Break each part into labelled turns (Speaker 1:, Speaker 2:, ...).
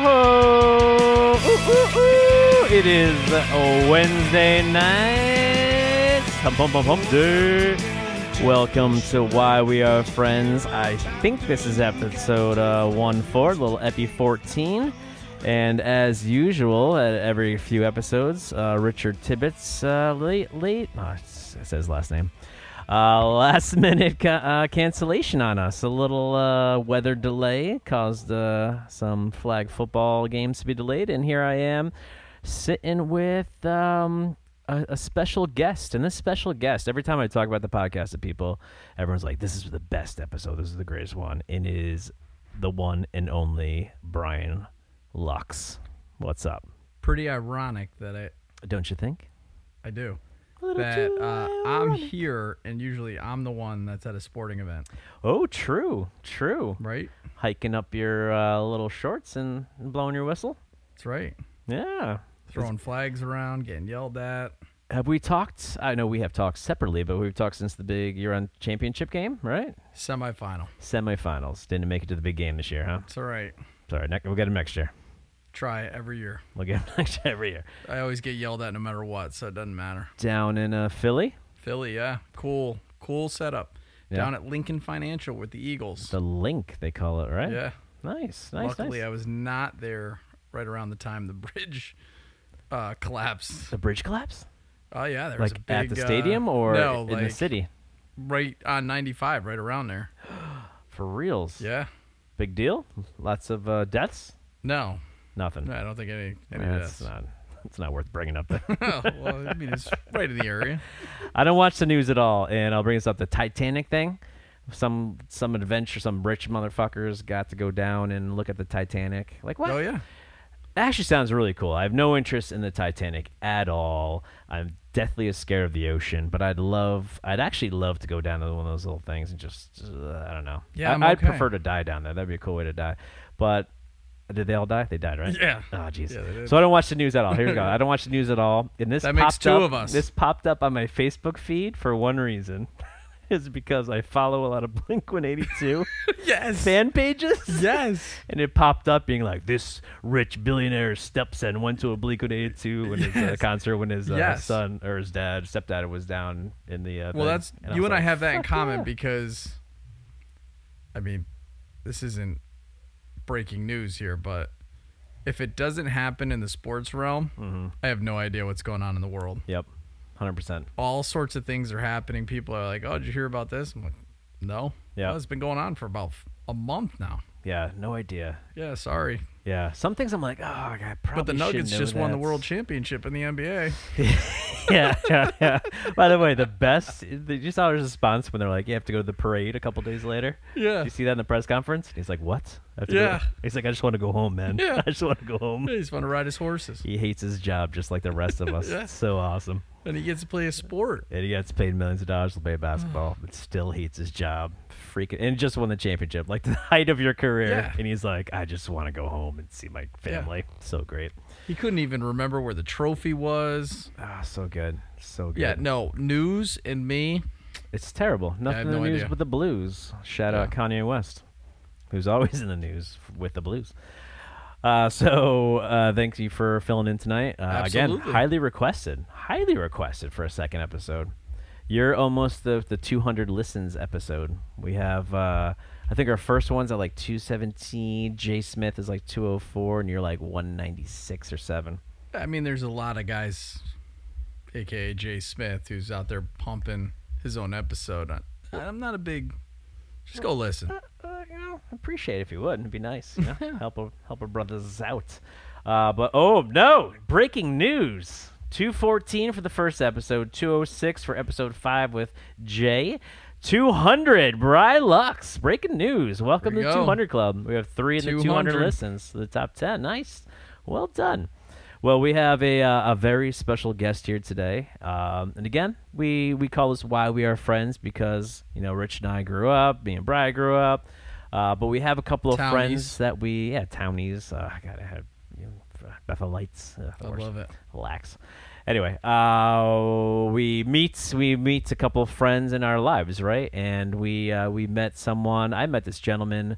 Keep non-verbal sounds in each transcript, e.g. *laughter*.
Speaker 1: Hello! Ooh, ooh, ooh. It is Wednesday night. Hum, hum, hum, hum, day. Welcome to Why We Are Friends. I think this is episode uh, 1 4, little Epi 14. And as usual, at every few episodes, uh, Richard Tibbetts, uh, late, late, oh, it's- it says last name, uh, *laughs* last minute ca- uh, cancellation on us. A little uh, weather delay caused uh, some flag football games to be delayed, and here I am sitting with um, a, a special guest. And this special guest, every time I talk about the podcast to people, everyone's like, "This is the best episode. This is the greatest one." And it is the one and only Brian Lux. What's up?
Speaker 2: pretty ironic that I
Speaker 1: Don't you think?
Speaker 2: I do that uh, I'm here and usually I'm the one that's at a sporting event,
Speaker 1: Oh, true, true.
Speaker 2: right?
Speaker 1: hiking up your uh, little shorts and blowing your whistle.
Speaker 2: That's right.
Speaker 1: Yeah.
Speaker 2: Throwing flags around, getting yelled at.
Speaker 1: Have we talked? I know we have talked separately, but we've talked since the big year on championship game, right?
Speaker 2: Semifinal.
Speaker 1: Semifinals. Didn't make it to the big game this year, huh?
Speaker 2: It's all right.
Speaker 1: Sorry, ne- we'll get him next year.
Speaker 2: Try it every year.
Speaker 1: We'll get *laughs* him next year every year.
Speaker 2: I always get yelled at no matter what, so it doesn't matter.
Speaker 1: Down in uh, Philly,
Speaker 2: Philly, yeah, cool, cool setup.
Speaker 1: Yeah.
Speaker 2: Down at Lincoln Financial with the Eagles.
Speaker 1: the link they call it, right?
Speaker 2: yeah.
Speaker 1: Nice, nice,
Speaker 2: Luckily,
Speaker 1: nice.
Speaker 2: I was not there right around the time the bridge *laughs* uh, collapsed.
Speaker 1: the bridge collapse,
Speaker 2: Oh yeah, there was
Speaker 1: like
Speaker 2: a big,
Speaker 1: at the
Speaker 2: uh,
Speaker 1: stadium or
Speaker 2: no,
Speaker 1: in the
Speaker 2: like,
Speaker 1: city.
Speaker 2: right on 95, right around there.
Speaker 1: For reals.
Speaker 2: Yeah.
Speaker 1: Big deal. Lots of uh, deaths.
Speaker 2: No,
Speaker 1: Nothing.
Speaker 2: no, I don't think any. any of
Speaker 1: That's
Speaker 2: this.
Speaker 1: not. It's not worth bringing up.
Speaker 2: *laughs* oh, well, I mean, it's right in the *laughs* area.
Speaker 1: *laughs* I don't watch the news at all, and I'll bring this up the Titanic thing. Some some adventure, some rich motherfuckers got to go down and look at the Titanic. Like what?
Speaker 2: Oh yeah,
Speaker 1: That actually sounds really cool. I have no interest in the Titanic at all. I'm deathly scared of the ocean, but I'd love, I'd actually love to go down to one of those little things and just, uh, I don't know.
Speaker 2: Yeah,
Speaker 1: I,
Speaker 2: I'm
Speaker 1: would
Speaker 2: okay.
Speaker 1: prefer to die down there. That'd be a cool way to die. But did they all die? They died, right?
Speaker 2: Yeah.
Speaker 1: Oh, jeez.
Speaker 2: Yeah, they did.
Speaker 1: so I don't watch the news at all. Here we go. I don't watch the news at all. And this
Speaker 2: That makes
Speaker 1: popped
Speaker 2: two
Speaker 1: up-
Speaker 2: of us.
Speaker 1: This popped up on my Facebook feed for one reason. *laughs* Is because I follow a lot of Blink
Speaker 2: *laughs*
Speaker 1: 182
Speaker 2: yes,
Speaker 1: fan pages.
Speaker 2: yes.
Speaker 1: And it popped up being like, this rich billionaire's stepson went to a Bleak 82 when his uh,
Speaker 2: Yes.
Speaker 1: concert when his uh,
Speaker 2: Yes.
Speaker 1: son or his dad, stepdad was down in the. Uh,
Speaker 2: Well,
Speaker 1: thing.
Speaker 2: that's
Speaker 1: was
Speaker 2: you and I
Speaker 1: like,
Speaker 2: have that in *laughs*
Speaker 1: "Fuck
Speaker 2: common
Speaker 1: yeah."
Speaker 2: because, I mean, this isn't breaking news here, but if it doesn't happen in the sports realm,
Speaker 1: Mm-hmm.
Speaker 2: I have no idea what's going on in the world.
Speaker 1: Yep, 100%.
Speaker 2: All sorts of things are happening. People are like, "Oh, did you hear about this?" I'm like, "No."
Speaker 1: Yeah.
Speaker 2: "Oh, it's been going on for about f- a month now.
Speaker 1: Yeah, no idea.
Speaker 2: Yeah, sorry.
Speaker 1: Yeah, some things I'm like, oh, I probably.
Speaker 2: But the
Speaker 1: should
Speaker 2: Nuggets
Speaker 1: know
Speaker 2: just won the
Speaker 1: that." *laughs*
Speaker 2: world championship in the NBA. *laughs*
Speaker 1: yeah, yeah, yeah. By the way, the best. Did you saw his response when they're like, "You have to go to the parade a couple days later."
Speaker 2: Yeah.
Speaker 1: Did you see that in the press conference? He's like, "What?" I have to go-"
Speaker 2: Yeah.
Speaker 1: He's like, "I just want to go home, man.
Speaker 2: Yeah.
Speaker 1: *laughs* I just want to go home."
Speaker 2: He just want to ride his horses,
Speaker 1: He hates his job just like the rest of us.
Speaker 2: Yeah.
Speaker 1: It's so awesome.
Speaker 2: and he gets to play a sport.
Speaker 1: And he gets paid millions of dollars to play basketball,
Speaker 2: Mm.
Speaker 1: but still hates his job. Freaking and just won the championship, like *laughs* the height of your career.
Speaker 2: Yeah.
Speaker 1: And he's like, I just want to go home and see my family. So great.
Speaker 2: He couldn't even remember where the trophy was.
Speaker 1: Ah, so good. So good.
Speaker 2: Yeah, no news and me.
Speaker 1: It's terrible. Nothing in the
Speaker 2: no
Speaker 1: news
Speaker 2: idea.
Speaker 1: but the blues. Shout out Kanye West, who's always *laughs* in the news f- with the blues. Uh, *laughs* so uh, thank you for filling in tonight. Uh, again,
Speaker 2: Absolutely.
Speaker 1: highly requested, highly requested for a second episode. You're almost the the 200 listens episode. We have, uh, I think our first one's at like 217. Jay Smith is like 204, and you're like 196 or seven.
Speaker 2: I mean, there's a lot of guys, aka Jay Smith, who's out there pumping his own episode. I, I'm not a big. Just go listen.
Speaker 1: uh, you know, appreciate it if you would. It'd be nice.
Speaker 2: *laughs*
Speaker 1: You know? help a, help our brothers out. Uh, but oh no! Breaking news. 214 for the first episode, 206 for episode 5 with Jay, 200 Bry Lux. Breaking news. Welcome
Speaker 2: There
Speaker 1: to
Speaker 2: you
Speaker 1: the
Speaker 2: go.
Speaker 1: 200 Club. We have 3 in the 200
Speaker 2: 200.
Speaker 1: listens to the top 10. Nice. Well done. Well, we have a, uh, a very special guest here today, um, and again, we, we call this why we are friends because you know Rich and I grew up, me and Bry grew up, uh, but we have a couple of
Speaker 2: Townies.
Speaker 1: friends that we yeah townies. Uh, I gotta have you know, Bethel Lights. Uh,
Speaker 2: I love it.
Speaker 1: Lax. Anyway, uh, we meet we meet a couple of friends in our lives, right? And we uh, we met someone. I met this gentleman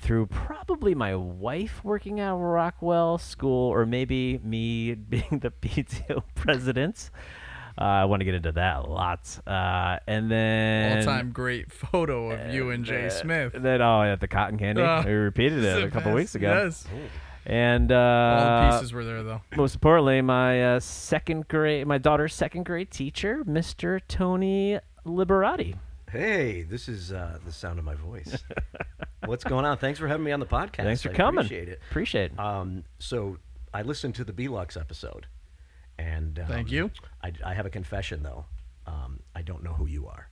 Speaker 1: through probably my wife working out of Rockwell School, or maybe me *laughs* being the PTO *laughs* president. Uh, I want to get into that lots. Uh, and then
Speaker 2: All time great photo of you and Jay
Speaker 1: uh,
Speaker 2: Smith.
Speaker 1: Then oh, at the cotton candy,
Speaker 2: Oh,
Speaker 1: we repeated
Speaker 2: It's
Speaker 1: it
Speaker 2: the
Speaker 1: a couple
Speaker 2: best.
Speaker 1: weeks ago.
Speaker 2: Yes.
Speaker 1: And
Speaker 2: All
Speaker 1: uh,
Speaker 2: the pieces were there though.
Speaker 1: most importantly, my uh, second grade, my daughter's second grade teacher, Mr. Tony Liberati.
Speaker 3: Hey, this is uh, the sound of
Speaker 1: *laughs*
Speaker 3: my voice. What's going on? Thanks for having me on the podcast.
Speaker 1: Thanks for
Speaker 3: I
Speaker 1: coming.
Speaker 3: Appreciate it.
Speaker 1: Appreciate it.
Speaker 3: Um, so I listened to the Belux episode, and um,
Speaker 2: Thank you.
Speaker 3: I, I have a confession though. Um, I don't know who you are.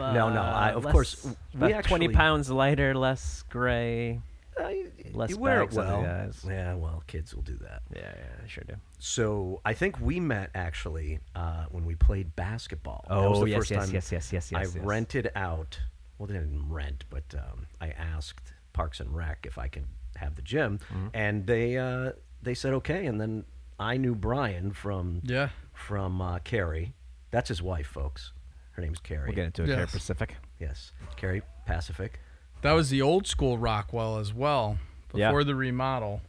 Speaker 3: no, no. I, of
Speaker 1: uh, less-
Speaker 3: course, we
Speaker 1: about
Speaker 3: actually,
Speaker 1: twenty pounds lighter, less gray. *laughs* less
Speaker 3: you wear it
Speaker 1: bags on the
Speaker 3: well.
Speaker 1: eyes.
Speaker 3: Yeah, well, kids will do that.
Speaker 1: Yeah, yeah, I sure do.
Speaker 3: So I think we met actually uh, when we played basketball. that was
Speaker 1: Oh,
Speaker 3: the
Speaker 1: yes,
Speaker 3: first
Speaker 1: yes,
Speaker 3: time
Speaker 1: yes, yes, yes, yes,
Speaker 3: I
Speaker 1: yes.
Speaker 3: rented out. Well, I didn't rent, but um, I asked Parks and Rec if I could have the gym,
Speaker 1: Mm-hmm.
Speaker 3: and they uh, they said okay. And then I knew Brian from
Speaker 2: Yeah.
Speaker 3: from uh, Carrie. That's his wife, folks. Her name's Carrie.
Speaker 1: We'll get into it.
Speaker 2: Yes.
Speaker 1: Carrot Pacific.
Speaker 3: Yes, Carrie Pacific.
Speaker 2: That was the old school Rockwell as well.
Speaker 1: Yeah.
Speaker 2: Before the remodel.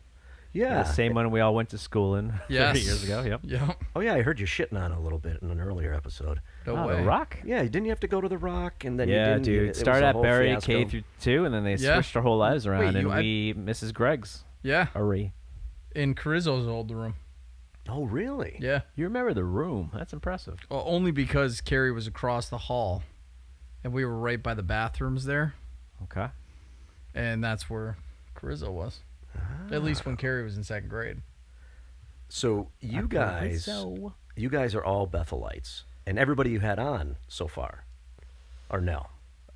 Speaker 3: Yeah.
Speaker 1: The same one we all went to school in *laughs*
Speaker 2: Yes.
Speaker 1: 30 years ago. Yep.
Speaker 2: Yep.
Speaker 3: Oh yeah, I heard you shitting on it a little bit in an earlier episode.
Speaker 2: No
Speaker 1: Oh,
Speaker 2: way.
Speaker 1: The Rock.
Speaker 3: Yeah, didn't you have to go to the Rock and then
Speaker 1: yeah,
Speaker 3: you didn't,
Speaker 1: dude.
Speaker 3: It was
Speaker 1: Started
Speaker 3: a
Speaker 1: at
Speaker 3: whole
Speaker 1: Barry K
Speaker 3: fiasco.
Speaker 1: through two, and then they
Speaker 2: Yeah.
Speaker 1: switched our whole lives around,
Speaker 2: you-
Speaker 1: and
Speaker 2: I-
Speaker 1: we Mrs. Greg's
Speaker 2: Yeah.
Speaker 1: Ari.
Speaker 2: In Carrizo's old room.
Speaker 3: Oh really?
Speaker 2: Yeah.
Speaker 1: You remember the room? That's impressive.
Speaker 2: Well, only because Carrie was across the hall, and we were right by the bathrooms there,
Speaker 1: Okay.
Speaker 2: and that's where Carrizo was. At least when Carrie was in second grade.
Speaker 3: So you guys,
Speaker 1: so.
Speaker 3: you guys are all Bethelites, and everybody you had on so far, or no?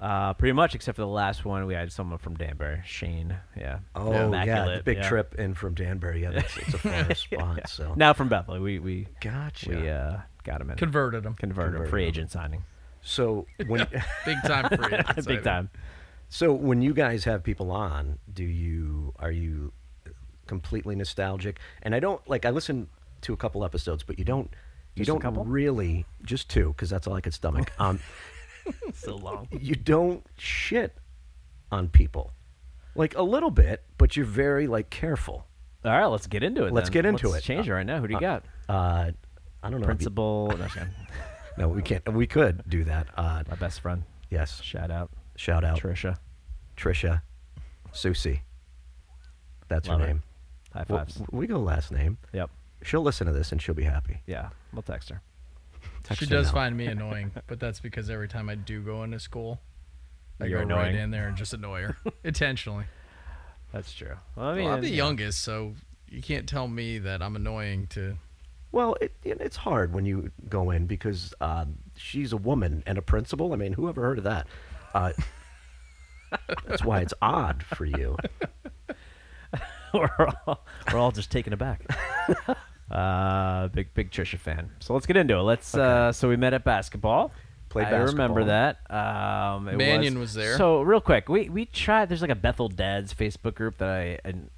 Speaker 1: Uh, pretty much, except for the last one, we had someone from Danbury, Shane. Yeah.
Speaker 3: Oh yeah, the
Speaker 1: Immaculate,
Speaker 3: big
Speaker 1: yeah.
Speaker 3: trip in from Danbury. Yeah, that's, *laughs* it's a far response. So
Speaker 1: Now from Bethel, we we
Speaker 3: gotcha.
Speaker 1: we uh, got him in.
Speaker 2: Converted him.
Speaker 1: Converted him,
Speaker 3: Converted
Speaker 1: free
Speaker 3: him.
Speaker 1: agent signing,
Speaker 3: So *laughs* when
Speaker 2: Big time for you.
Speaker 1: *laughs* big time.
Speaker 3: so when you guys have people on, do you are you completely nostalgic? And I don't like I listened to a couple episodes, but you don't you
Speaker 1: Just a
Speaker 3: don't
Speaker 1: couple?
Speaker 3: really just two because that's all I could *laughs* stomach. Um,
Speaker 1: So long.
Speaker 3: you don't shit on people. Like a little bit, but you're very like careful.
Speaker 1: All right, let's get into it.
Speaker 3: Let's
Speaker 1: then.
Speaker 3: get into
Speaker 1: Let's
Speaker 3: it.
Speaker 1: Change it right now. Who do you got?
Speaker 3: Uh, I don't know. if you-
Speaker 1: Principal. no, just kidding.
Speaker 3: No, we can't. We could do that. Uh,
Speaker 1: my best friend.
Speaker 3: yes.
Speaker 1: Shout out,
Speaker 3: Shout out
Speaker 1: Trisha.
Speaker 3: Trisha, Susie. That's
Speaker 1: Love
Speaker 3: her
Speaker 1: it.
Speaker 3: name.
Speaker 1: High
Speaker 3: Well,
Speaker 1: fives.
Speaker 3: we go last name.
Speaker 1: Yep.
Speaker 3: She'll listen to this and she'll be happy.
Speaker 1: Yeah. We'll text her.
Speaker 3: Text
Speaker 2: She
Speaker 3: her
Speaker 2: does
Speaker 3: now.
Speaker 2: find me annoying, but that's because every time I do go into school, I
Speaker 1: You're
Speaker 2: go
Speaker 1: annoying.
Speaker 2: right in there and just
Speaker 1: *laughs*
Speaker 2: annoy her intentionally.
Speaker 1: That's true. Well, I mean,
Speaker 2: Well, I'm the
Speaker 1: yeah.
Speaker 2: youngest, so you can't tell me that I'm annoying to.
Speaker 3: Well, it, it- it's hard when you go in because uh, she's a woman and a principal. I mean, who ever heard of that? Uh, *laughs* that's why it's odd for you.
Speaker 1: *laughs* we're all we're all just taken aback. *laughs* uh, big big Trisha fan. So let's get into it. Let's. Uh, so we met at basketball.
Speaker 3: Played
Speaker 1: I remember
Speaker 3: basketball.
Speaker 1: that. Um, it
Speaker 2: Mannion was there.
Speaker 1: So real quick, we we tried. There's like a Bethel Dads Facebook group that I and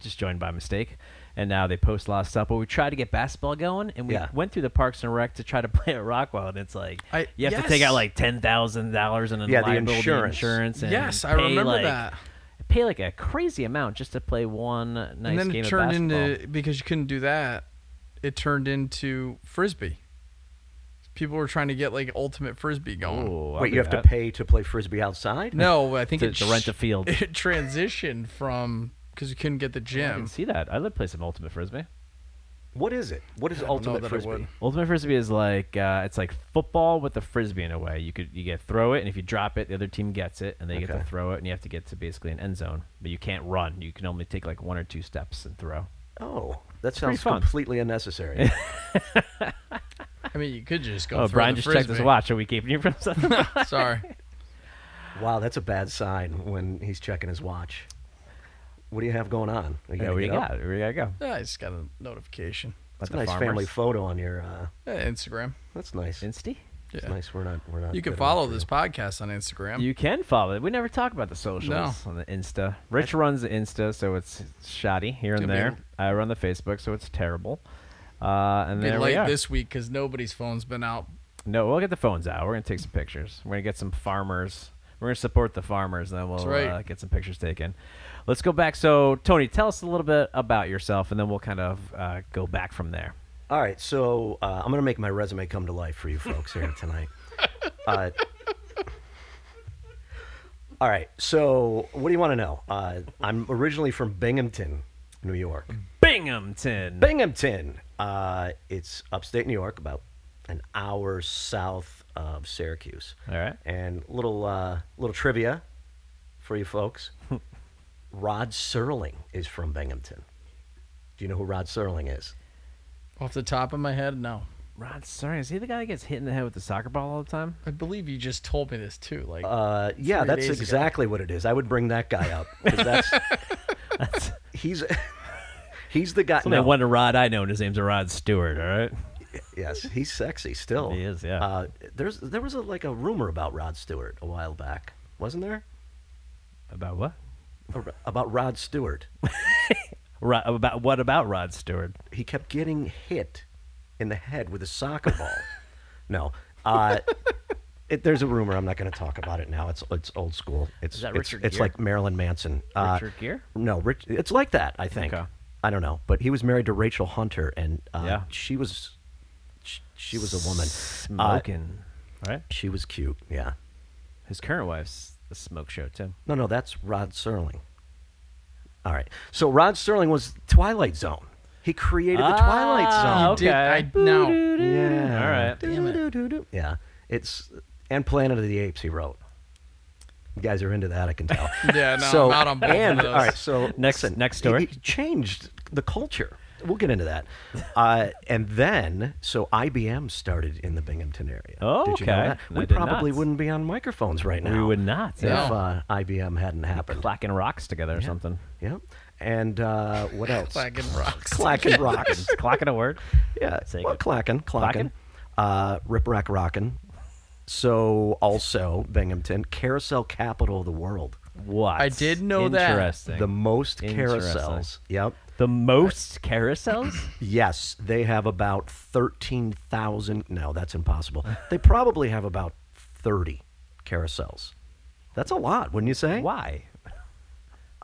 Speaker 1: just joined by mistake, and now they post a lot of stuff. But we tried to get basketball going, and we
Speaker 3: Yeah.
Speaker 1: went through the Parks and Rec to try to *laughs* play at Rockwell, and it's like
Speaker 2: I-
Speaker 1: you have to take
Speaker 2: yes.
Speaker 1: out like ten thousand dollars in
Speaker 3: Yeah, the
Speaker 1: liability
Speaker 3: insurance.
Speaker 1: insurance and
Speaker 2: Yes, I
Speaker 1: pay,
Speaker 2: remember
Speaker 1: like-
Speaker 2: that.
Speaker 1: pay like a crazy amount just to play one nice
Speaker 2: and then
Speaker 1: game
Speaker 2: it
Speaker 1: of
Speaker 2: turned
Speaker 1: basketball.
Speaker 2: into because you couldn't do that. It turned into frisbee. People were trying to get like ultimate frisbee going.
Speaker 1: Ooh, I'll
Speaker 3: Wait,
Speaker 1: do
Speaker 3: you have
Speaker 1: that.
Speaker 3: to pay to play frisbee outside?
Speaker 2: No, I think
Speaker 1: To-
Speaker 2: it
Speaker 1: to rent a
Speaker 2: sh-
Speaker 1: field.
Speaker 2: *laughs* It transitioned from because you couldn't get the
Speaker 1: I
Speaker 2: gym.
Speaker 1: can see that. I'd love to play some ultimate frisbee.
Speaker 3: What is it? What is
Speaker 2: I don't know
Speaker 3: ultimate
Speaker 2: that I
Speaker 3: frisbee?
Speaker 2: would.
Speaker 1: Ultimate frisbee is like uh, it's like football with a frisbee in a way. You could you get throw it, and if you drop it, the other team gets it, and they get
Speaker 3: Okay.
Speaker 1: to throw it, and you have to get to basically an end zone. But you can't run. You can only take like one or two steps and throw.
Speaker 3: Oh, that
Speaker 1: pretty
Speaker 3: sounds
Speaker 1: fun.
Speaker 2: *laughs*
Speaker 3: completely unnecessary.
Speaker 2: I mean, you could just go.
Speaker 1: oh,
Speaker 2: throw
Speaker 1: Brian
Speaker 2: the
Speaker 1: just checked his
Speaker 2: frisbee.
Speaker 1: watch. Are we keeping you *laughs* from something?
Speaker 2: *laughs*
Speaker 1: *laughs*
Speaker 2: Sorry,
Speaker 3: Wow, that's a bad sign when he's checking his watch. What do you have going on? Are
Speaker 1: yeah,
Speaker 3: gonna
Speaker 1: we
Speaker 3: get up?
Speaker 1: got we gotta go.
Speaker 2: Yeah, I just got a notification.
Speaker 3: That's
Speaker 1: Let
Speaker 3: a
Speaker 1: the
Speaker 3: nice family
Speaker 1: farmers-
Speaker 3: photo on your. Uh,
Speaker 2: Yeah, Instagram.
Speaker 3: that's nice. It's
Speaker 1: Insty.
Speaker 2: Yeah.
Speaker 3: nice. We're not. We're not.
Speaker 2: You can
Speaker 3: good
Speaker 2: follow
Speaker 3: enough for
Speaker 2: this
Speaker 3: you.
Speaker 2: podcast on Instagram.
Speaker 1: You can follow it. We never talk about the socials on the Insta. Rich runs the Insta, so it's shoddy here and
Speaker 2: Gonna be
Speaker 1: there. I run the Facebook, so it's terrible. Uh, and
Speaker 2: Be
Speaker 1: there we
Speaker 2: late
Speaker 1: are.
Speaker 2: this week because nobody's phone's been out.
Speaker 1: No, we'll get the phones out. We're gonna take some pictures. We're gonna get some farmers. We're gonna support the farmers, then we'll
Speaker 2: right.
Speaker 1: uh, get some pictures taken. Let's go back. So, Tony, tell us a little bit about yourself, and then we'll kind of uh, go back from there.
Speaker 3: All right, so uh, I'm going to make my resume come to life for you folks here
Speaker 2: *laughs*
Speaker 3: tonight. Uh, all right, so what do you want to know? Uh, I'm originally from Binghamton, New York.
Speaker 1: Binghamton.
Speaker 3: Binghamton! Uh, it's upstate New York, about an hour south of Syracuse.
Speaker 1: All right.
Speaker 3: And little uh, little trivia for
Speaker 1: *laughs*
Speaker 3: you folks. Rod Serling is from Binghamton. Do you know who Rod Serling is?
Speaker 2: Off the top of my head, no.
Speaker 1: Rod Serling is he the guy that gets hit in the head with the soccer ball all the time?
Speaker 2: I believe you just told me this too. Like,
Speaker 3: Uh, yeah,
Speaker 2: Three
Speaker 3: that's
Speaker 2: days ago.
Speaker 3: exactly what it is. I would bring that guy up
Speaker 1: *laughs*
Speaker 3: 'cause that's, he's he's the guy.
Speaker 1: Somebody
Speaker 3: no,
Speaker 1: one Rod I know, and his name's Rod Stewart. All right.
Speaker 3: yes, he's sexy still.
Speaker 1: He is, yeah.
Speaker 3: Uh, there's there was a, like a rumor about Rod Stewart a while back, wasn't there?
Speaker 1: About what?
Speaker 3: Ar- About Rod Stewart, *laughs*
Speaker 1: Rod, about what about Rod Stewart?
Speaker 3: he kept getting hit in the head with a soccer
Speaker 1: *laughs*
Speaker 3: ball. no, uh, it, there's a rumor. I'm not going to talk about it now. It's it's old school. It's
Speaker 1: that
Speaker 3: it's,
Speaker 1: Richard
Speaker 3: it's
Speaker 1: Gere?
Speaker 3: like Marilyn Manson. Uh,
Speaker 1: Richard Gere?
Speaker 3: No, Rich, it's like that. I think.
Speaker 1: Okay.
Speaker 3: I don't know, but he was married to Rachel Hunter, and uh,
Speaker 1: Yeah.
Speaker 3: she was she, she was a woman. Uh,
Speaker 1: Smoking. all right.
Speaker 3: she was cute. Yeah.
Speaker 1: His current wife's a smoke show too.
Speaker 3: No, no, that's Rod Serling. All right. So Rod Serling was Twilight Zone. He created the Twilight Zone.
Speaker 1: Ah, okay.
Speaker 2: Dude, I no.
Speaker 3: Yeah.
Speaker 1: All right.
Speaker 2: Damn it.
Speaker 3: Doo-doo-doo-doo. Yeah. It's and Planet of the Apes he wrote. You guys are into that, I can tell.
Speaker 2: *laughs* Yeah, no,
Speaker 3: so,
Speaker 2: I'm out on both of
Speaker 3: and,
Speaker 2: those.
Speaker 3: All right, so
Speaker 1: Next-
Speaker 3: listen,
Speaker 1: next story.
Speaker 3: He, he changed the culture. We'll get into that. *laughs* Uh, and then, so IBM started in the Binghamton area.
Speaker 1: Oh,
Speaker 3: did you know
Speaker 1: okay.
Speaker 3: that?
Speaker 1: I
Speaker 3: We
Speaker 1: did
Speaker 3: probably
Speaker 1: not.
Speaker 3: wouldn't be on microphones right now.
Speaker 1: We would not.
Speaker 3: if
Speaker 1: Yeah.
Speaker 2: No.
Speaker 3: uh, IBM hadn't happened.
Speaker 1: Clacking rocks together or something.
Speaker 3: Yep. And uh,
Speaker 2: *laughs*
Speaker 3: what else?
Speaker 2: Clacking rocks.
Speaker 1: *laughs*
Speaker 3: Clacking rocks.
Speaker 1: Clacking a word.
Speaker 3: Yeah,
Speaker 1: Say
Speaker 3: well,
Speaker 1: it.
Speaker 3: clacking, clacking,
Speaker 1: Clacking?
Speaker 3: uh, rip rack rockin'. So also Binghamton, carousel capital of the world,
Speaker 1: What?
Speaker 2: I did know that.
Speaker 1: Interesting.
Speaker 3: the most
Speaker 1: Interesting.
Speaker 3: carousels. Yep.
Speaker 1: The most
Speaker 3: *coughs*
Speaker 1: carousels?
Speaker 3: Yes, they have about thirteen thousand. No,
Speaker 1: *laughs*
Speaker 3: that's impossible. They probably have about thirty carousels. That's a lot, wouldn't you say?
Speaker 1: Why?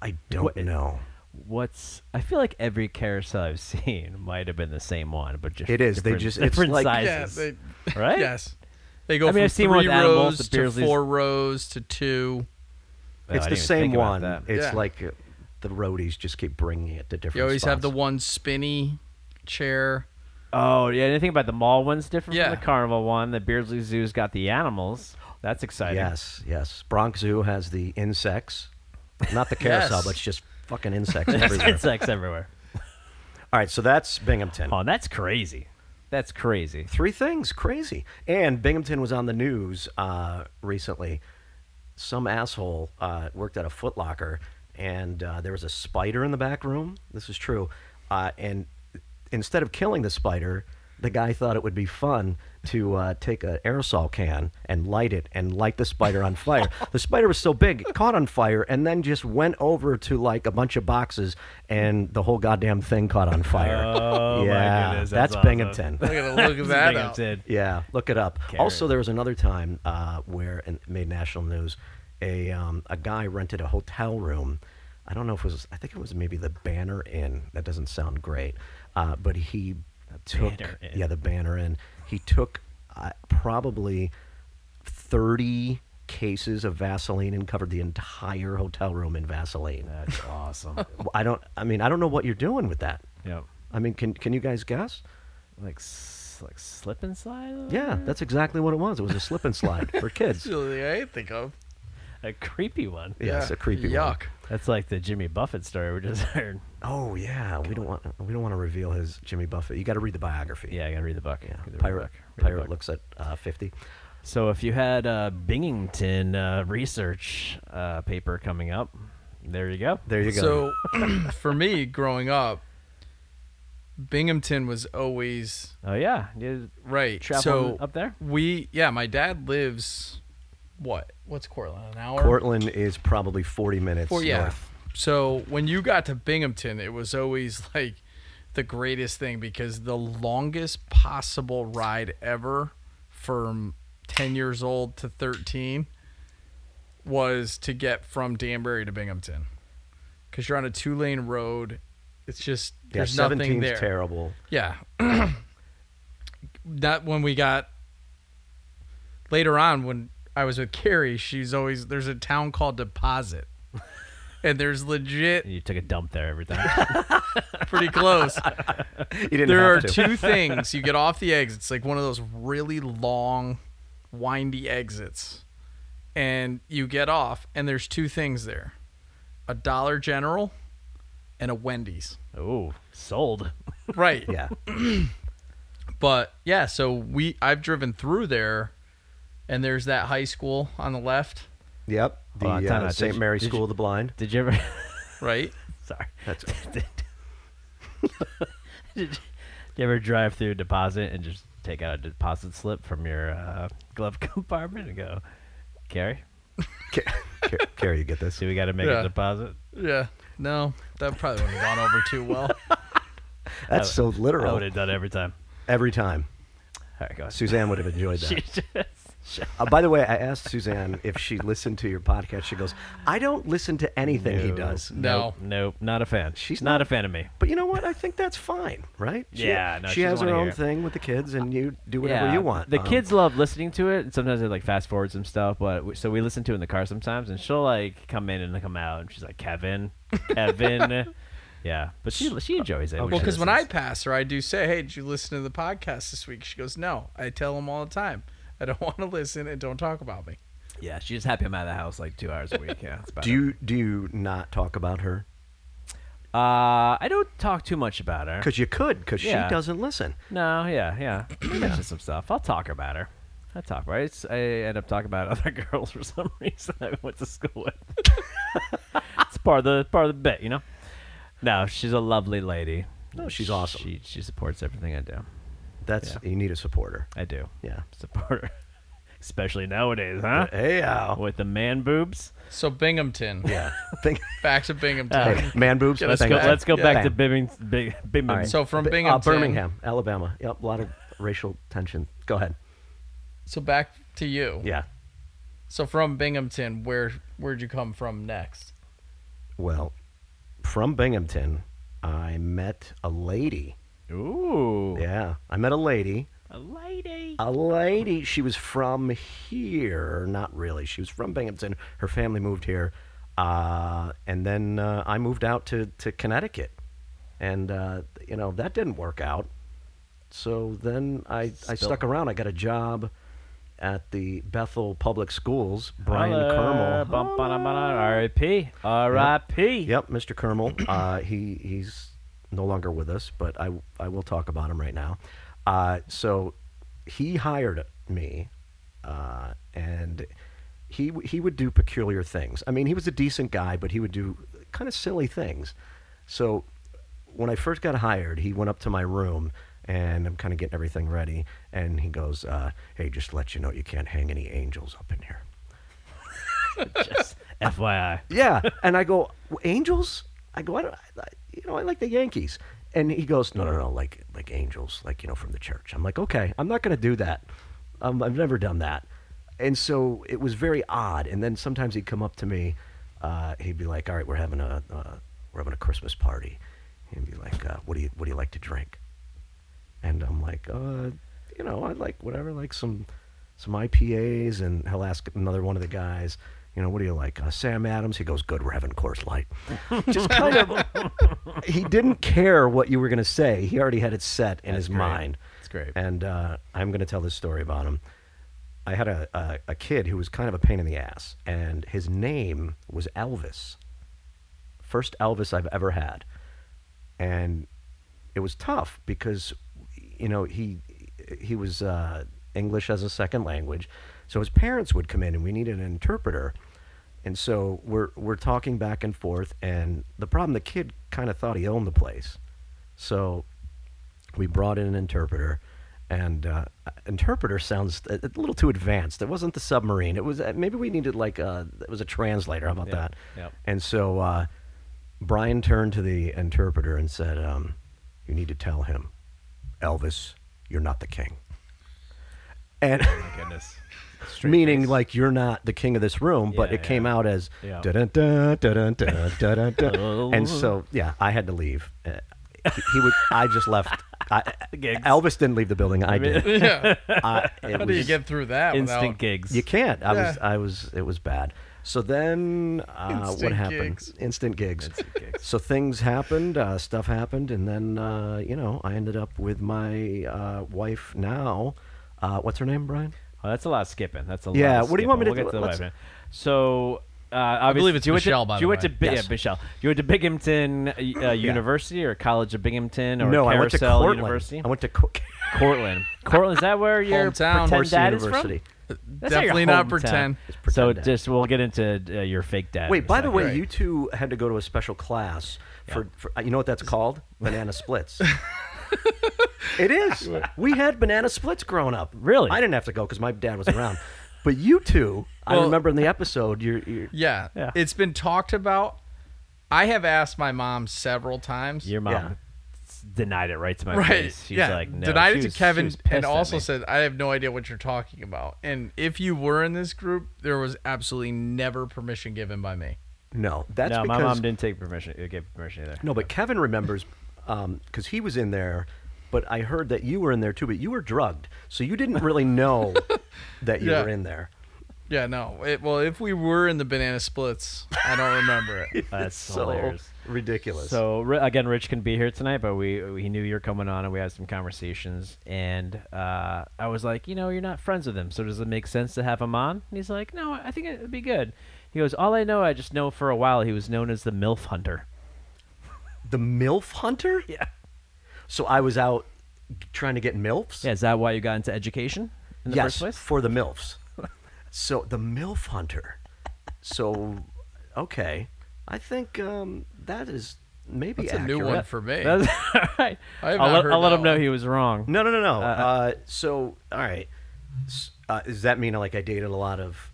Speaker 3: I don't know.
Speaker 1: What's I feel like every carousel I've *laughs* seen might have been the same one, but just
Speaker 3: It is. They
Speaker 1: different-
Speaker 3: just- it's
Speaker 1: different
Speaker 3: like-
Speaker 2: Yeah,
Speaker 1: sizes.
Speaker 2: they,
Speaker 1: right?
Speaker 2: yes. They go
Speaker 1: I mean,
Speaker 2: from
Speaker 1: I've seen one
Speaker 2: three
Speaker 1: with animals,
Speaker 2: rows
Speaker 1: the
Speaker 2: to
Speaker 1: Beerleys-
Speaker 2: four rows to two.
Speaker 1: Oh, I
Speaker 3: it's
Speaker 1: didn't
Speaker 3: the
Speaker 1: even
Speaker 3: same
Speaker 1: think about
Speaker 3: one.
Speaker 1: that.
Speaker 3: It's
Speaker 2: Yeah.
Speaker 3: like uh, the roadies just keep bringing it to different.
Speaker 2: You always have the
Speaker 3: spots.
Speaker 2: one spinny chair.
Speaker 1: Oh yeah, anything about the mall one's different
Speaker 2: Yeah.
Speaker 1: from the carnival one. The Beardsley Zoo's got the animals. That's exciting. *laughs*
Speaker 3: Yes, yes. Bronx Zoo has the insects, not the carousel,
Speaker 2: Yes.
Speaker 3: but it's just fucking insects everywhere.
Speaker 1: Insects everywhere.
Speaker 3: All right, so that's Binghamton.
Speaker 1: Oh, that's crazy. That's crazy.
Speaker 3: Three things, crazy. And Binghamton was on the news uh, recently. Some asshole uh, worked at a Foot Locker, and uh, there was a spider in the back room. This is true. Uh, and instead of killing the spider, the guy thought it would be fun to uh, take an aerosol can and light it and light the spider on fire. the spider was so big, it caught on fire, and then just went over to like a bunch of boxes, and the whole goddamn thing caught on fire.
Speaker 1: Oh, my
Speaker 3: yeah,
Speaker 1: goodness, that's
Speaker 3: that's,
Speaker 1: awesome.
Speaker 3: Binghamton.
Speaker 2: Look *laughs* at look at that. up.
Speaker 1: Binghamton.
Speaker 3: Yeah, look it up.
Speaker 1: Karen.
Speaker 3: Also, there was another time uh, where and it made national news. A um, a guy rented a hotel room. I don't know if it was. I think it was maybe the Banner Inn. That doesn't sound great, uh, but he took
Speaker 1: Banner Inn.
Speaker 3: yeah the Banner Inn. He took uh, probably thirty cases of Vaseline and covered the entire hotel room in Vaseline.
Speaker 1: That's awesome. *laughs*
Speaker 3: I don't. I mean, I don't know what you're doing with that.
Speaker 1: yep.
Speaker 3: I mean, can can you guys guess?
Speaker 1: Like s- like slip and slide.
Speaker 3: Yeah, that's exactly what it was. It was a slip and slide for kids.
Speaker 2: That's the only thing I think of.
Speaker 1: A creepy one.
Speaker 3: Yes,
Speaker 2: Yeah.
Speaker 3: a creepy one.
Speaker 2: Yuck.
Speaker 1: That's like the Jimmy Buffett story we just *laughs* heard.
Speaker 3: Oh yeah, we don't want we don't want to reveal his Jimmy Buffett. You got to read the biography.
Speaker 1: Yeah, I gotta read the book.
Speaker 3: yeah.
Speaker 1: Gotta read the
Speaker 3: Pirate
Speaker 1: book. Read the
Speaker 3: Pirate
Speaker 1: book.
Speaker 3: looks at uh, fifty.
Speaker 1: So if you had a Binghamton uh, research uh, paper coming up, there you go.
Speaker 3: There you go.
Speaker 2: So *clears throat* for me, growing up, Binghamton was always
Speaker 1: Oh yeah, you
Speaker 2: right.
Speaker 1: travel
Speaker 2: so
Speaker 1: up there.
Speaker 2: we yeah, my dad lives what? What's Cortland? An hour?
Speaker 3: Portland is probably forty minutes
Speaker 2: uh, Four- yeah.
Speaker 3: north.
Speaker 2: So when you got to Binghamton, it was always *laughs* like the greatest thing because the longest possible ride ever from 10 years old to 13 was to get from Danbury to Binghamton because you're on a two lane road. It's just
Speaker 3: Yeah,
Speaker 2: there's nothing
Speaker 3: 17's
Speaker 2: there. *laughs*
Speaker 3: terrible.
Speaker 2: Yeah. *clears throat* that when we got later on when I was with Carrie, she's always there's a town called
Speaker 3: *laughs*
Speaker 2: Deposit. And there's legit
Speaker 1: You took a dump there every time. *laughs*
Speaker 2: pretty close.
Speaker 3: You *laughs* didn't
Speaker 2: there
Speaker 3: have
Speaker 2: are
Speaker 3: to. *laughs*
Speaker 2: two things. You get off the exits. It's like one of those really long, windy exits. And you get off, and there's two things there a Dollar General and a Wendy's.
Speaker 1: oh, sold.
Speaker 2: Right.
Speaker 3: *laughs* Yeah,
Speaker 2: But yeah, so we I've driven through there, and there's that high school on the left,
Speaker 1: *laughs*
Speaker 3: yep. The
Speaker 1: Hold on, time out.
Speaker 3: uh,
Speaker 1: Did
Speaker 3: St.
Speaker 1: you-
Speaker 3: Mary's
Speaker 1: did
Speaker 3: School
Speaker 1: you-
Speaker 3: of
Speaker 1: *laughs*
Speaker 3: the Blind.
Speaker 1: Did you ever?
Speaker 2: right?
Speaker 1: Sorry. *laughs*
Speaker 3: That's
Speaker 1: did, did you ever drive through a deposit and just take out a deposit slip from your uh, glove *laughs* compartment and go, Carrie,
Speaker 3: Car- Carrie, you get this?
Speaker 1: do we got to make
Speaker 2: Yeah.
Speaker 1: a deposit?
Speaker 2: Yeah. No, that probably wouldn't have gone over too
Speaker 3: *laughs*
Speaker 2: well.
Speaker 3: That's so
Speaker 1: I
Speaker 3: literal.
Speaker 1: would have done every time.
Speaker 3: Every time,
Speaker 1: All right, go ahead. *laughs*
Speaker 3: Suzanne would have enjoyed that.
Speaker 1: She just-
Speaker 3: Uh, by the way, I asked Suzanne if she listened to your podcast. She goes, "I don't listen to anything he
Speaker 1: No.
Speaker 3: does."
Speaker 2: No.
Speaker 1: Nope, nope, not a fan.
Speaker 3: She's
Speaker 1: not, a fan of me.
Speaker 3: But you know what? I think that's fine, right? She-
Speaker 1: Yeah, no,
Speaker 3: she
Speaker 1: she
Speaker 3: has
Speaker 1: doesn't
Speaker 3: her
Speaker 1: wanna
Speaker 3: own
Speaker 1: hear it.
Speaker 3: thing with the kids, and you do whatever
Speaker 1: yeah,
Speaker 3: you want.
Speaker 1: The
Speaker 3: Um,
Speaker 1: kids love listening to it, and sometimes they like fast forward some stuff. But we, so we listen to it in the car sometimes, and she'll like come in and come out, and she's like,
Speaker 2: *laughs*
Speaker 1: "Kevin, Kevin." yeah, but she she enjoys it.
Speaker 2: Well,
Speaker 1: she
Speaker 2: because when I
Speaker 1: listens.
Speaker 2: pass her, I do say, "Hey, did you listen to the podcast this week?" She goes, "No." I tell them all the time, "I don't *laughs* want to listen and don't talk about me."
Speaker 1: yeah, she's just happy I'm out of the house like two hours a week. Yeah, that's about
Speaker 3: Do
Speaker 1: it.
Speaker 3: you do you not talk about her?
Speaker 1: Uh, I don't talk too much about her.
Speaker 3: Because you could, because
Speaker 1: Yeah.
Speaker 3: she doesn't listen.
Speaker 1: No, yeah, yeah. We mentioned some stuff. I'll talk about her. I talk about her. It's, I end up talking about *laughs* other girls for some reason *laughs* I went to school with. *laughs* it's part of the part of the bit, you know. No, she's a lovely lady.
Speaker 3: No, she's awesome.
Speaker 1: She she supports everything I do.
Speaker 3: That's you need a supporter.
Speaker 1: I do
Speaker 3: Yeah.
Speaker 1: support her, *laughs* especially nowadays, huh?
Speaker 3: Hey, ow.
Speaker 1: With the man boobs.
Speaker 2: So Binghamton,
Speaker 1: *laughs*
Speaker 3: Yeah. Think,
Speaker 2: back to
Speaker 3: *laughs*
Speaker 2: Binghamton.
Speaker 3: hey, man boobs.
Speaker 1: Uh, Let's
Speaker 3: thank
Speaker 1: go.
Speaker 3: you.
Speaker 1: Let's go
Speaker 2: Yeah.
Speaker 1: back to
Speaker 3: Bam.
Speaker 1: Bibbing, Big, Bibbing.
Speaker 3: right.
Speaker 2: So from
Speaker 3: B- uh,
Speaker 2: Binghamton,
Speaker 3: Birmingham, Alabama. Yep, a lot of racial tension. Go ahead.
Speaker 2: So back to you.
Speaker 3: Yeah.
Speaker 2: So from Binghamton, where where'd you come from
Speaker 3: *laughs*
Speaker 2: next?
Speaker 3: Well, from Binghamton, I met a lady.
Speaker 1: Ooh,
Speaker 3: Yeah, I met a lady.
Speaker 1: a lady.
Speaker 3: A lady. She was from here. Not really. She was from Binghamton. Her family moved here, uh, and then uh, I moved out to to Connecticut, and uh, you know that didn't work out. So then I I
Speaker 1: Spill.
Speaker 3: stuck around. I got a job at the Bethel Public Schools. Brian
Speaker 1: Holla,
Speaker 3: Kermel.
Speaker 1: bum, ba, da, ba, da, R.I.P. R.I.P.
Speaker 3: Yep, Mr. Kermel. *clears throat* Uh, he he's no longer with us, but I I will talk about him right now. Uh, so he hired me, uh, and he w- he would do peculiar things. I mean, he was a decent guy, but he would do kind of silly things. So when I first got hired, he went up to my room. And I'm kind of getting everything ready. And he goes, uh, Hey, just to let you know, you can't hang any angels up in here.
Speaker 1: Just *laughs* FYI.
Speaker 3: *laughs* Yeah. And I go, Angels? I go, I don't, I, you know, I like the Yankees. And he goes, No, no, no, like like angels, like you know, from the church. I'm like, okay, I'm not going to do that. Um, I've never done that. And so it was very odd. And then sometimes he'd come up to me, uh, he'd be like, All right, we're having a uh, we're having a Christmas party. He'd be like, uh, What do you what do you like to drink? And I'm like, uh, you know, I'd like whatever, like some some IPAs. And he'll ask another one of the guys, you know, what do you like? Uh, Sam Adams. He goes, good. We're having
Speaker 1: *laughs*
Speaker 3: Coors Light. Just kind of. he didn't care what you were going to say. He already had it set in his
Speaker 1: great.
Speaker 3: mind.
Speaker 1: That's great.
Speaker 3: And uh, I'm going to tell this story about him. I had a, a a kid who was kind of a pain in the ass, and his name was Elvis. First Elvis I've ever had and it was tough because you know he he was uh, English as a second language, so his parents would come in and we needed an interpreter, and so we're we're talking back and forth, and the problem the kid kind of thought he owned the place, so we brought in an interpreter. And uh, interpreter sounds a, a little too advanced. It wasn't the submarine. It was uh, maybe we needed like a it was a translator. How about
Speaker 1: Yeah,
Speaker 3: that?
Speaker 1: yeah.
Speaker 3: And so uh, Brian turned to the interpreter and said, um, You need to tell him, Elvis, you're not the king. And
Speaker 1: Goodness. *laughs* Straight
Speaker 3: meaning
Speaker 1: face.
Speaker 3: like you're not the king of this room, but
Speaker 1: Yeah,
Speaker 3: it came out as
Speaker 1: Yeah.
Speaker 3: da-dun-dun, da-dun-dun,
Speaker 1: *laughs*
Speaker 3: da-dun-dun. and so yeah, I had to leave. Uh, he, he would. I just left. I,
Speaker 1: *laughs* Gigs.
Speaker 3: Elvis didn't leave the
Speaker 1: *laughs*
Speaker 3: building. I did.
Speaker 2: Yeah.
Speaker 3: I, it
Speaker 2: How do
Speaker 3: was-
Speaker 2: you get through that
Speaker 1: Instant
Speaker 2: without
Speaker 1: gigs.
Speaker 3: you can't. I was.
Speaker 2: Yeah.
Speaker 3: I was. It was bad. So then, uh, what
Speaker 2: Instant
Speaker 3: happened?
Speaker 2: gigs.
Speaker 3: Instant gigs.
Speaker 1: Instant gigs.
Speaker 3: So things happened. Uh, stuff happened, and then uh, you know I ended up with my uh, wife now. Uh, what's her name, Brian?
Speaker 1: Oh, that's a lot of skipping. That's a
Speaker 3: Yeah,
Speaker 1: lot. Of
Speaker 3: what do you want me to
Speaker 1: skipping.
Speaker 3: do?
Speaker 1: We'll get
Speaker 3: Let's-
Speaker 1: to the weapon. So. Uh, I
Speaker 2: believe it's
Speaker 1: you
Speaker 2: Michelle,
Speaker 1: went to,
Speaker 2: by
Speaker 1: you
Speaker 2: the
Speaker 1: went To,
Speaker 2: way.
Speaker 1: Bi- yeah,
Speaker 3: Yes.
Speaker 1: Michelle. You went to Binghamton
Speaker 3: *laughs*
Speaker 1: uh, y- uh, University or College of Binghamton or
Speaker 3: no,
Speaker 1: Carousel
Speaker 3: I went to Cortland.
Speaker 1: University?
Speaker 3: I went to Co-
Speaker 1: Cortland. Cortland. Is that where your
Speaker 2: Hometown.
Speaker 1: pretend
Speaker 2: Mercy
Speaker 1: dad
Speaker 3: University.
Speaker 1: is from? That's not your
Speaker 2: Definitely not
Speaker 1: hometown.
Speaker 2: pretend.
Speaker 3: It's
Speaker 1: So
Speaker 3: pretend dad.
Speaker 1: just we'll get into uh, your fake dad. in
Speaker 3: Wait,
Speaker 1: a
Speaker 3: by the
Speaker 1: second.
Speaker 3: way,
Speaker 2: Right.
Speaker 3: you two had to go to a special class for, for uh, you know what
Speaker 1: *laughs*
Speaker 3: that's called? Banana splits. it is. We had banana splits growing up.
Speaker 1: Really?
Speaker 3: I didn't have to go because my dad was around. but you two, I
Speaker 2: Well-
Speaker 3: remember in the episode, you're, you're
Speaker 2: Yeah.
Speaker 1: Yeah.
Speaker 2: It's been talked about. I have asked my mom several times.
Speaker 1: your mom
Speaker 3: Yeah.
Speaker 1: s- denied it right to my
Speaker 2: right.
Speaker 1: face. She's
Speaker 2: Yeah.
Speaker 1: like, no.
Speaker 2: Denied
Speaker 1: She
Speaker 2: it to
Speaker 1: was- she
Speaker 2: Kevin
Speaker 1: was pissed
Speaker 2: and
Speaker 1: at
Speaker 2: also
Speaker 1: me.
Speaker 2: said, I have no idea what you're talking about. And if you were in this group, there was absolutely never permission given by me.
Speaker 3: no. That's
Speaker 1: no,
Speaker 3: because
Speaker 1: my mom didn't take permission. uh, Give permission either.
Speaker 3: no, but Kevin remembers because he was in there. But I heard that you were in there too. But you were drugged, so you didn't
Speaker 1: *laughs*
Speaker 3: really know that you
Speaker 2: Yeah.
Speaker 3: were in there.
Speaker 2: Yeah, no. It, well, if we were in the banana splits, I don't
Speaker 1: *laughs*
Speaker 2: remember it.
Speaker 1: *laughs* That's
Speaker 3: so
Speaker 1: hilarious.
Speaker 3: ridiculous.
Speaker 1: So ri again, Rich couldn't be here tonight, but we he knew you were coming on, and we had some conversations. And uh, I was like, you know, you're not friends with him, so does it make sense to have him on? And he's like, no, I think it'd be good. He goes, all I know, I just know for a while he was known as the MILF hunter.
Speaker 3: the MILF hunter.
Speaker 1: Yeah.
Speaker 3: So I was out trying to get MILFs?
Speaker 1: Yeah, is that why you got into education in the
Speaker 3: yes,
Speaker 1: first place?
Speaker 3: for the MILFs. so the MILF hunter. So, okay. I think um, that is maybe
Speaker 2: It's a new
Speaker 3: accurate.
Speaker 2: one for me.
Speaker 1: That's, *laughs* all right.
Speaker 2: I have
Speaker 1: I'll
Speaker 2: not
Speaker 1: let,
Speaker 2: heard
Speaker 1: I'll let
Speaker 2: that
Speaker 1: him know
Speaker 2: one.
Speaker 1: he was wrong.
Speaker 3: No, no, no, no. Uh, so, all right. S- Uh, does that mean like I dated a lot of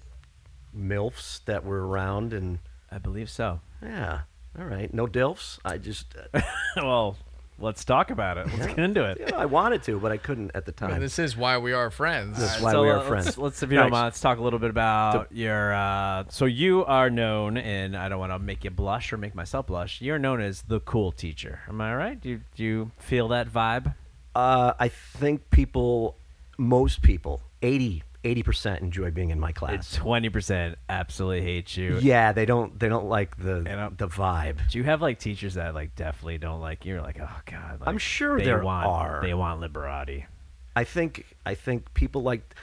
Speaker 3: MILFs that were around and
Speaker 1: I believe so. *laughs*
Speaker 3: yeah, all right. No DILFs. I just uh,
Speaker 1: well, let's talk about it. Let's get into it.
Speaker 3: you know, I wanted to, but I couldn't at the time.
Speaker 2: And this is why we are friends.
Speaker 3: This-
Speaker 1: All
Speaker 3: why we are
Speaker 1: let's-
Speaker 3: friends.
Speaker 1: Let's, if you don't
Speaker 3: Nice.
Speaker 1: mind, let's talk a little bit about your. Uh, so you are known, and I don't want to make you blush or make myself blush. You're known as the cool teacher. Am I right? Do you, do you feel that vibe?
Speaker 3: Uh, I think people, most people, 80 percent enjoy being in my class.
Speaker 1: Twenty percent absolutely hate you.
Speaker 3: yeah, they don't they don't like the
Speaker 1: don't-
Speaker 3: the vibe.
Speaker 1: Do you have like teachers that like definitely don't like you? You're like, oh god. like,
Speaker 3: I'm sure
Speaker 1: they
Speaker 3: there
Speaker 1: want,
Speaker 3: are.
Speaker 1: They want liberati.
Speaker 3: I think I think people like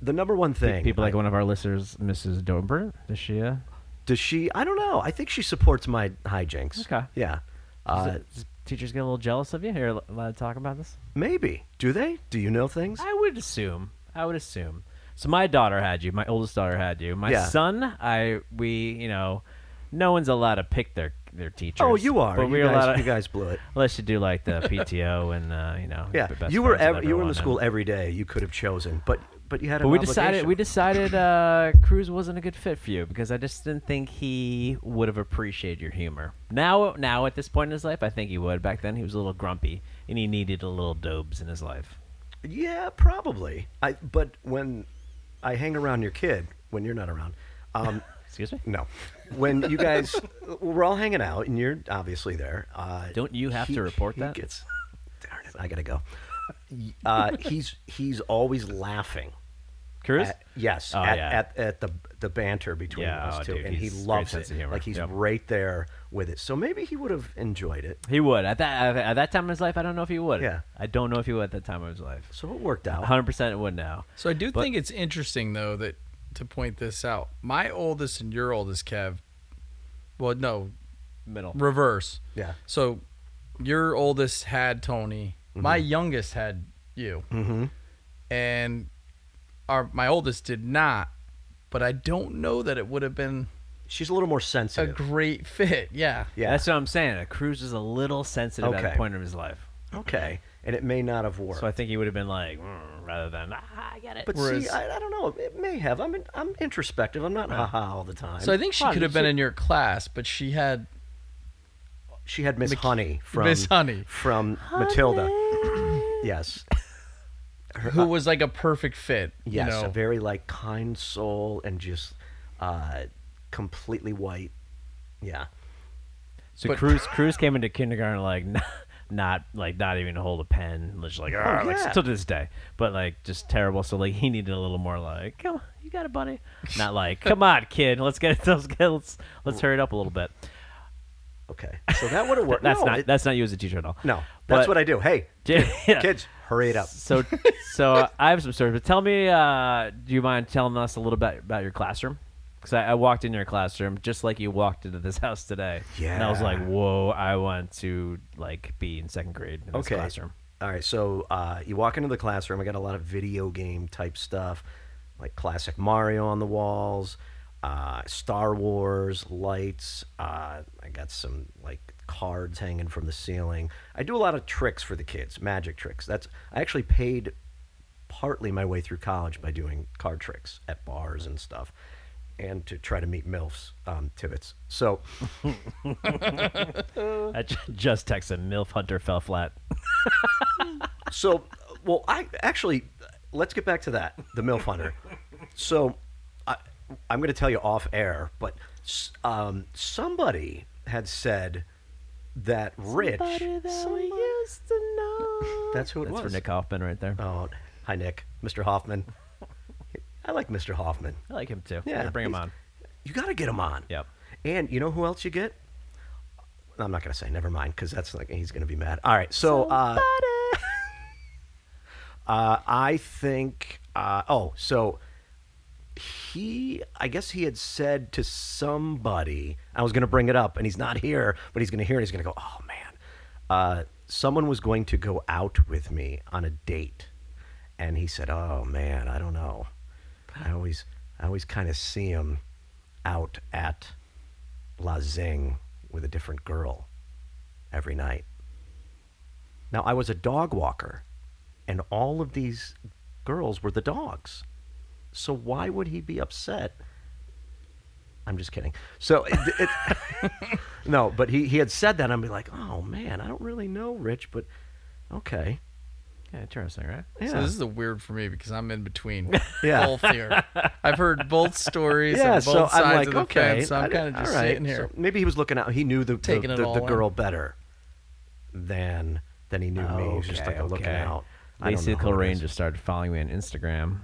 Speaker 3: the number one thing.
Speaker 1: People like
Speaker 3: I,
Speaker 1: one of our listeners, Mrs. Dobert. Does she? Uh,
Speaker 3: does she? I don't know. I think she supports my hijinks.
Speaker 1: Okay.
Speaker 3: Yeah. Uh,
Speaker 1: does teachers get a little jealous of you? Here, allowed to talk about this?
Speaker 3: maybe. Do they? Do you know things?
Speaker 1: I would assume. I would assume. So my daughter had you. My oldest daughter had you. My
Speaker 3: Yeah.
Speaker 1: son, I we you know, no one's allowed to pick their their teachers.
Speaker 3: oh, you are.
Speaker 1: But
Speaker 3: you,
Speaker 1: we were
Speaker 3: guys,
Speaker 1: allowed. *laughs*
Speaker 3: you guys blew it.
Speaker 1: unless you do like
Speaker 3: *laughs*
Speaker 1: the PTO and uh, you know.
Speaker 3: Yeah.
Speaker 1: the best
Speaker 3: You were
Speaker 1: friends with
Speaker 3: ev- you were
Speaker 1: everyone
Speaker 3: in the school
Speaker 1: and-
Speaker 3: every day. You could have chosen, but but you had.
Speaker 1: But
Speaker 3: an
Speaker 1: we decided
Speaker 3: obligation.
Speaker 1: we decided uh, Cruz wasn't a good fit for you because I just didn't think he would have appreciated your humor. Now now at this point in his life, I think he would. Back then he was a little grumpy and he needed a little dobes in his life.
Speaker 3: Yeah, probably. I but when I hang around your kid when you're not around, um,
Speaker 1: Excuse me.
Speaker 3: no, when you guys we're all hanging out and you're obviously there. Uh,
Speaker 1: Don't you have to report
Speaker 3: he
Speaker 1: that?
Speaker 3: Gets, darn it, I gotta go. Uh, he's he's always laughing.
Speaker 1: Cruz.
Speaker 3: At, yes,
Speaker 1: Oh,
Speaker 3: at,
Speaker 1: yeah.
Speaker 3: at, at the the banter between
Speaker 1: Yeah,
Speaker 3: us
Speaker 1: oh,
Speaker 3: two,
Speaker 1: dude,
Speaker 3: and he
Speaker 1: he's great
Speaker 3: loves
Speaker 1: sense
Speaker 3: it.
Speaker 1: of humor.
Speaker 3: Like he's
Speaker 1: Yep.
Speaker 3: right there with it. So maybe he would have enjoyed it.
Speaker 1: He would at that at that time of his life. I don't know if he would.
Speaker 3: Yeah.
Speaker 1: I don't know if he would at that time of his life.
Speaker 3: So it worked out.
Speaker 1: 100 percent would now.
Speaker 2: So I do
Speaker 1: But-
Speaker 2: think it's interesting though that to point this out. My oldest and your oldest, Kev. Well, no,
Speaker 1: Middle.
Speaker 2: reverse.
Speaker 3: Yeah.
Speaker 2: So your oldest had Tony.
Speaker 3: Mm-hmm.
Speaker 2: My youngest had you. Mm-hmm. And our my oldest did not. But I don't know that it would have been
Speaker 3: She's a little more
Speaker 2: a
Speaker 3: sensitive.
Speaker 2: great fit. Yeah.
Speaker 3: yeah.
Speaker 1: That's what I'm saying. Cruz is a little sensitive at
Speaker 3: Okay.
Speaker 1: the point of his life,
Speaker 3: Okay, and it may not have worked.
Speaker 1: so I think he would have been like, "Mm," rather than ah, I get it.
Speaker 3: but
Speaker 2: Whereas-
Speaker 3: see, I, I don't know. It may have. I'm in, I'm introspective. I'm not haha all the time.
Speaker 2: So I think she
Speaker 1: Well,
Speaker 2: could have been
Speaker 1: she-
Speaker 2: in your class, but she had
Speaker 3: she had Miss Honey from
Speaker 2: Miss Honey.
Speaker 3: from Matilda. yes,
Speaker 2: who was like a perfect fit.
Speaker 3: uh, Yes,
Speaker 2: you know?
Speaker 3: a very like kind soul and just uh, completely white. Yeah,
Speaker 1: So
Speaker 2: But-
Speaker 1: Cruz Cruz came into kindergarten like *laughs* not, not like not even to hold a pen, just like, "Argh," like,
Speaker 3: Oh, yeah.
Speaker 1: to this day, but like just terrible. So like he needed a little more like, come on, you got it, buddy. Not like, come on, kid, let's get it, *laughs* let's get let's let's hurry it up a little bit.
Speaker 3: okay. So that would have worked.
Speaker 1: *laughs* That's
Speaker 3: no,
Speaker 1: not
Speaker 3: it-
Speaker 1: that's not you as a teacher at all.
Speaker 3: no, that's
Speaker 1: But-
Speaker 3: what I do. Hey,
Speaker 1: Yeah.
Speaker 3: kids, hurry it up.
Speaker 1: So
Speaker 3: *laughs*
Speaker 1: so I have some stories, but tell me, uh, do you mind telling us a little bit about your classroom? Because I, I walked in your classroom just like you walked into this *laughs* house today. And I was
Speaker 3: Yeah.
Speaker 1: like, whoa, I want to like be in second grade in this
Speaker 3: Okay.
Speaker 1: classroom.
Speaker 3: All right, so uh, you walk into the classroom. I got a lot of video game type stuff, like classic Mario on the walls, uh, Star Wars lights. Uh, I got some like cards hanging from the ceiling. I do a lot of tricks for the kids, magic tricks. That's I actually paid partly my way through college by doing card tricks at bars and stuff, and to try to meet milfs, um, Tibbets. So.
Speaker 1: I ju- just texted MILF Hunter fell flat.
Speaker 3: So, well, I actually let's get back to that the milf hunter. So, I, I'm going to tell you off air, but s- um, somebody had said that Rich.
Speaker 1: used to know.
Speaker 3: That's who it
Speaker 1: That's for
Speaker 3: was.
Speaker 1: Nick Hoffman right there.
Speaker 3: Oh, hi Nick, Mr. Hoffman. *laughs* I like Mr. Hoffman.
Speaker 1: I like him too.
Speaker 3: Yeah,
Speaker 1: Yeah, bring him
Speaker 3: he's-
Speaker 1: on.
Speaker 3: You got to get him on.
Speaker 1: Yep.
Speaker 3: And you know who else you get? I'm not going to say. Never mind, because that's like he's going to be mad. All right. So uh, *laughs* uh, I think. Uh, oh, so he. I guess he had said to somebody. I was going to bring it up, and he's not here, but he's going to hear. it. He's going to go. Oh man. Uh, someone was going to go out with me on a date, and he said, "Oh man, I don't know. I always, I always kind of see him out at." La Zing with a different girl every night. Now, I was a dog walker, and all of these girls were the dogs. So, why would he be upset? I'm just kidding. So, it, it- *laughs* no, but he, he had said that. and I'd be like, oh man, I don't really know Rich, but okay.
Speaker 1: Yeah, interesting, right?
Speaker 3: Yeah.
Speaker 2: So this is the weird for me because I'm in between
Speaker 3: *laughs* Yeah.
Speaker 2: both here. I've heard
Speaker 3: *laughs*
Speaker 2: both stories
Speaker 3: yeah,
Speaker 2: and both
Speaker 3: so
Speaker 2: sides
Speaker 3: I'm like,
Speaker 2: of the
Speaker 3: okay.
Speaker 2: fence. So
Speaker 3: I
Speaker 2: I'm
Speaker 3: did-
Speaker 2: kind of just
Speaker 3: all right.
Speaker 2: sitting here.
Speaker 3: So maybe he was looking out. He knew the, the,
Speaker 2: Taking it
Speaker 3: the,
Speaker 2: all
Speaker 3: the
Speaker 2: in.
Speaker 3: girl better than than he knew me. He was just like
Speaker 1: Okay,
Speaker 3: a looking
Speaker 1: okay.
Speaker 3: out. I don't
Speaker 1: Lacey
Speaker 3: know who
Speaker 1: Cole
Speaker 3: it
Speaker 1: Rain
Speaker 3: is.
Speaker 1: just started following me on Instagram.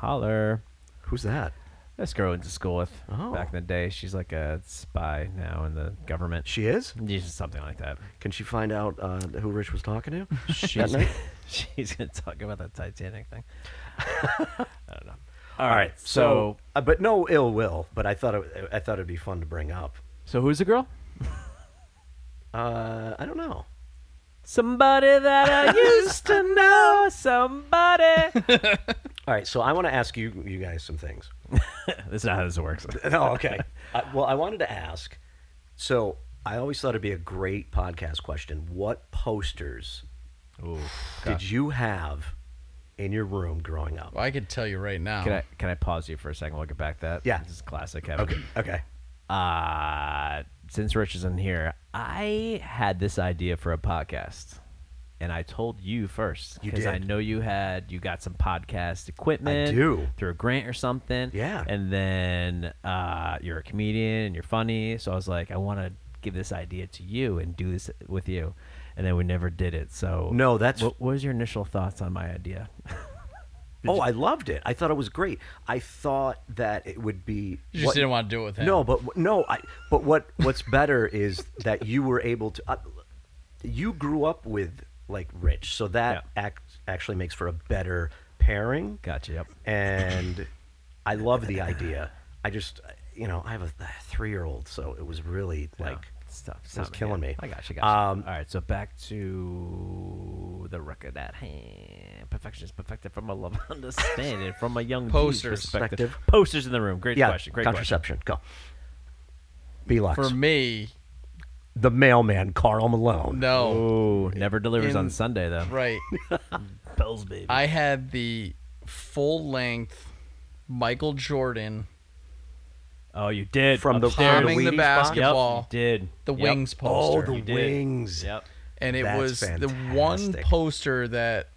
Speaker 1: Holler.
Speaker 3: Who's that?
Speaker 1: This girl I went to school with
Speaker 3: Oh.
Speaker 1: back in the day. She's like a spy now in the government.
Speaker 3: She is.
Speaker 1: She's something like that.
Speaker 3: Can she find out uh, who Rich was talking to? *laughs* that
Speaker 1: She's,
Speaker 3: night?
Speaker 1: *laughs* she's going to talk about that Titanic thing. *laughs* I don't know.
Speaker 3: All right.
Speaker 1: so-
Speaker 3: So, uh, but no ill will. But I thought it, I thought it'd be fun to bring up.
Speaker 1: So who's the girl?
Speaker 3: Uh, I don't know.
Speaker 1: Somebody *laughs* that I used to know. *laughs* Somebody.
Speaker 3: All right. So I want to ask you you guys some things.
Speaker 1: That's not how this works.
Speaker 3: oh, okay. Uh, well, I wanted to ask. So I always thought it'd be a great podcast question. What posters
Speaker 1: Ooh,
Speaker 3: did you have in your room growing up?
Speaker 2: Well, I could tell you right now.
Speaker 1: Can I can I pause you for a second? We'll get back to that.
Speaker 3: Yeah.
Speaker 1: this is classic Kevin.
Speaker 3: Okay. Okay.
Speaker 1: Uh, since Rich isn't here, I had this idea for a podcast, and I told you first
Speaker 3: You
Speaker 1: because I
Speaker 3: did.
Speaker 1: know you had you got some podcast equipment.
Speaker 3: do.
Speaker 1: through a grant or something.
Speaker 3: Yeah.
Speaker 1: and then uh, you're a comedian and you're funny, so I was like, I want to give this idea to you and do this with you, and then we never did it. So
Speaker 3: No, that's-
Speaker 1: what, what was your initial thoughts on my idea?
Speaker 3: Oh, I loved it. I thought it was great. I thought that it would be.
Speaker 2: You just
Speaker 3: what-
Speaker 2: didn't want to do it with him.
Speaker 3: No, but w- no, I. But what what's better is that you were able to. Uh, you grew up with like Rich, so that act, actually makes for a better pairing.
Speaker 1: Gotcha. Yep.
Speaker 3: And I love the idea. I just, you know, I have a three year old, so it was really like.
Speaker 1: stuff.
Speaker 3: it was killing me.
Speaker 1: I got you.
Speaker 3: Um,
Speaker 1: All right, so back to the record at hand. Perfection is perfected from a love *laughs* understanding from a young Jew's
Speaker 2: Posters.
Speaker 1: perspective.
Speaker 3: Perspective.
Speaker 1: Posters in the room. Great
Speaker 3: Yeah,
Speaker 1: question. Great question.
Speaker 3: contraception. Go. Belux.
Speaker 2: For me,
Speaker 3: the mailman, Carl Malone.
Speaker 2: no.
Speaker 1: Oh, never delivers on
Speaker 2: In-
Speaker 1: Sunday though.
Speaker 2: Right.
Speaker 1: Bells, baby.
Speaker 2: I had the full length Michael Jordan,
Speaker 1: oh, you did
Speaker 3: From the-
Speaker 1: Upstairs.
Speaker 3: Palming the
Speaker 1: Wheaties box.
Speaker 2: basketball.
Speaker 1: Yep, you did
Speaker 2: the
Speaker 1: Yep.
Speaker 2: wings
Speaker 3: Oh,
Speaker 2: poster.
Speaker 3: the
Speaker 1: You did.
Speaker 3: wings. Oh,
Speaker 1: Yep.
Speaker 2: and it
Speaker 3: That's
Speaker 2: was the one
Speaker 3: fantastic.
Speaker 2: poster that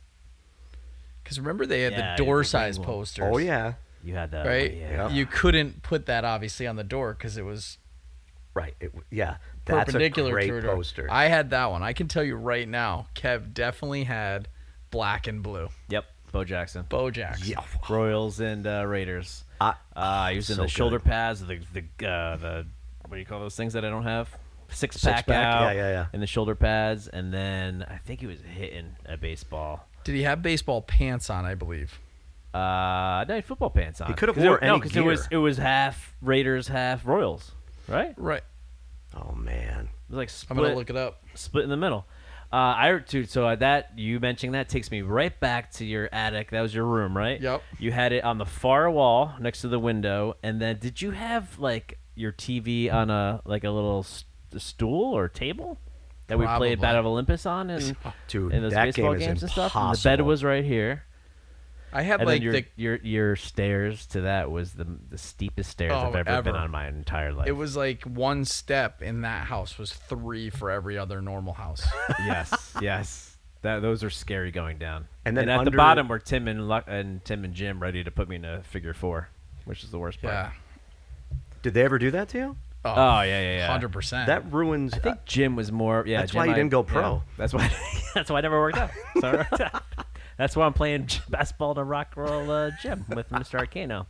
Speaker 2: Because remember they had
Speaker 1: Yeah,
Speaker 2: the
Speaker 1: the
Speaker 2: door
Speaker 1: big
Speaker 2: size
Speaker 1: one.
Speaker 2: posters.
Speaker 3: Oh yeah,
Speaker 1: You had that
Speaker 2: Right?
Speaker 1: Yeah.
Speaker 2: You couldn't put that obviously on the door because it was
Speaker 3: right. It, yeah, that's a
Speaker 2: perpendicular
Speaker 3: great
Speaker 2: to a door.
Speaker 3: poster.
Speaker 2: I had that one. I can tell you right now, Kev definitely had black and blue.
Speaker 1: Yep. Bo Jackson.
Speaker 2: Bo Jackson.
Speaker 3: yeah,
Speaker 1: Royals and uh, Raiders.
Speaker 3: I-
Speaker 1: Uh, using
Speaker 3: so
Speaker 1: the shoulder
Speaker 3: good.
Speaker 1: pads, the the uh, the what do you call those things that I don't have? Six pack
Speaker 3: pack,
Speaker 1: out,
Speaker 3: yeah, yeah, yeah.
Speaker 1: and the shoulder pads, and then I think he was hitting a baseball.
Speaker 2: Did he have baseball pants on? I believe.
Speaker 1: Uh, no, he had football pants on.
Speaker 3: He could have
Speaker 1: 'Cause it-
Speaker 3: wore
Speaker 1: no,
Speaker 3: any
Speaker 1: because it was it
Speaker 3: gear.
Speaker 1: was half Raiders, half Royals, right? It
Speaker 2: Right.
Speaker 3: Oh man,
Speaker 1: was like
Speaker 2: I'm
Speaker 1: split,
Speaker 2: gonna look it up.
Speaker 1: split in the middle. Uh, I dude, so uh, that you mentioning that takes me right back to your attic. That was your room, right?
Speaker 2: Yep.
Speaker 1: You had it on the far wall next to the window, and then did you have like your TV on a like a little s- stool or table that we
Speaker 2: Probably.
Speaker 1: played Battle of Olympus
Speaker 2: *laughs*
Speaker 1: on and
Speaker 3: dude,
Speaker 1: and those
Speaker 3: that
Speaker 1: baseball
Speaker 3: game
Speaker 1: games
Speaker 3: is
Speaker 1: and
Speaker 3: impossible.
Speaker 1: stuff? And the bed was right here,
Speaker 2: I had
Speaker 1: and
Speaker 2: like
Speaker 1: then your,
Speaker 2: the.
Speaker 1: your your stairs to that was the the steepest stairs
Speaker 2: Oh,
Speaker 1: I've ever, been
Speaker 2: ever.
Speaker 1: on my entire life.
Speaker 2: It was like one step in that house was three for every other normal house.
Speaker 1: *laughs* yes, yes. That those are scary going down.
Speaker 3: And then
Speaker 1: at the
Speaker 3: under-
Speaker 1: bottom were Tim and Luck and Tim and Jim ready to put me in a figure four, which is the worst part.
Speaker 2: yeah.
Speaker 3: Did they ever do that to you?
Speaker 1: Oh yeah, yeah, yeah.
Speaker 2: Hundred percent.
Speaker 3: That ruins.
Speaker 1: I think Jim was more. Yeah,
Speaker 3: That's why
Speaker 1: Jim,
Speaker 3: you
Speaker 1: I-
Speaker 3: didn't go
Speaker 1: yeah,
Speaker 3: pro.
Speaker 1: that's why. *laughs* that's why I never worked out. So I worked out. *laughs* that's why I'm playing *laughs* j- basketball to rock roll uh, gym with Mr. Arcano.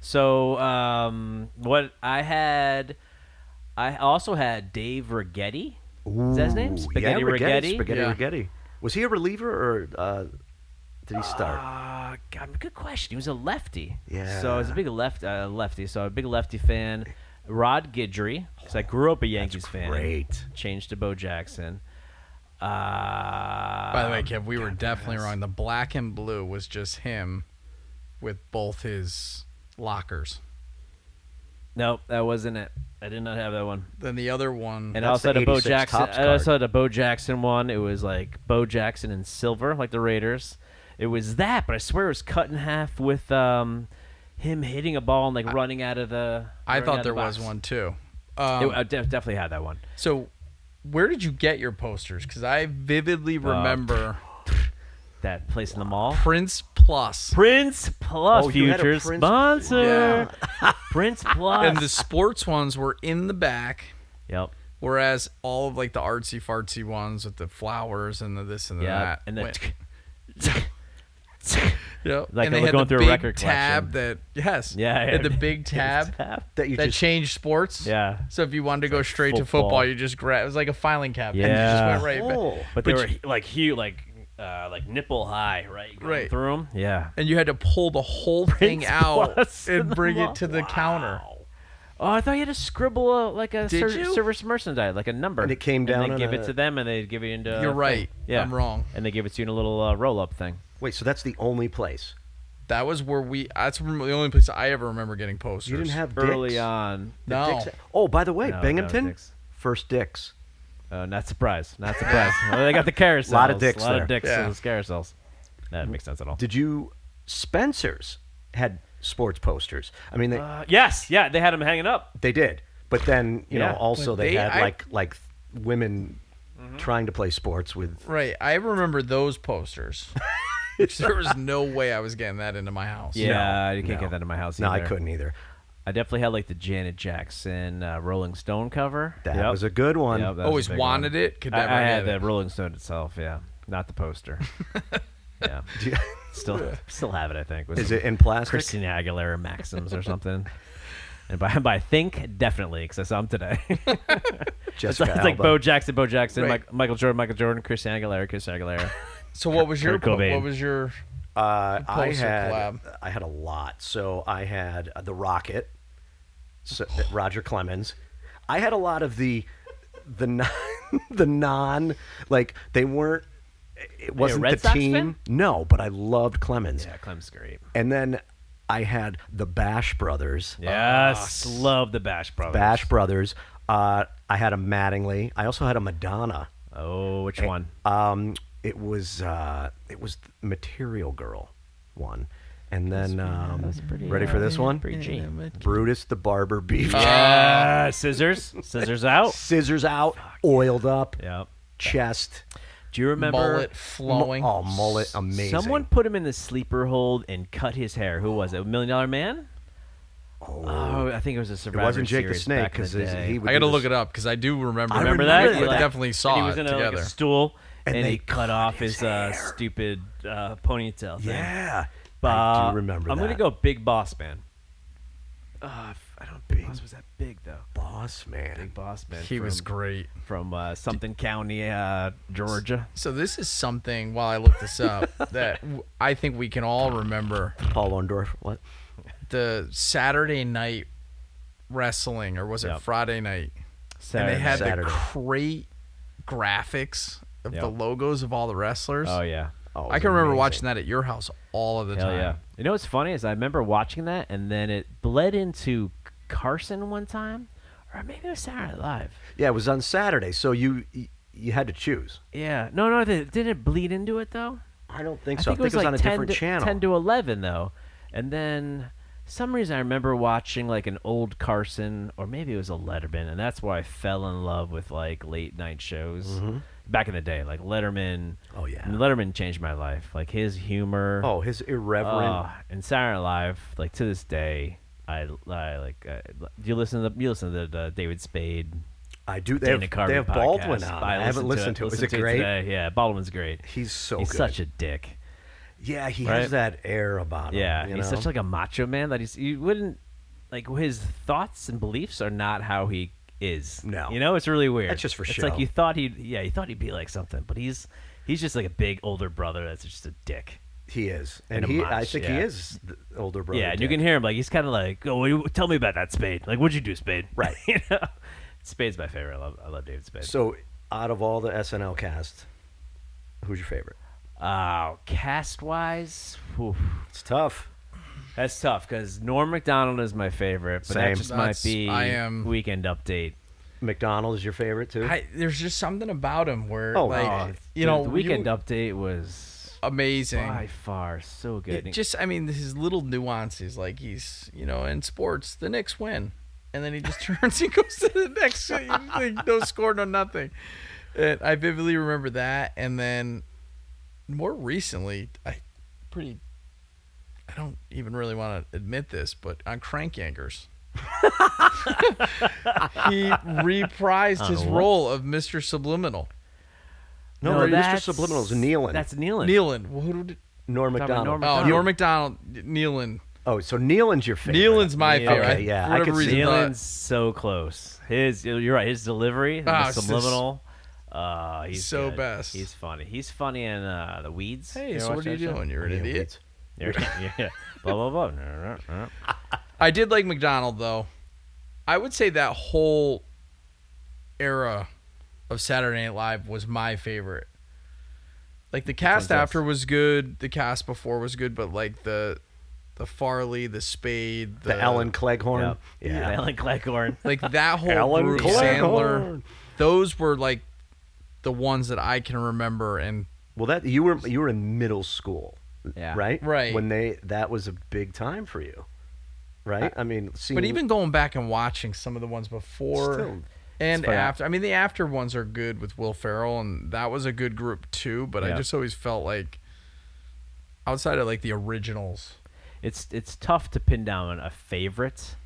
Speaker 1: So um, what I had, I also had Dave Rigetti. Is that his name?
Speaker 3: uh, Ooh,
Speaker 1: Spaghetti
Speaker 3: yeah,
Speaker 1: Rigetti.
Speaker 3: Spaghetti
Speaker 2: Yeah.
Speaker 3: Rigetti. Was he a reliever or uh, did he start?
Speaker 1: Uh, God, good question. He was a lefty.
Speaker 3: Yeah.
Speaker 1: So I was a big left uh, lefty. So a big lefty fan. Rod Guidry, because I grew up a Yankees fan.
Speaker 3: great.
Speaker 1: Changed to Bo Jackson. Uh,
Speaker 2: By the way, Kev, we were definitely wrong. The black and blue was just him with both his lockers.
Speaker 1: no, that wasn't it. I did not have that one.
Speaker 2: Then the other one,
Speaker 1: And I
Speaker 3: That's
Speaker 1: also
Speaker 3: the
Speaker 1: had a Bo
Speaker 3: 86
Speaker 1: Jackson.
Speaker 3: Topps
Speaker 1: I also
Speaker 3: card.
Speaker 1: had a Bo Jackson one. It was like Bo Jackson in silver, like the Raiders. It was that, but I swear it was cut in half with um, him hitting a ball and like running out of the.
Speaker 2: I
Speaker 1: running out
Speaker 2: thought
Speaker 1: of
Speaker 2: there
Speaker 1: the
Speaker 2: was
Speaker 1: box.
Speaker 2: one too.
Speaker 1: It-
Speaker 2: Um,
Speaker 1: I def- definitely had that one.
Speaker 2: so, where did you get your posters? Because I vividly remember
Speaker 1: that place in the mall.
Speaker 2: Prince Plus
Speaker 1: Prince Plus
Speaker 3: Oh, you had a
Speaker 1: future
Speaker 3: Prince-
Speaker 1: sponsor. *laughs* Prince Plus.
Speaker 2: and the sports ones were in the back,
Speaker 1: *laughs* yep.
Speaker 2: whereas all of like the artsy fartsy ones with the flowers and the this and the
Speaker 1: Yeah,
Speaker 2: that.
Speaker 1: and the
Speaker 2: *laughs* went- Yep.
Speaker 1: Like
Speaker 2: and
Speaker 1: they
Speaker 2: they
Speaker 1: were
Speaker 2: had
Speaker 1: going
Speaker 2: the
Speaker 1: through a
Speaker 2: big
Speaker 1: record
Speaker 2: tab that yes,
Speaker 1: Yeah,
Speaker 2: they
Speaker 1: yeah. *laughs*
Speaker 2: had the big tab
Speaker 3: that you
Speaker 2: that
Speaker 3: just
Speaker 2: changed sports.
Speaker 1: Yeah.
Speaker 2: So if you wanted to go straight to
Speaker 1: football.
Speaker 2: football, you just grab. It was like a filing cabinet. and you just went right. back.
Speaker 3: Oh.
Speaker 1: but they
Speaker 2: But
Speaker 1: were like huge, like uh, like nipple high, right? Going
Speaker 2: Right.
Speaker 1: through them. Yeah.
Speaker 2: And you had to pull
Speaker 1: *laughs*
Speaker 2: the whole thing out
Speaker 1: Plus in
Speaker 2: and
Speaker 1: the
Speaker 2: bring
Speaker 1: mall.
Speaker 2: it to the counter.
Speaker 1: Oh, I thought you had to scribble a, like a
Speaker 2: Did
Speaker 1: ser-
Speaker 2: you?
Speaker 1: service merchandise, like a number,
Speaker 3: And it came down
Speaker 1: And
Speaker 3: on
Speaker 1: they give it
Speaker 3: a-
Speaker 1: to them, and they give it into. a
Speaker 2: You're
Speaker 1: thing.
Speaker 2: right.
Speaker 1: Yeah,
Speaker 2: I'm wrong.
Speaker 1: And they give it to you in a little uh, roll-up thing.
Speaker 3: wait. So that's the only place
Speaker 2: That was where we. That's the only place I ever remember getting posters.
Speaker 3: you didn't have dicks?
Speaker 1: Early on,
Speaker 3: The
Speaker 2: No.
Speaker 3: dicks- Oh, by the way,
Speaker 1: No, no
Speaker 3: Binghamton,
Speaker 1: dicks.
Speaker 3: first dicks.
Speaker 1: Uh, not surprised. Not
Speaker 3: *laughs*
Speaker 1: surprised. well, they got the carousels.
Speaker 3: Lot of dicks
Speaker 1: A lot of
Speaker 3: there.
Speaker 1: dicks
Speaker 2: Yeah.
Speaker 1: in those carousels. That makes sense at all.
Speaker 3: Did you? Spencer's had sports posters. I mean, they,
Speaker 1: Uh, yes. Yeah. They had them hanging up.
Speaker 3: they did. But then you
Speaker 1: Yeah.
Speaker 3: know, also
Speaker 2: But
Speaker 3: they,
Speaker 2: they-
Speaker 3: had
Speaker 2: I-
Speaker 3: like like women trying to play sports with.
Speaker 2: Right. I remember those
Speaker 1: *laughs*
Speaker 2: posters. Which there was no way I was getting that into my house.
Speaker 1: Yeah. you can't
Speaker 3: no.
Speaker 1: get that in my house.
Speaker 3: No, I
Speaker 1: either.
Speaker 3: couldn't either.
Speaker 1: I definitely had like the Janet Jackson uh, Rolling Stone cover.
Speaker 3: That
Speaker 1: Yep.
Speaker 3: was a good one.
Speaker 1: Yep, that was a
Speaker 2: Always
Speaker 1: big
Speaker 2: wanted
Speaker 1: one.
Speaker 2: it. Could
Speaker 1: I,
Speaker 2: never
Speaker 1: I
Speaker 2: get
Speaker 1: had the
Speaker 2: it.
Speaker 1: Rolling Stone itself. Yeah. Not the
Speaker 2: *laughs*
Speaker 1: poster. yeah. Still, still have it. I think. With
Speaker 3: *laughs* Is
Speaker 1: some
Speaker 3: it in plastic?
Speaker 1: Christina Aguilera Maxims or something? And by, by think definitely because I saw him today. *laughs* It's
Speaker 3: Jessica
Speaker 1: like, it's like
Speaker 3: Alba.
Speaker 1: Bo Jackson, Bo Jackson,
Speaker 2: Right.
Speaker 1: Mike- Michael Jordan, Michael Jordan, Chris Aguilera, Chris
Speaker 3: *laughs*
Speaker 1: Aguilera.
Speaker 2: So what was your
Speaker 1: Kurt Cobain.
Speaker 2: what was your
Speaker 3: Uh, I
Speaker 2: poster
Speaker 3: had
Speaker 2: collab.
Speaker 3: I had a lot. So I had uh, the Rocket, so, uh, Roger Clemens. I had a lot of the the *laughs* non the non like they weren't. It wasn't
Speaker 1: Red
Speaker 3: the
Speaker 1: Sox
Speaker 3: team.
Speaker 1: fan?
Speaker 3: No, but I loved Clemens.
Speaker 1: yeah, Clem's great.
Speaker 3: And then I had the Bash Brothers.
Speaker 2: Ah,
Speaker 1: Yes, love the Bash Brothers.
Speaker 3: Bash Brothers. Uh, I had a Mattingly. I also had a Madonna.
Speaker 1: Oh, which one?
Speaker 3: Um, it was uh, it was the Material Girl one, and then um, ready for this one? Brutus the Barber Beef.
Speaker 2: Oh.
Speaker 1: Uh, scissors, scissors out.
Speaker 3: Scissors out, oiled up,
Speaker 1: Yep.
Speaker 3: chest.
Speaker 1: Do you remember?
Speaker 2: mullet flowing.
Speaker 3: Oh, mullet, amazing.
Speaker 1: Someone put him in the sleeper hold and cut his hair. Who was it? Million Dollar Man? Oh, I think it was a
Speaker 3: it
Speaker 1: Survivor
Speaker 3: wasn't Jake the
Speaker 1: Series
Speaker 3: Snake
Speaker 1: back in the
Speaker 3: because he
Speaker 1: day.
Speaker 3: would
Speaker 2: I got to
Speaker 3: do
Speaker 2: look
Speaker 3: this-
Speaker 2: it up because I do remember.
Speaker 1: I remember
Speaker 2: we-
Speaker 1: that.
Speaker 2: We
Speaker 1: Like,
Speaker 2: definitely saw
Speaker 1: and he was
Speaker 2: it
Speaker 1: in a,
Speaker 2: together.
Speaker 1: like a stool,
Speaker 3: And
Speaker 1: and,
Speaker 3: they
Speaker 1: he cut
Speaker 3: cut
Speaker 1: off
Speaker 3: his
Speaker 1: his, uh,
Speaker 3: hair.
Speaker 1: stupid uh, ponytail thing.
Speaker 3: Yeah,
Speaker 1: but
Speaker 3: I do remember.
Speaker 1: I'm gonna
Speaker 3: that.
Speaker 1: go Big Boss Man. Uh, f- I don't. Big,
Speaker 3: Big-
Speaker 1: Boss was that big though.
Speaker 3: Boss Man.
Speaker 1: Big Boss Man.
Speaker 2: he
Speaker 1: from,
Speaker 2: was great.
Speaker 1: from uh, something county, uh, Georgia.
Speaker 2: So this is something while I look this up
Speaker 1: *laughs*
Speaker 2: that w- I think we can all remember
Speaker 3: Paul Orndorff. What?
Speaker 2: the Saturday night wrestling or was it
Speaker 1: Yep.
Speaker 2: Friday night?
Speaker 1: Saturday.
Speaker 2: and they had
Speaker 3: Saturday.
Speaker 2: the great graphics of
Speaker 1: Yep.
Speaker 2: the logos of all the wrestlers.
Speaker 1: oh yeah.
Speaker 3: Oh, it
Speaker 2: I
Speaker 3: was
Speaker 2: can remember
Speaker 3: amazing.
Speaker 2: watching that at your house all of the
Speaker 1: Hell
Speaker 2: time.
Speaker 1: yeah. You know what's funny is I remember watching that, and then it bled into Carson one time, or maybe it was Saturday Night Live.
Speaker 3: Yeah, it was on Saturday, so you you, you had to choose.
Speaker 1: Yeah. No, no. Th- did it bleed into it though?
Speaker 3: I don't think
Speaker 1: I
Speaker 3: so.
Speaker 1: think it was like
Speaker 3: on a
Speaker 1: 10
Speaker 3: different
Speaker 1: to,
Speaker 3: channel.
Speaker 1: 10 to 11 though. And then some reason I remember watching like an old Carson or maybe it was a Letterman and that's where I fell in love with like late night shows. Back in the day, like Letterman.
Speaker 3: Mm-hmm. Oh, yeah.
Speaker 1: Letterman changed my life. Like his humor.
Speaker 3: oh, his irreverent.
Speaker 1: uh, and Saturday Night Live like to this day I, I like uh, do you listen to the, you listen to the, the David Spade
Speaker 3: I do. They
Speaker 1: Dana
Speaker 3: have,
Speaker 1: Carvey
Speaker 3: they have Baldwin
Speaker 1: podcast?
Speaker 3: on. I, haven't listened to it. Is
Speaker 1: Listened
Speaker 3: it great?
Speaker 1: today. Yeah, Baldwin's great.
Speaker 3: He's so
Speaker 1: He's
Speaker 3: good.
Speaker 1: such a dick.
Speaker 3: yeah, he
Speaker 1: right?
Speaker 3: has that air about him.
Speaker 1: Yeah,
Speaker 3: you
Speaker 1: he's
Speaker 3: know?
Speaker 1: such like a macho man that he's you wouldn't like his thoughts and beliefs are not how he is.
Speaker 3: No.
Speaker 1: you know it's really weird.
Speaker 3: That's just for
Speaker 1: it's
Speaker 3: show.
Speaker 1: Like you thought he'd yeah you thought he'd be like something, but he's he's just like a big older brother that's just a dick.
Speaker 3: he is,
Speaker 1: and
Speaker 3: and
Speaker 1: a
Speaker 3: he.
Speaker 1: match,
Speaker 3: I think
Speaker 1: yeah.
Speaker 3: he is the older brother.
Speaker 1: yeah, and you
Speaker 3: Dick.
Speaker 1: can hear him like he's kind of like oh well, you, tell me about that Spade like what'd you do Spade *laughs*
Speaker 3: Right.
Speaker 1: you know Spade's my favorite I love I love David Spade.
Speaker 3: So, out of all the SNL cast, who's your favorite?
Speaker 1: uh, cast wise.
Speaker 3: It's tough.
Speaker 1: That's tough because Norm Macdonald is my favorite, but that
Speaker 3: Same.
Speaker 1: just
Speaker 2: That's-
Speaker 1: might be
Speaker 2: I am-
Speaker 1: weekend update.
Speaker 3: McDonald is your favorite too.
Speaker 2: I, there's just something about him where,
Speaker 3: Oh,
Speaker 2: like,
Speaker 3: oh,
Speaker 2: Uh, you
Speaker 1: Dude,
Speaker 2: know,
Speaker 1: the weekend
Speaker 2: you-
Speaker 1: update was
Speaker 2: amazing.
Speaker 1: by far so good.
Speaker 2: It just, I mean, his little nuances, like he's, you know, in sports, the Knicks win, and then he just *laughs* turns and goes to the next,
Speaker 1: *laughs*
Speaker 2: like, no score, no nothing. And I vividly remember that, and then more recently, I pretty, I don't even really want to admit this, but on Crank Yankers. *laughs* he reprised his
Speaker 1: On what?
Speaker 2: role of Mr. Subliminal.
Speaker 3: no,
Speaker 1: No,
Speaker 3: no, Mr.
Speaker 1: that's-
Speaker 3: Subliminal's Nealon.
Speaker 1: that's Nealon.
Speaker 2: Nealon. Who did,
Speaker 3: Norm
Speaker 1: Talking about
Speaker 3: McDonald.
Speaker 1: Norm
Speaker 2: oh,
Speaker 1: McDonald.
Speaker 2: Norm McDonald. Nealon.
Speaker 3: Oh, so Nealon's your favorite.
Speaker 2: Nealon's my
Speaker 1: Nealon.
Speaker 2: favorite.
Speaker 1: Okay,
Speaker 3: yeah,
Speaker 2: For
Speaker 3: I
Speaker 2: whatever
Speaker 3: could see
Speaker 2: reason, uh,
Speaker 1: Nealon's so close. His, you're right. His delivery, the
Speaker 2: Ah, it's just-
Speaker 1: subliminal. Uh, he's
Speaker 2: so
Speaker 1: good.
Speaker 2: best.
Speaker 1: He's funny. He's funny in uh, the weeds.
Speaker 2: Hey,
Speaker 1: You
Speaker 2: so
Speaker 1: watch
Speaker 2: what are you
Speaker 1: that show?
Speaker 2: doing? You're an
Speaker 3: Yeah,
Speaker 2: idiot.
Speaker 3: it's-
Speaker 1: You're- yeah, *laughs* yeah. Blah blah blah.
Speaker 2: I did like McDonald though. I would say that whole era of Saturday Night Live was my favorite. Like the cast
Speaker 1: one's
Speaker 2: after was good, the cast before was good, but like the the Farley, the Spade, the,
Speaker 3: The Alan Cleghorn.
Speaker 1: Yeah. *laughs* Alan Cleghorn.
Speaker 2: *laughs* like that whole
Speaker 3: Alan
Speaker 2: Bruce Sandler.
Speaker 3: Cleghorn.
Speaker 2: Those were like the ones that I can remember, and
Speaker 3: Well, that you were you were in middle school,
Speaker 1: Yeah.
Speaker 3: right?
Speaker 2: Right.
Speaker 3: When they that was a big time for you, right?
Speaker 1: Uh,
Speaker 3: I, mean, seeing,
Speaker 2: but even going back and watching some of the ones before
Speaker 3: Still,
Speaker 2: and
Speaker 1: fun.
Speaker 2: after. I mean, the after ones are good with Will Ferrell, and that was a good group too. But
Speaker 1: Yeah.
Speaker 2: I just always felt like outside of like the originals,
Speaker 1: It's it's tough to pin down a favorite.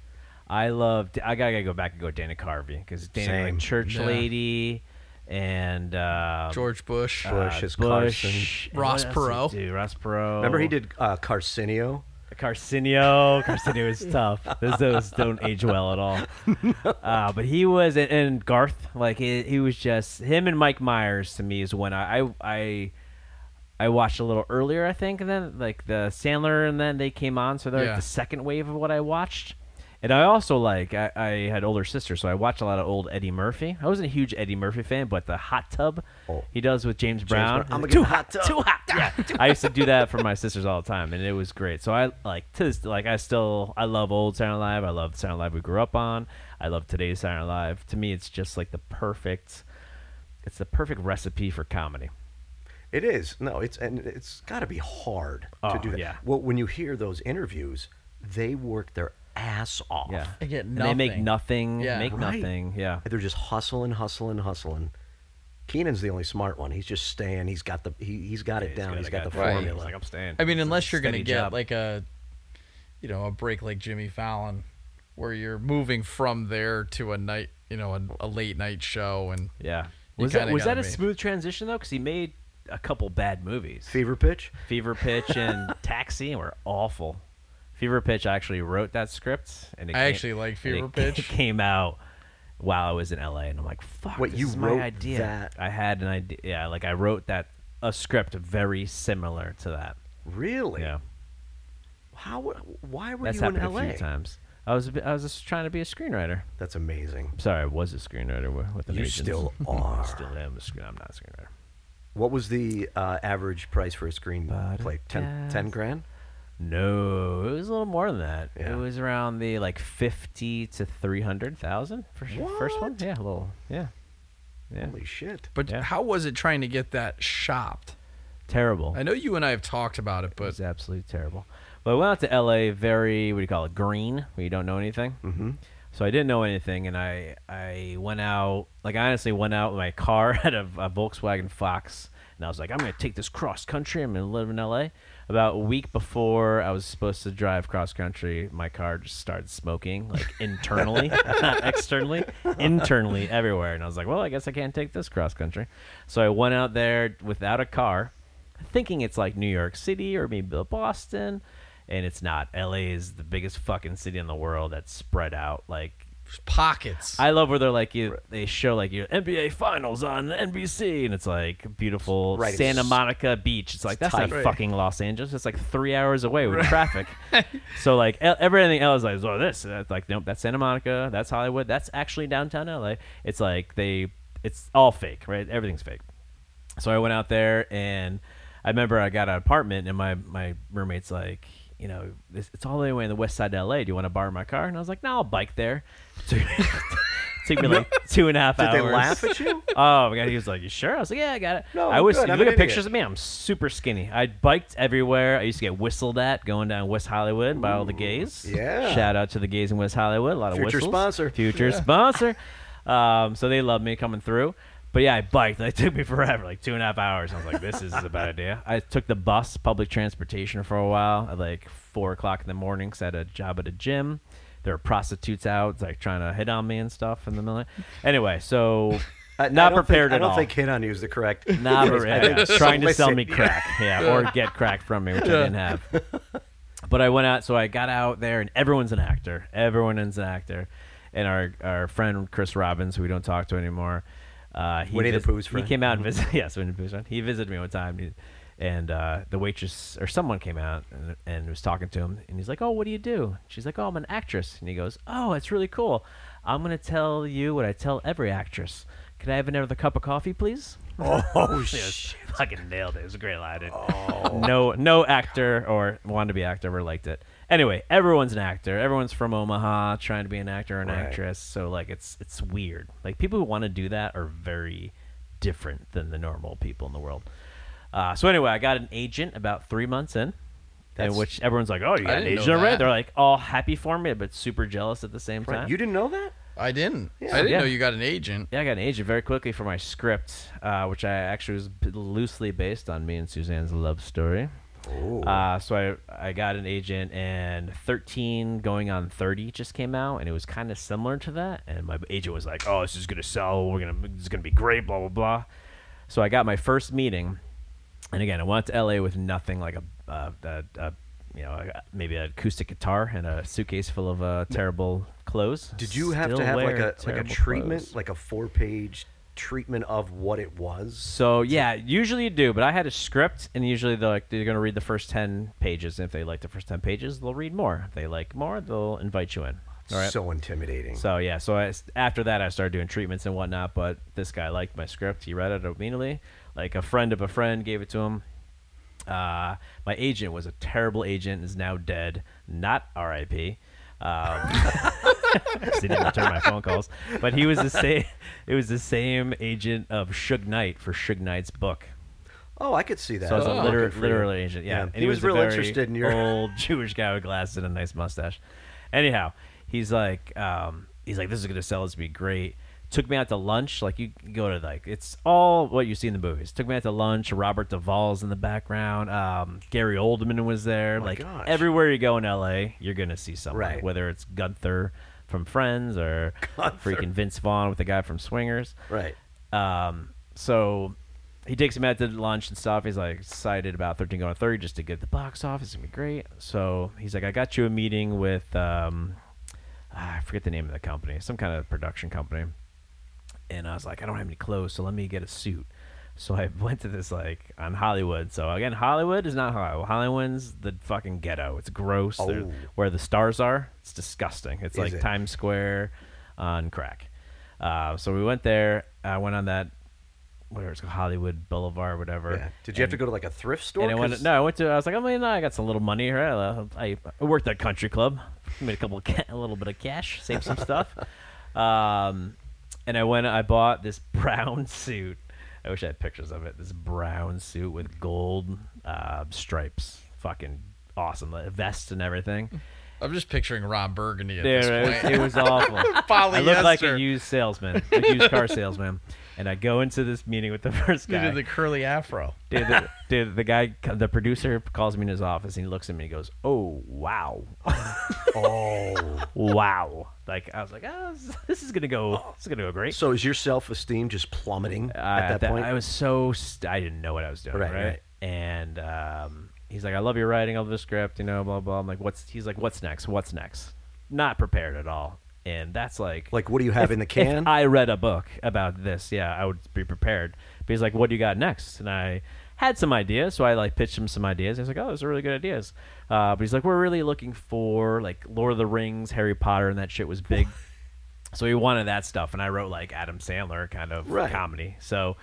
Speaker 1: I love. I gotta, gotta go back and go Dana Carvey because Dana like
Speaker 3: Same.
Speaker 1: Church
Speaker 2: Yeah.
Speaker 1: Lady and um,
Speaker 2: George Bush,
Speaker 1: uh,
Speaker 3: Bush is
Speaker 1: Bush, and
Speaker 2: Ross
Speaker 1: what else did
Speaker 2: Perot.
Speaker 1: he do? Ross Perot.
Speaker 3: remember he did uh, Carcinio.
Speaker 1: Carcinio. Carcinio is tough. Those, those don't age well at all. Uh, but he was and, and Garth, like he, he was just him and Mike Myers to me is when I I I, I watched a little earlier I think and then like the Sandler and then they came on so they're
Speaker 2: Yeah.
Speaker 1: like the second wave of what I watched. And I also like I, I had older sisters, so I watched a lot of old Eddie Murphy. I wasn't a huge Eddie Murphy fan, but the hot tub
Speaker 3: Oh.
Speaker 1: he does with James Brown.
Speaker 2: *laughs*
Speaker 3: Brown. I'ma get
Speaker 1: too
Speaker 3: a hot tub.
Speaker 1: Too hot. Yeah. I used to do that for my sisters all the time, and it was great. So I like to this, like I still I love old Saturday Night Live. I love Saturday Night Live we grew up on. I love today's Saturday Night Live. To me, it's just like the perfect. It's the perfect recipe for comedy.
Speaker 3: It is no, it's and it's got to be hard
Speaker 1: Oh,
Speaker 3: to do that.
Speaker 1: yeah.
Speaker 3: Well, when you hear those interviews, they work their ass off.
Speaker 1: Yeah.
Speaker 2: I get
Speaker 1: And they make
Speaker 2: nothing.
Speaker 1: nothing.
Speaker 2: Yeah.
Speaker 1: Make
Speaker 3: Right.
Speaker 1: nothing. Yeah.
Speaker 3: They're just hustling, hustling, hustling, Keenan's the only smart one. He's just staying. He's got the he, he's got it down. he's got, the
Speaker 1: right.
Speaker 3: formula.
Speaker 1: He's like, I'm staying.
Speaker 2: I mean, unless you're going to
Speaker 1: steady
Speaker 2: get
Speaker 1: job.
Speaker 2: like a, you know, a break like Jimmy Fallon, where you're moving from there to a night, you know, a, a late night show, and
Speaker 1: yeah.
Speaker 2: You
Speaker 1: Was that,
Speaker 2: kinda
Speaker 1: was that
Speaker 2: gotta
Speaker 1: a
Speaker 2: be.
Speaker 1: smooth transition though? Because he made a couple bad movies.
Speaker 3: Fever pitch.
Speaker 1: Fever Pitch
Speaker 2: *laughs*
Speaker 1: and Taxi were awful. Fever Pitch I actually wrote that script, and it
Speaker 2: I
Speaker 1: came-
Speaker 2: actually like
Speaker 1: and
Speaker 2: Fever
Speaker 1: *laughs* it ca-
Speaker 2: Pitch.
Speaker 1: came out while I was in LA, and I'm like, "Fuck,
Speaker 3: Wait,
Speaker 1: this
Speaker 3: you
Speaker 1: is
Speaker 3: wrote
Speaker 1: my idea."
Speaker 3: that?
Speaker 1: I had an idea, yeah, like I wrote that a script very similar to that.
Speaker 3: Really?
Speaker 1: Yeah,
Speaker 3: How? Why were
Speaker 1: that's
Speaker 3: you in
Speaker 1: happened
Speaker 3: L.A.?
Speaker 1: a few times. I was a bit- I was just trying to be a screenwriter.
Speaker 3: That's amazing.
Speaker 1: Sorry, I was a screenwriter with, with an
Speaker 3: You
Speaker 1: agent.
Speaker 3: still
Speaker 1: *laughs* I
Speaker 3: are.
Speaker 1: still am a screen. I'm not a screenwriter.
Speaker 3: What was the uh, average price for a screenplay? Ten,
Speaker 1: Podcast.
Speaker 3: 10 grand.
Speaker 1: No, it was a little more than that.
Speaker 3: Yeah.
Speaker 1: It was around the like fifty to three hundred thousand for sh- first one.
Speaker 3: What?
Speaker 1: Yeah, a little. Yeah, yeah.
Speaker 3: Holy shit!
Speaker 2: But
Speaker 1: Yeah.
Speaker 2: how was it trying to get that shopped?
Speaker 1: Terrible.
Speaker 2: I know you and I have talked about it,
Speaker 1: It
Speaker 2: but
Speaker 1: was absolutely terrible. But I went out to L.A. very what do you call it? Green, where you don't know anything.
Speaker 3: Mm-hmm.
Speaker 1: So I didn't know anything, and I I went out like I honestly went out in my car *laughs* had a, a Volkswagen Fox, and I was like, I'm gonna take this cross country. I'm gonna live in L.A. About a week before I was supposed to drive cross country, my car just started smoking, like internally, not externally, internally everywhere. And I was like, well, I guess I can't take this cross country. So I went out there without a car, thinking it's like New York City or maybe Boston, and it's not. LA is the biggest fucking city in the world that's spread out. Like
Speaker 2: pockets.
Speaker 1: I love where they're like you, they show like your NBA finals on NBC, and it's like beautiful
Speaker 3: Right, it's
Speaker 1: Santa
Speaker 3: s-
Speaker 1: Monica Beach. It's like that's
Speaker 3: tight.
Speaker 1: not
Speaker 2: Right.
Speaker 1: fucking Los Angeles. It's like three hours away with
Speaker 3: *laughs*
Speaker 1: traffic. so like e- everything else, like oh this, that's like nope, that's Santa Monica, that's Hollywood, that's actually downtown LA. It's like they, it's all fake, right? Everything's fake. So I went out there and I remember I got an apartment and my, my roommate's like, you know, this, it's all the way in the west side of LA. Do you want to borrow my car? And I was like, no, I'll bike there. *laughs* Took, took me
Speaker 3: *laughs*
Speaker 1: like two and a half
Speaker 3: Did
Speaker 1: hours.
Speaker 3: they laugh at you?
Speaker 1: *laughs* Oh my god, he was like, "You sure?" I was like, "Yeah, I got it."
Speaker 3: No,
Speaker 1: I
Speaker 3: I'm
Speaker 1: was.
Speaker 3: good.
Speaker 1: if You
Speaker 3: I'm
Speaker 1: look
Speaker 3: an
Speaker 1: at
Speaker 3: idiot.
Speaker 1: pictures of me. I'm super skinny. I biked everywhere. I used to get whistled at going down West Hollywood by all the gays.
Speaker 3: yeah.
Speaker 1: Shout out to the gays in West Hollywood. A lot of
Speaker 3: Future
Speaker 1: whistles.
Speaker 3: sponsor.
Speaker 1: Future sponsor. Um, so they love me coming through. But yeah, I biked. *laughs* It took me forever, like two and a half hours. I was like, "This is a bad idea." I took the bus, public transportation, for a while at like four o'clock in the morning. 'cause I had a job at a gym. There were prostitutes out, like trying to hit on me and stuff in the middle. Anyway, so
Speaker 3: *laughs* I-
Speaker 1: not
Speaker 3: I don't
Speaker 1: prepared at
Speaker 3: Think, I don't
Speaker 1: all.
Speaker 3: think hit on you is the correct.
Speaker 1: *laughs*
Speaker 3: *laughs*
Speaker 1: Nah, but
Speaker 3: I think
Speaker 1: yeah, trying to sell
Speaker 3: solicit-
Speaker 1: me crack, yeah,
Speaker 3: *laughs*
Speaker 1: or get crack from me, which I didn't have. But I went out, so I got out there, and everyone's an actor. Everyone is an actor, and our our friend Chris Robbins, who we don't talk to anymore, uh, he
Speaker 3: Winnie the
Speaker 1: vis-
Speaker 3: Pooh's
Speaker 1: he
Speaker 3: friend. Mm-hmm.
Speaker 1: came out and visited. *laughs* Yes, Winnie the Pooh's friend. He visited me one time, and, and uh, the waitress or someone came out and, and was talking to him, and he's like, "Oh, what do you do?" She's like, "Oh, I'm an actress," and he goes, "Oh, that's really cool. I'm gonna tell you what I tell every actress. Can I have another cup of coffee, please?"
Speaker 3: Oh
Speaker 1: *laughs* Yes.
Speaker 3: shit! Oh.
Speaker 1: Fucking nailed it. It was a great line. No, no actor or wanted to be actor ever liked it. Anyway, everyone's an actor. Everyone's from Omaha trying to be an actor or an
Speaker 3: Right.
Speaker 1: actress. So like, it's it's weird. Like people who want to do that are very different than the normal people in the world. Uh, so anyway, I got an agent about three months in, in
Speaker 3: That's-
Speaker 1: which everyone's like, "Oh, you got an
Speaker 2: didn't know
Speaker 1: agent already?"
Speaker 2: that.
Speaker 1: They're like all happy for me, but super jealous at the same
Speaker 3: Right.
Speaker 1: time.
Speaker 3: You didn't know that?
Speaker 2: I didn't.
Speaker 3: Yeah.
Speaker 2: I didn't
Speaker 1: Yeah.
Speaker 2: know you got an agent.
Speaker 1: Yeah, I got an agent very quickly for my script, uh, which I actually was b- loosely based on me and Suzanne's love story.
Speaker 3: Oh.
Speaker 1: Uh, so I I got an agent, and 13 going on 30 just came out, and it was kind of similar to that. And my agent was like, "Oh, this is gonna sell. We're gonna this is gonna be great. Blah blah blah." So I got my first meeting, and again, I went to LA with nothing like a, uh, a, a you know a- maybe an acoustic guitar and a suitcase full of uh, terrible clothes.
Speaker 3: Did you have
Speaker 1: Still
Speaker 3: to have
Speaker 1: wear
Speaker 3: like a like a
Speaker 1: terrible
Speaker 3: treatment,
Speaker 1: clothes.
Speaker 3: like a four page treatment of what it was?
Speaker 1: So yeah, usually you do, but I had a script, and usually they're like they're gonna read the first ten pages, and if they like the first ten pages, they'll read more. If they like more, they'll invite you in. All right. So,
Speaker 3: So intimidating.
Speaker 1: yeah, so I, after that, I started doing treatments and whatnot. But this guy liked my script; he read it immediately. Like a friend of a friend gave it to him. Uh, my agent was a terrible agent, is now dead, not R.I.P. Um, *laughs* 'cause he didn't return my phone calls. But he was the same. *laughs* It was the same agent of Suge Knight for Suge Knight's book.
Speaker 3: oh, I could see that.
Speaker 1: So I was a
Speaker 2: Oh.
Speaker 1: liter-
Speaker 3: Good for you.
Speaker 1: literal agent. Yeah, and
Speaker 3: he, was,
Speaker 1: a
Speaker 3: real
Speaker 1: very
Speaker 3: interested in your.
Speaker 1: old *laughs* Jewish guy with glasses and a nice mustache. Anyhow, he's like, um, he's like, this is gonna sell. This to be great. took me out to lunch. Like you go to like it's all what you see in the movies. Took me out to lunch. Robert Duvall's in the background. Um, Gary Oldman was there.
Speaker 3: Oh my
Speaker 1: like
Speaker 3: gosh.
Speaker 1: everywhere you go in L.A., you're gonna see someone.
Speaker 3: Right.
Speaker 1: Whether it's Gunther from Friends or
Speaker 3: *laughs* Gunther.
Speaker 1: freaking Vince Vaughn with the guy from Swingers.
Speaker 3: *laughs* Right.
Speaker 1: Um, so he takes him out to lunch and stuff. He's like excited about 13 going 30 just to get the box office. It's going to be great. So he's like, I got you a meeting with, um, ah, I forget the name of the company, some kind of production company. And I was like, I don't have any clothes, so let me get a suit. So I *laughs* went to this like on Hollywood. So again, Hollywood is not Hollywood. Hollywood's the fucking ghetto. It's gross. They're-
Speaker 3: Oh.
Speaker 1: Where the stars are, it's disgusting. It's
Speaker 3: Is
Speaker 1: like
Speaker 3: it?
Speaker 1: Times Square on crack. Uh, so we went there. I went on that whatever it's called, Hollywood Boulevard, whatever.
Speaker 3: Yeah. Did you have to go to like a thrift store?
Speaker 1: And I went.
Speaker 3: 'Cause-
Speaker 1: No, I went to. I was like, I mean, I got some little money here. I, I, I worked at a country club, *laughs* made a couple, of ca- a little bit of cash, saved some
Speaker 3: *laughs*
Speaker 1: stuff. Um, and I went. I bought this *laughs* brown suit. I wish I had pictures of it. This brown suit with gold uh, stripes. Fucking awesome. A vest and
Speaker 3: Mm.
Speaker 1: everything.
Speaker 2: I'm just picturing Rob Burgundy at
Speaker 1: There,
Speaker 2: this
Speaker 1: it,
Speaker 2: point.
Speaker 1: it was awful.
Speaker 3: *laughs*
Speaker 1: I look like a
Speaker 2: *laughs* Polyester.
Speaker 1: used salesman, a used car salesman. And I go into this meeting with the *laughs* first
Speaker 2: You
Speaker 1: guy.
Speaker 2: did the curly afro.
Speaker 1: Dude, the, dude, the guy, the producer calls me in his office and he looks at me and he goes, "Oh wow, *laughs*
Speaker 3: Oh.
Speaker 1: wow!" Like I was like, oh, this- "This is gonna go, this is gonna go great."
Speaker 3: so is your self esteem just plummeting
Speaker 1: Uh,
Speaker 3: at that, point?
Speaker 1: I was so st- I didn't know what I was doing,
Speaker 3: Right,
Speaker 1: right?
Speaker 3: right.
Speaker 1: And um, he's like, "I love your writing, I love the script, you know, blah blah." I'm like, "What's?" He's like, "What's next? What's next?" Not prepared at all, and that's like,
Speaker 3: like, what do you have in the
Speaker 1: if
Speaker 3: can?
Speaker 1: I read a book about this, yeah, I would be prepared. But he's like, "What do you got next?" And I had some ideas, so I like pitched him some ideas. He's like, "Oh, those are really good ideas." Uh, but he's like, "We're really looking for like Lord of the Rings, Harry Potter, and that shit was
Speaker 2: *laughs*
Speaker 1: big." so he wanted that stuff, and I wrote like Adam Sandler kind of
Speaker 3: Right.
Speaker 1: comedy. So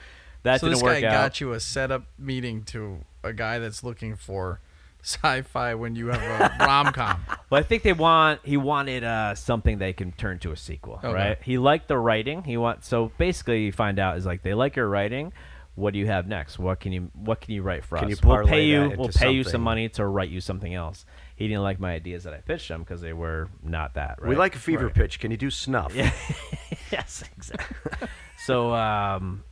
Speaker 1: that
Speaker 2: so
Speaker 1: didn't
Speaker 2: this
Speaker 1: work
Speaker 2: guy
Speaker 1: out.
Speaker 2: got you a setup meeting to a guy that's looking for *laughs* sci-fi when you
Speaker 1: *laughs*
Speaker 2: have a rom-com.
Speaker 1: But I think they want he wanted uh, something they can turn to a sequel,
Speaker 2: Okay.
Speaker 1: right? He liked the writing. He wants so basically you find out is like they like your writing. What do you have next? What can you what can you write for
Speaker 3: Can
Speaker 1: us?
Speaker 3: you
Speaker 1: we'll
Speaker 3: parlay
Speaker 1: pay you
Speaker 3: that
Speaker 1: we'll pay
Speaker 3: into
Speaker 1: you
Speaker 3: something?
Speaker 1: some money to write you something else. He didn't like my ideas that I pitched him because they were not that. Right?
Speaker 3: We
Speaker 1: *laughs*
Speaker 3: like a fever
Speaker 1: Right.
Speaker 3: pitch. Can you do snuff?
Speaker 1: yes, exactly. *laughs* so, um,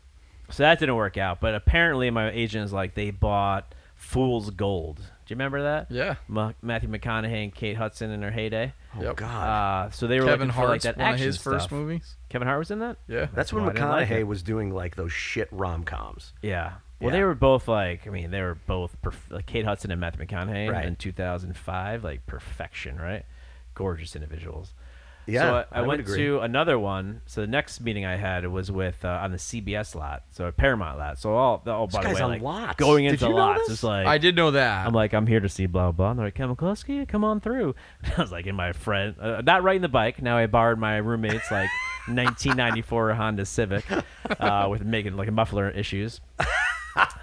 Speaker 1: so that didn't work out. But apparently, my agent is like, they bought Fool's Gold. Do you remember that?
Speaker 2: Yeah.
Speaker 1: Ma- Matthew McConaughey and Kate Hudson in their heyday.
Speaker 3: Oh
Speaker 2: Yep.
Speaker 3: God.
Speaker 1: Uh, so they were
Speaker 2: Kevin
Speaker 1: looking for
Speaker 2: Hart's
Speaker 1: like that
Speaker 2: one of
Speaker 1: action
Speaker 2: his first
Speaker 1: stuff.
Speaker 2: movies.
Speaker 1: Kevin Hart was in that.
Speaker 2: Yeah.
Speaker 3: That's when
Speaker 1: why I didn't like
Speaker 3: McConaughey
Speaker 1: it.
Speaker 3: was doing like those shit rom coms.
Speaker 1: Yeah. Well,
Speaker 3: Yeah.
Speaker 1: they were both like, I mean, they were both perf- like Kate Hudson and Matthew McConaughey
Speaker 3: Right.
Speaker 1: in 2005, like perfection, right? Gorgeous individuals.
Speaker 3: Yeah,
Speaker 1: So I,
Speaker 3: I
Speaker 1: I
Speaker 3: would
Speaker 1: went
Speaker 3: agree.
Speaker 1: to another one. So the next meeting I had was with uh, on the CBS lot, so a Paramount lot. So all, oh, by
Speaker 3: guy's
Speaker 1: the way,
Speaker 3: on
Speaker 1: like,
Speaker 3: lots.
Speaker 1: going
Speaker 3: Did
Speaker 1: into
Speaker 3: you know
Speaker 1: lots,
Speaker 3: this?
Speaker 1: it's like
Speaker 2: I did know that.
Speaker 1: I'm like, I'm here to see blah blah. And they're like, Kevin Kluski, come on through. *laughs* I was like, in my friend, uh, not riding the bike. Now I borrowed my roommate's
Speaker 3: *laughs*
Speaker 1: like 1994 Honda Civic uh, with making like muffler issues.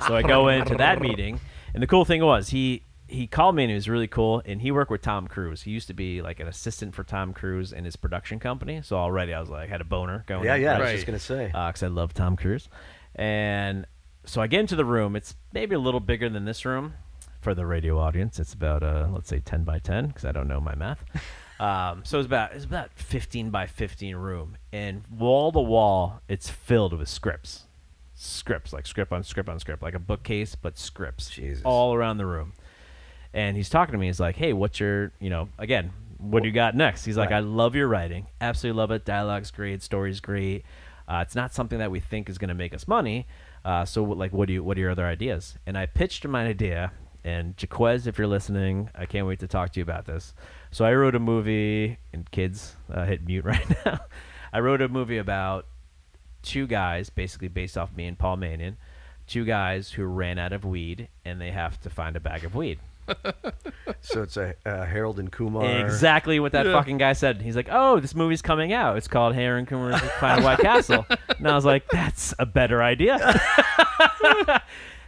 Speaker 1: So
Speaker 3: *laughs*
Speaker 1: I go into that meeting, and the cool thing was he he called me and he was really cool. And he worked with Tom Cruise. He used to be like an assistant for Tom Cruise in his production company. So already I was like, had a boner going.
Speaker 3: Yeah,
Speaker 1: in,
Speaker 3: yeah. I
Speaker 1: Oh, right? Uh,
Speaker 3: was
Speaker 2: Right.
Speaker 3: just gonna say.
Speaker 1: because I love Tom Cruise. And so I get into the room. It's maybe a little bigger than this room for the radio audience. It's about uh, let's say ten by ten because I don't know my math. Um, so it's about it's about fifteen by fifteen room, and wall to wall, it's filled with scripts, scripts like script on script on script, like a bookcase, but scripts
Speaker 3: Jesus.
Speaker 1: all around the room. And he's talking to me. He's like, "Hey, what's your you know again?" What do you got next? He's like,
Speaker 3: Right.
Speaker 1: I love your writing. Absolutely love it. Dialogue's great. Story's great. Uh, it's not something that we think is going to make us money. Uh, so, what- like, what do you? What are your other ideas? And I pitched him an idea. And Jaquez, if you're listening, I can't wait to talk to you about this. So I wrote a movie, and kids uh, hit mute *laughs* right now. I wrote a movie about two guys, basically based off me and Paul Manion, two guys who ran out of weed and they have to find a bag of weed.
Speaker 3: so it's a uh, Harold and Kumar.
Speaker 1: Exactly what that fucking guy said. He's like, "Oh, this movie's coming out. It's called Hair and Kumar Find
Speaker 3: *laughs*
Speaker 1: White Castle." And I was like, "That's a better idea." *laughs*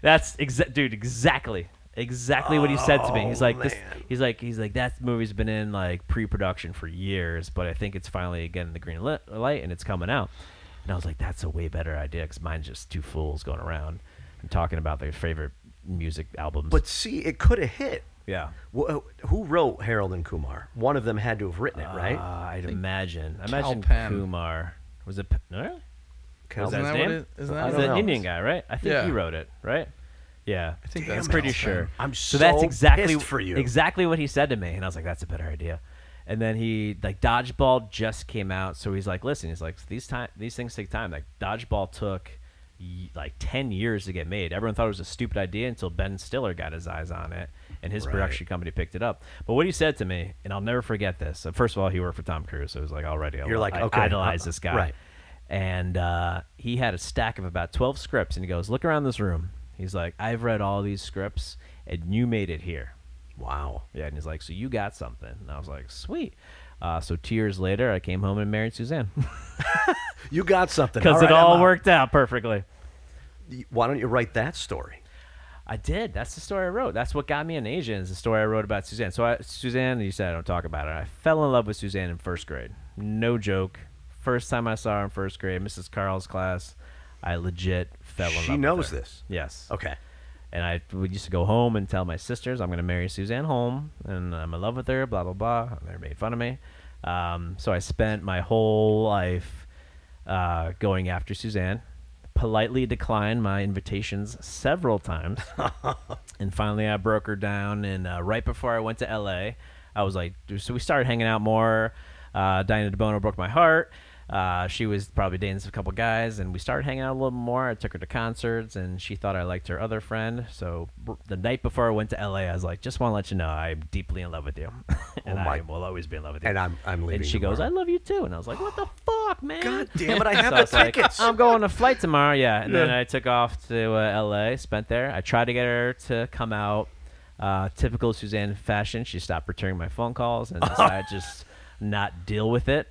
Speaker 1: That's exa- dude, exactly, exactly what he said to me. He's
Speaker 3: Oh,
Speaker 1: like, "This."
Speaker 3: man.
Speaker 1: He's like, "He's like that movie's been in like pre-production for years, but I think it's finally getting the green lit- light and it's coming out." And I was like, "That's a way better idea because mine's just two fools going around and talking about their favorite music albums."
Speaker 3: But see, it could have hit.
Speaker 1: yeah.
Speaker 3: Wh- uh, Who wrote Harold and Kumar? One of them had to have written it, right?
Speaker 1: Uh, I'd Ah, imagine. Imagine
Speaker 2: Penn.
Speaker 1: Kumar. Was it? Pe- No,
Speaker 3: Calvin.
Speaker 1: that
Speaker 2: Isn't
Speaker 1: his
Speaker 2: that
Speaker 1: name?
Speaker 2: what it isn't
Speaker 3: I
Speaker 2: that
Speaker 1: He's
Speaker 2: what
Speaker 3: don't
Speaker 1: an
Speaker 3: know.
Speaker 1: Indian guy, right? I think
Speaker 2: Yeah.
Speaker 1: he wrote it, right? Yeah, I
Speaker 2: think
Speaker 1: I'm
Speaker 2: that's
Speaker 1: pretty
Speaker 2: Calvin.
Speaker 1: sure.
Speaker 3: I'm
Speaker 1: so, that's
Speaker 3: so
Speaker 1: exactly
Speaker 3: pissed for you.
Speaker 1: exactly what he said to me, and I was like, "That's a better idea." And then he like dodgeball just came out, so he's like, "Listen, he's like these time these things take time. Like dodgeball took y- like ten years to get made. Everyone thought it was a stupid idea until Ben Stiller got his eyes on it, and his
Speaker 3: Right.
Speaker 1: production company picked it up. But what he said to me, and I'll never forget this. So first of all, he worked for Tom Cruise, so it was like already I
Speaker 3: You're
Speaker 1: lo-
Speaker 3: like,
Speaker 1: Oh, I
Speaker 3: okay,
Speaker 1: idolize
Speaker 3: uh,
Speaker 1: this guy,
Speaker 3: right.
Speaker 1: and uh, he had a stack of about 12 scripts and he goes look around this room he's like i've read all these scripts and you made it here
Speaker 3: Wow.
Speaker 1: yeah and he's like so you got something and i was like sweet uh, so two years later i came home and married suzanne *laughs*
Speaker 3: You got something.
Speaker 1: because
Speaker 3: right,
Speaker 1: it all
Speaker 3: I'm out.
Speaker 1: worked out perfectly
Speaker 3: Why don't you write that story?
Speaker 1: I did. That's the story I wrote. That's what got me in Asia. Is the story I wrote about Suzanne. So I, Suzanne, you said I don't talk about her. I fell in love with Suzanne in first grade. No joke. First time I saw her in first grade, Mrs. Carl's class, I legit fell in
Speaker 3: She
Speaker 1: love. with
Speaker 3: knows
Speaker 1: her.
Speaker 3: this.
Speaker 1: Yes.
Speaker 3: Okay.
Speaker 1: And I would used to go home and tell my sisters I'm going to marry Suzanne Holm and I'm in love with her, blah, blah, blah. And they made fun of me. Um, so I spent my whole life uh, going after Suzanne, politely declined my invitations several times. and finally, I broke her down. And uh, right before I went to LA, I was like, so we started hanging out more. Uh, Diana DeBono broke my heart. Uh, she was probably dating a couple guys, and we started hanging out a little more. I took her to concerts, and she thought I liked her other friend. So br- the night before I went to LA, I was like, "Just want to let you know, I'm deeply in love with you, *laughs* and
Speaker 3: Oh my-
Speaker 1: I will always be in love with you."
Speaker 3: And I'm I'm leaving.
Speaker 1: and she goes, "I
Speaker 3: tomorrow.
Speaker 1: love you too," and I was like, "What the fuck, man?"
Speaker 3: God damn it! I have
Speaker 1: So I
Speaker 3: the
Speaker 1: was like,
Speaker 3: tickets.
Speaker 1: I'm going on a flight tomorrow. Yeah. And then I took off to uh, LA, spent there. I tried to get her to come out. Uh, typical Suzanne fashion. She stopped returning my phone calls
Speaker 3: *laughs*
Speaker 1: and decided to just not deal with it.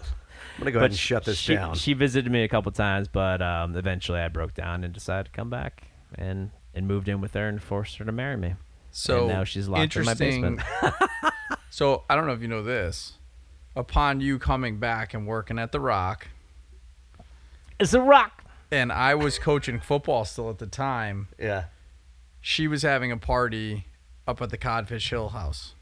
Speaker 3: I'm gonna go
Speaker 1: *laughs*
Speaker 3: ahead and shut this
Speaker 1: she,
Speaker 3: down.
Speaker 1: She visited me a couple times, but um, eventually I broke down and decided to come back and, and moved in with her and forced her to marry me.
Speaker 2: So
Speaker 1: And now she's locked in my
Speaker 2: interesting-
Speaker 1: basement.
Speaker 2: *laughs*
Speaker 1: *laughs*
Speaker 2: So I don't know if you know this. Upon you coming back and working at the Rock,
Speaker 1: It's a rock.
Speaker 2: and I was coaching football still at the time,
Speaker 1: *laughs*
Speaker 3: yeah.
Speaker 2: she was having a party up at the Codfish Hill house.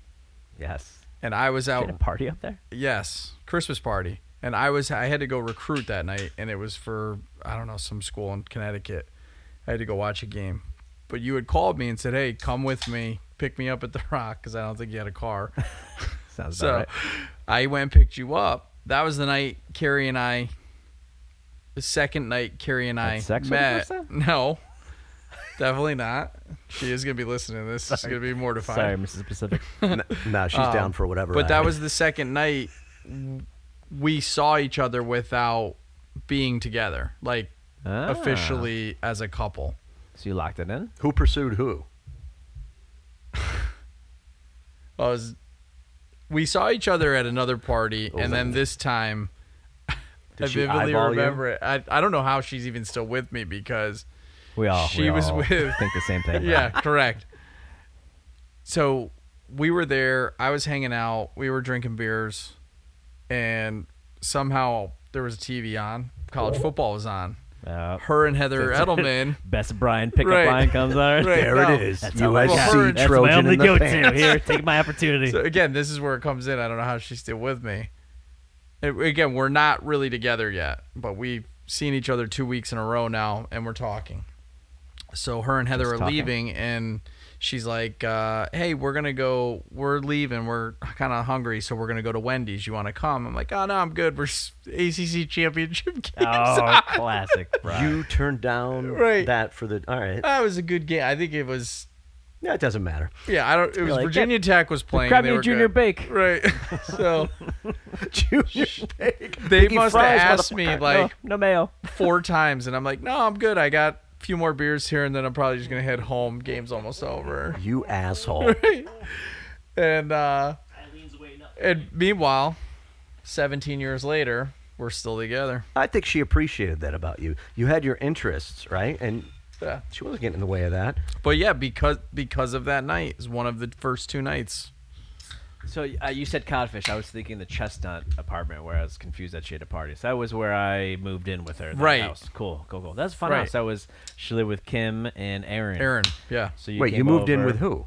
Speaker 1: Yes.
Speaker 2: And I was
Speaker 1: Did a
Speaker 3: Oh.
Speaker 2: out
Speaker 1: party up there?
Speaker 2: Yes, Christmas party. And I was I had to go recruit that night and it was for I don't know some school in Connecticut. I had to go watch a game. But you had called me and said, "Hey, come with me. Pick me up at the *laughs* Rock cuz I don't think you had a car."
Speaker 1: Sounds
Speaker 2: so,
Speaker 1: about right.
Speaker 2: I went and picked you up. That was the night Carrie and I the second night Carrie and I
Speaker 1: Had sex for the
Speaker 2: met.
Speaker 1: first time?
Speaker 2: No. *laughs* Definitely not. She is going to be listening to this. She's going to be mortified.
Speaker 1: Sorry, Mrs.
Speaker 2: *laughs*
Speaker 1: Pacific.
Speaker 3: N- no, she's
Speaker 1: Oh.
Speaker 3: down for whatever.
Speaker 2: But
Speaker 3: I-
Speaker 2: that was the second night we saw each other without being together, like
Speaker 1: Ah.
Speaker 2: officially as a couple.
Speaker 1: So you locked it in?
Speaker 3: who pursued who.
Speaker 2: I was, we saw each other at another party, and then this time,
Speaker 3: *laughs* Did
Speaker 2: I
Speaker 3: she
Speaker 2: vividly
Speaker 3: eyeball you?
Speaker 2: remember it. I, I don't know how she's even still with me because,
Speaker 1: We all
Speaker 2: She
Speaker 1: we
Speaker 2: was
Speaker 1: all *laughs*
Speaker 2: with-
Speaker 1: think the same thing.
Speaker 2: yeah, correct. So we were there. I was hanging out. We were drinking beers, and somehow there was a TV on. College football was on.
Speaker 1: Uh,
Speaker 2: her and Heather
Speaker 1: That's it.
Speaker 2: Edelman.
Speaker 1: best Brian pickup
Speaker 2: Right.
Speaker 1: line comes out.
Speaker 2: *laughs*
Speaker 1: *laughs*
Speaker 2: Right.
Speaker 3: There
Speaker 2: No,
Speaker 3: it is.
Speaker 1: That's how I got
Speaker 2: it.
Speaker 3: USC
Speaker 1: That's
Speaker 3: Trojan
Speaker 1: my only
Speaker 3: in the
Speaker 1: go-to.
Speaker 2: *laughs*
Speaker 3: pants.
Speaker 1: Here, take my opportunity.
Speaker 2: So again, this is where it comes in. I don't know how she's still with me. And again, we're not really together yet, but we've seen each other two weeks in a row now, and we're talking. So her and Heather
Speaker 1: Just
Speaker 2: are
Speaker 1: talking.
Speaker 2: leaving, and she's like, uh, "Hey, we're gonna go. We're leaving. We're kind of hungry, so we're gonna go to Wendy's. You want to come?" I'm like, "Oh no, I'm good. We're s- ACC championship *laughs* games."
Speaker 1: *laughs* oh, classic,
Speaker 2: *laughs*
Speaker 1: Brian.
Speaker 3: You turned down
Speaker 2: Right.
Speaker 3: that for the. All right.
Speaker 2: that was a good game. I think it was.
Speaker 3: Yeah, it doesn't matter. *laughs*
Speaker 2: Yeah, I don't. It was
Speaker 1: like,
Speaker 2: Virginia Tech was playing.
Speaker 1: Grab
Speaker 2: they
Speaker 1: me a
Speaker 2: were
Speaker 1: junior
Speaker 2: good.
Speaker 1: bake.
Speaker 2: Right. *laughs* So
Speaker 1: *laughs*
Speaker 3: Junior Bake.
Speaker 2: they
Speaker 3: Biggie
Speaker 2: must have
Speaker 3: Fries,
Speaker 2: asked me
Speaker 3: motherfucker.
Speaker 2: like
Speaker 1: no, no mayo.
Speaker 2: four times, and I'm like, no, I'm good. I got a few more beers here, and then I'm probably just gonna head home. Game's almost over.
Speaker 3: You asshole.
Speaker 2: And uh, and meanwhile, 17 years later, we're still together.
Speaker 3: I think she appreciated that about you. You had your interests, right? And
Speaker 2: Yeah.
Speaker 3: she wasn't getting in the way of that.
Speaker 2: But yeah, because because of that night is one of the first two nights.
Speaker 1: So uh, you said codfish. I was thinking the chestnut apartment where I was confused that she had a party. So that was where I moved in with her. that
Speaker 2: Right.
Speaker 1: House. Cool. Cool. Cool. That's a fun
Speaker 2: Right.
Speaker 1: house. That was she lived with Kim and Aaron.
Speaker 2: Aaron, yeah,
Speaker 1: So you
Speaker 3: Wait, you
Speaker 1: came
Speaker 3: moved in
Speaker 1: over.
Speaker 3: with who?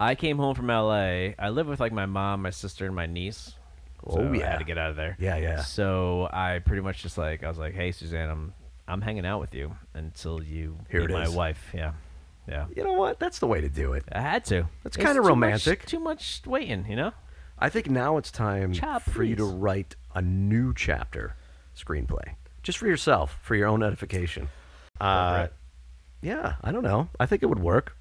Speaker 1: I came home from LA. I lived with like my mom, my sister, and my niece. So
Speaker 3: Oh,
Speaker 1: I
Speaker 3: yeah.
Speaker 1: had to get out of there.
Speaker 3: Yeah, yeah.
Speaker 1: So I pretty much just like I was like, hey Suzanne, I'm I'm hanging out with you until you
Speaker 3: Here
Speaker 1: meet
Speaker 3: it
Speaker 1: my
Speaker 3: is.
Speaker 1: wife. Yeah, yeah.
Speaker 3: You know what? That's the way to do it.
Speaker 1: I had to. It's
Speaker 3: That's kinda
Speaker 1: too much-
Speaker 3: romantic.
Speaker 1: Too much waiting, you know.
Speaker 3: I think now it's time
Speaker 1: Chop,
Speaker 3: for you to
Speaker 1: please.
Speaker 3: write a new chapter screenplay, just for yourself, for your own edification. Uh,
Speaker 1: Right.
Speaker 3: yeah, I don't know. I think it would work.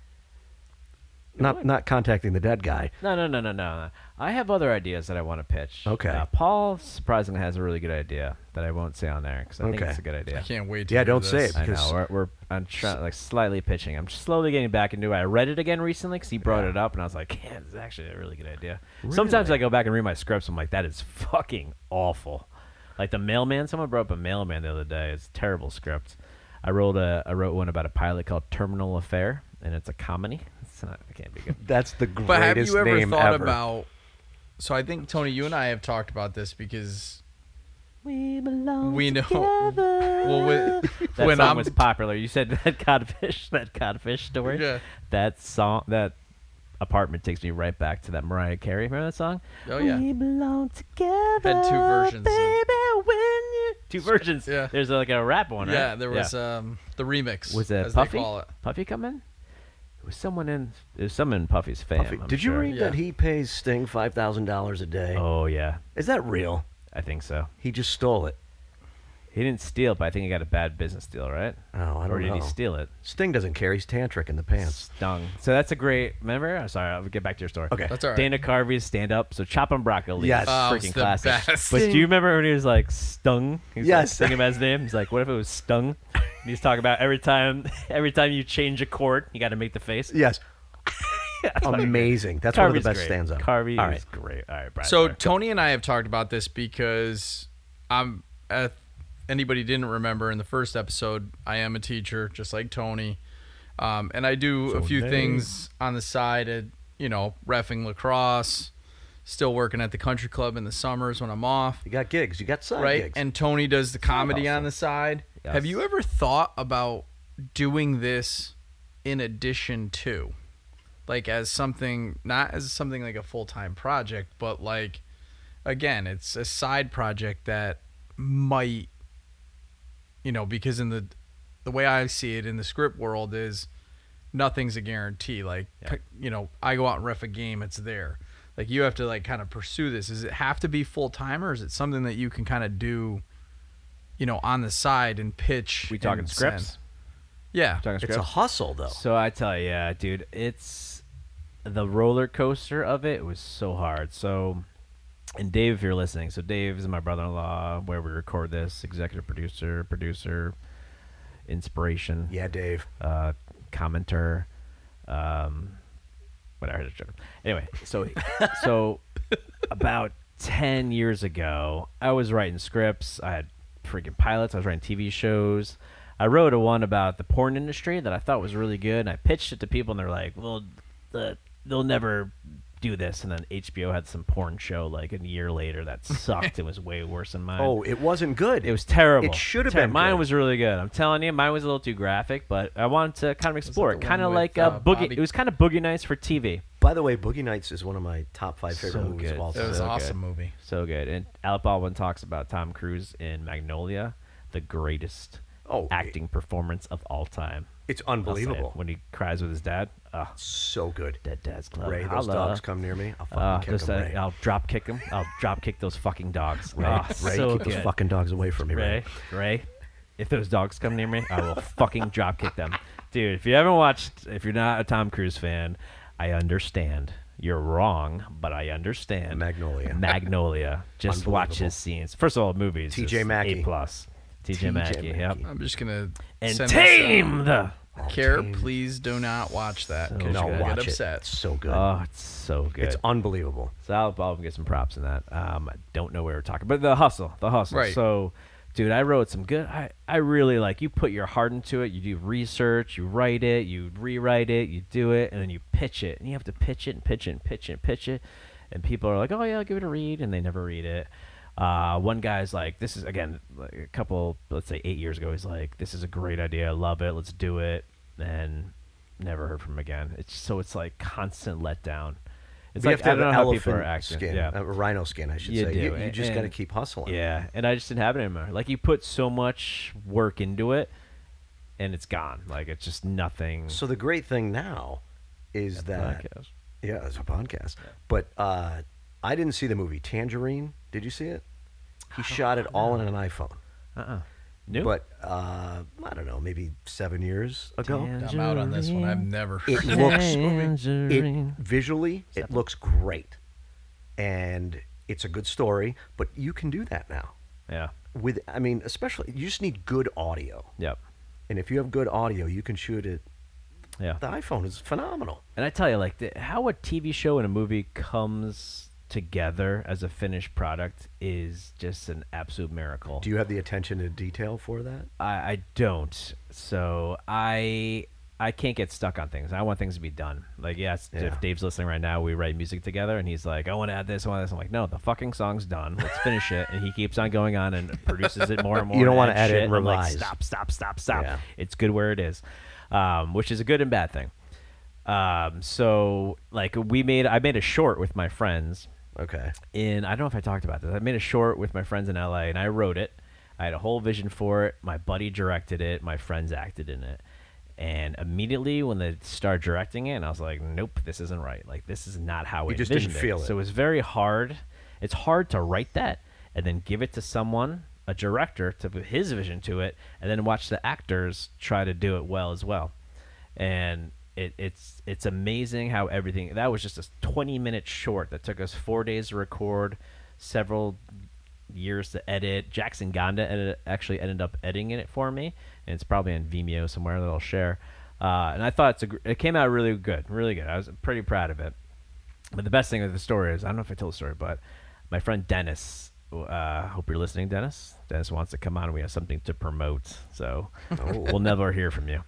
Speaker 3: not not contacting the dead guy.
Speaker 1: No, no, no, no, no. I have other ideas that I want to pitch.
Speaker 3: Okay.
Speaker 1: Uh, Paul surprisingly has a really good idea that I won't say on there because I
Speaker 3: Okay.
Speaker 1: think it's a good idea.
Speaker 2: I can't wait. To
Speaker 3: Yeah,
Speaker 2: hear
Speaker 3: don't say
Speaker 2: this.
Speaker 3: it.
Speaker 1: I know
Speaker 3: because-
Speaker 1: we're, we're I'm trying like slightly pitching. I'm slowly getting back into it. I read it again recently because he brought it up, and I was like, "Yeah, this is actually a really good idea." Sometimes I go back and read my scripts. I'm like, "That is fucking awful." Like the mailman. Someone brought up a mailman the other day. It's a terrible script. I wrote a I wrote one about a pilot called Terminal Affair, and it's a comedy. It's not. It can't be good.
Speaker 3: That's the greatest
Speaker 2: But have you ever
Speaker 3: name
Speaker 2: thought
Speaker 3: ever.
Speaker 2: about? So I think Tony, you and I have talked about this because
Speaker 1: We belong.
Speaker 2: we know. Well, when,
Speaker 1: That
Speaker 2: when
Speaker 1: song
Speaker 2: I'm
Speaker 1: was popular. You said *laughs* that codfish, that codfish story.
Speaker 2: Yeah.
Speaker 1: That song, that apartment takes me right back to that Mariah Carey. Remember that song?
Speaker 2: Oh, yeah.
Speaker 1: We belong together.
Speaker 2: Had two versions of-
Speaker 1: baby. When you two versions.
Speaker 2: Yeah.
Speaker 1: There's like a rap one, right?
Speaker 2: yeah, there was um the remix.
Speaker 1: was
Speaker 2: as
Speaker 1: it
Speaker 2: they
Speaker 1: Puffy?
Speaker 2: call it.
Speaker 1: Puffy come in? It was someone in. It was someone in Puffy's fam.
Speaker 3: Puffy,
Speaker 1: I'm
Speaker 3: Did you
Speaker 1: sure.
Speaker 3: read that
Speaker 2: Yeah.
Speaker 3: he pays Sting five thousand dollars a day?
Speaker 1: Oh yeah,
Speaker 3: Is that real?
Speaker 1: I think so.
Speaker 3: He just stole it.
Speaker 1: He didn't steal, it, but I think he got a bad business deal, right?
Speaker 3: Oh, I
Speaker 1: or
Speaker 3: don't
Speaker 1: did
Speaker 3: know.
Speaker 1: he steal it?
Speaker 3: Sting doesn't care. He's tantric in
Speaker 1: *laughs*
Speaker 3: the pants.
Speaker 1: Stung. So that's a great. Remember? I'm sorry. I'll get back to your story.
Speaker 3: Okay.
Speaker 2: That's all right.
Speaker 1: Dana Carvey's stand up. So Chop and Broccoli.
Speaker 3: Yes.
Speaker 1: is
Speaker 3: Oh,
Speaker 1: freaking
Speaker 2: it's the
Speaker 1: classic.
Speaker 2: best.
Speaker 1: But do you remember when he was like stung? He was
Speaker 3: Yes.
Speaker 1: Like, thinking about his name. He's like, what if it was stung? And he's talking about every time, *laughs* every time you change a chord, you got to make the face. *laughs*
Speaker 3: Yes. *laughs* Amazing. That's one of the best
Speaker 1: great.
Speaker 3: stands up.
Speaker 1: Carvey
Speaker 3: All
Speaker 1: is
Speaker 3: right.
Speaker 1: great. All right, Brian.
Speaker 2: So
Speaker 1: sorry.
Speaker 2: Tony and I have talked about this because I'm. Uh, anybody didn't remember in the first episode, I am a teacher, just like Tony, um, and I do a few
Speaker 1: now-
Speaker 2: things on the side. At, you know, refing lacrosse, still working at the country club in the summers when I'm off.
Speaker 3: You got gigs. You got side
Speaker 2: right?
Speaker 3: gigs.
Speaker 2: And Tony does the comedy
Speaker 1: hustle.
Speaker 2: on the side.
Speaker 1: Yes.
Speaker 2: Have you ever thought about doing this in addition to, like, as something not as something like a full time project, but like, again, it's a side project that might, you know, because in the the way I see it in the script world is nothing's a guarantee. Like,
Speaker 1: Yeah.
Speaker 2: you know, I go out and ref a game, it's there. Like, you have to like kind of pursue this. Does it have to be full time, or is it something that you can kind of do, you know, on the side and pitch?
Speaker 1: we talking
Speaker 2: and
Speaker 1: scripts?
Speaker 2: send? Yeah.
Speaker 1: Talking
Speaker 3: it's
Speaker 1: scripts?
Speaker 3: a hustle, though.
Speaker 1: So I tell you, yeah, dude, it's the roller coaster of it was so hard. So, and Dave, if you're listening, so Dave is my brother-in-law, where we record this, executive producer, producer, inspiration,
Speaker 3: Yeah, Dave.
Speaker 1: uh, commenter, um, whatever. just joking. Anyway, so *laughs* so about ten years ago, I was writing scripts. I had freaking pilots. I was writing TV shows. I wrote a one about the porn industry that I thought was really good, and I pitched it to people, and they're like, "Well, the, they'll never." Do this, and then HBO had some porn show like a year later that sucked. it was way worse than mine.
Speaker 3: Oh, it wasn't good.
Speaker 1: It was terrible.
Speaker 3: It should have
Speaker 1: Ter-
Speaker 3: been
Speaker 1: Mine
Speaker 3: good.
Speaker 1: was really good. I'm telling you, mine was a little too graphic, but I wanted to kind of explore it.
Speaker 2: the
Speaker 1: Kind of
Speaker 2: one
Speaker 1: like
Speaker 2: with,
Speaker 1: uh,
Speaker 2: uh,
Speaker 1: Boogie.
Speaker 2: Bobby-
Speaker 1: It was kind of Boogie Nights for TV.
Speaker 3: By the way, Boogie Nights is one of my top five favorite
Speaker 1: So
Speaker 3: movies
Speaker 1: good.
Speaker 3: of all
Speaker 1: It
Speaker 2: That
Speaker 3: time.
Speaker 2: was
Speaker 1: So
Speaker 2: an
Speaker 1: good.
Speaker 2: awesome movie.
Speaker 1: So good. And Alec Baldwin talks about Tom Cruise in Magnolia, the greatest
Speaker 3: Oh, it-
Speaker 1: acting performance of all time.
Speaker 3: It's
Speaker 1: I'll say it.
Speaker 3: unbelievable.
Speaker 1: When he cries with his dad. Oh,
Speaker 3: So good.
Speaker 1: dead dad's club.
Speaker 3: Ray, those
Speaker 1: Uh, Holla.
Speaker 3: dogs come near me. I'll fucking
Speaker 1: Uh,
Speaker 3: kick
Speaker 1: those-
Speaker 3: them, Ray.
Speaker 1: I'll drop kick them. I'll drop kick those fucking dogs.
Speaker 3: Ray,
Speaker 1: Oh,
Speaker 3: Ray,
Speaker 1: so
Speaker 3: keep
Speaker 1: good.
Speaker 3: those fucking dogs away from me, Ray.
Speaker 1: Ray, Ray, if those dogs come near me, I
Speaker 3: *laughs*
Speaker 1: will fucking drop kick them. Dude, if you haven't watched, if you're not a Tom Cruise fan, I understand. You're wrong, but I understand.
Speaker 3: Magnolia.
Speaker 1: Magnolia. Just watch his scenes. First of all, movies.
Speaker 3: T.J.
Speaker 1: is
Speaker 3: Mackey.
Speaker 1: A plus. TJ
Speaker 3: T.J.
Speaker 1: Mackey. Yep.
Speaker 3: Mackey.
Speaker 2: I'm just gonna
Speaker 1: And
Speaker 2: send um,
Speaker 1: tame
Speaker 2: This,
Speaker 1: the.
Speaker 2: out. Care, please do not watch that
Speaker 1: So
Speaker 2: because
Speaker 1: good.
Speaker 3: No,
Speaker 2: you'll
Speaker 1: Gotta
Speaker 3: watch
Speaker 2: get
Speaker 3: it.
Speaker 2: upset.
Speaker 3: It's so good.
Speaker 1: Oh, it's so good.
Speaker 3: it's unbelievable.
Speaker 1: So I'll, I'll get some props in that. Um, I don't know where we're talking, but the hustle, the hustle.
Speaker 2: Right.
Speaker 1: So, dude, I wrote some good. I, I really like you put your heart into it. You do research, you write it, you rewrite it, you do it, and then you pitch it. And you have to pitch it and pitch it and pitch it and pitch it. And people are like, oh yeah, I'll give it a read, and they never read it. Uh, one guy's like, this is again like a couple, let's say eight years ago. He's like, this is a great idea. I love it. Let's do it. And never heard from him again. It's so it's like constant letdown It's
Speaker 3: We
Speaker 1: like
Speaker 3: have to
Speaker 1: I
Speaker 3: have
Speaker 1: don't know how people are
Speaker 3: elephant
Speaker 1: acting.
Speaker 3: skin,
Speaker 1: Yeah.
Speaker 3: uh, rhino skin, I should
Speaker 1: You
Speaker 3: say.
Speaker 1: do, eh,
Speaker 3: You, you just got to
Speaker 1: and-
Speaker 3: keep hustling.
Speaker 1: Yeah, and I just didn't have it anymore. Like you put so much work into it, and it's gone. Like it's just nothing.
Speaker 3: So the great thing now is that
Speaker 1: podcast.
Speaker 3: yeah, it's a podcast. But uh, I didn't see the movie Tangerine. Did you see it? He shot it all on an iPhone.
Speaker 1: Uh-uh. New.
Speaker 3: But uh, I don't know, maybe seven years ago.
Speaker 2: I'm out on this one. I've never.
Speaker 3: It looks it, visually, it looks great, and it's a good story. But you can do that now
Speaker 1: yeah.
Speaker 3: with. I mean, especially you just need good audio,
Speaker 1: Yep.
Speaker 3: and if you have good audio, you can shoot it.
Speaker 1: Yeah.
Speaker 3: The iPhone is phenomenal.
Speaker 1: And I tell you, like, the, how a TV show and a movie comes together as a finished product is just an absolute miracle.
Speaker 3: Do you have the attention to detail for that?
Speaker 1: I, I don't. So I I can't get stuck on things. I want things to be done. Like yes,
Speaker 3: Yeah.
Speaker 1: if Dave's listening right now, we write music together, and he's like, "I want to add this, I want this." I'm like, "No, the fucking song's done. Let's finish it." And he keeps on going on and produces it more and more.
Speaker 3: *laughs* You don't
Speaker 1: want
Speaker 3: wanna
Speaker 1: to
Speaker 3: add it
Speaker 1: shit.
Speaker 3: and
Speaker 1: I'm like,
Speaker 3: revise.
Speaker 1: "Stop, stop, stop, stop."
Speaker 3: Yeah.
Speaker 1: It's good where it is, um, which is a good and bad thing. Um, so like we made, I made a short with my friends
Speaker 3: Okay.
Speaker 1: in I don't know if I talked about this. I made a short with my friends in LA and I wrote it. I had a whole vision for it. My buddy directed it. My friends acted in it. And immediately when they started directing it, I was like, "Nope, this isn't right. Like this is not how we
Speaker 3: just didn't
Speaker 1: envisioned
Speaker 3: feel
Speaker 1: it."
Speaker 3: it.
Speaker 1: So it was very hard. It's hard to write that and then give it to someone, a director, to put his vision to it, and then watch the actors try to do it well as well. And it, it's it's amazing how everything that was just a 20 minute short that took us four days to record, several years to edit. Jackson Gonda edit, actually ended up editing it for me, and it's probably on Vimeo somewhere that I'll share. Uh, and I thought it's a, gr- it came out really good, really good. I was pretty proud of it. But the best thing of the story is I don't know if I told the story, but my friend Dennis. Uh, hope you're listening, Dennis. Dennis wants to come on. We have something to promote, so we'll never hear from you.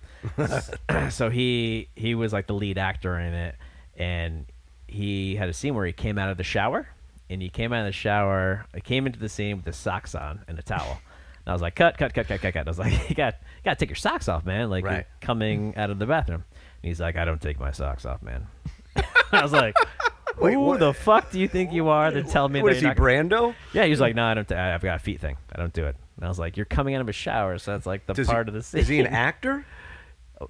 Speaker 1: so he he was like the lead actor in it, and he had a scene where he came out of the shower, and he came out of the shower. I came into the scene with his socks on and a towel. And I was like, cut, cut, cut, cut, cut, cut. I was like, *laughs* you got, you got to take your socks off, man. Like,
Speaker 3: Right.
Speaker 1: you're coming out of the bathroom. And he's like, I don't take my socks off, man. I was like, who
Speaker 3: *laughs* Wait, what-
Speaker 1: the fuck do you think you are to tell me
Speaker 3: What
Speaker 1: that
Speaker 3: is
Speaker 1: you're
Speaker 3: he,
Speaker 1: not gonna-
Speaker 3: Brando?
Speaker 1: Yeah, he was like, no, I don't. i I've got a feet thing. I don't do it. And I was like, you're coming out of a shower, so that's like the
Speaker 3: Does he-
Speaker 1: part of the scene.
Speaker 3: Is he an actor?
Speaker 1: *laughs*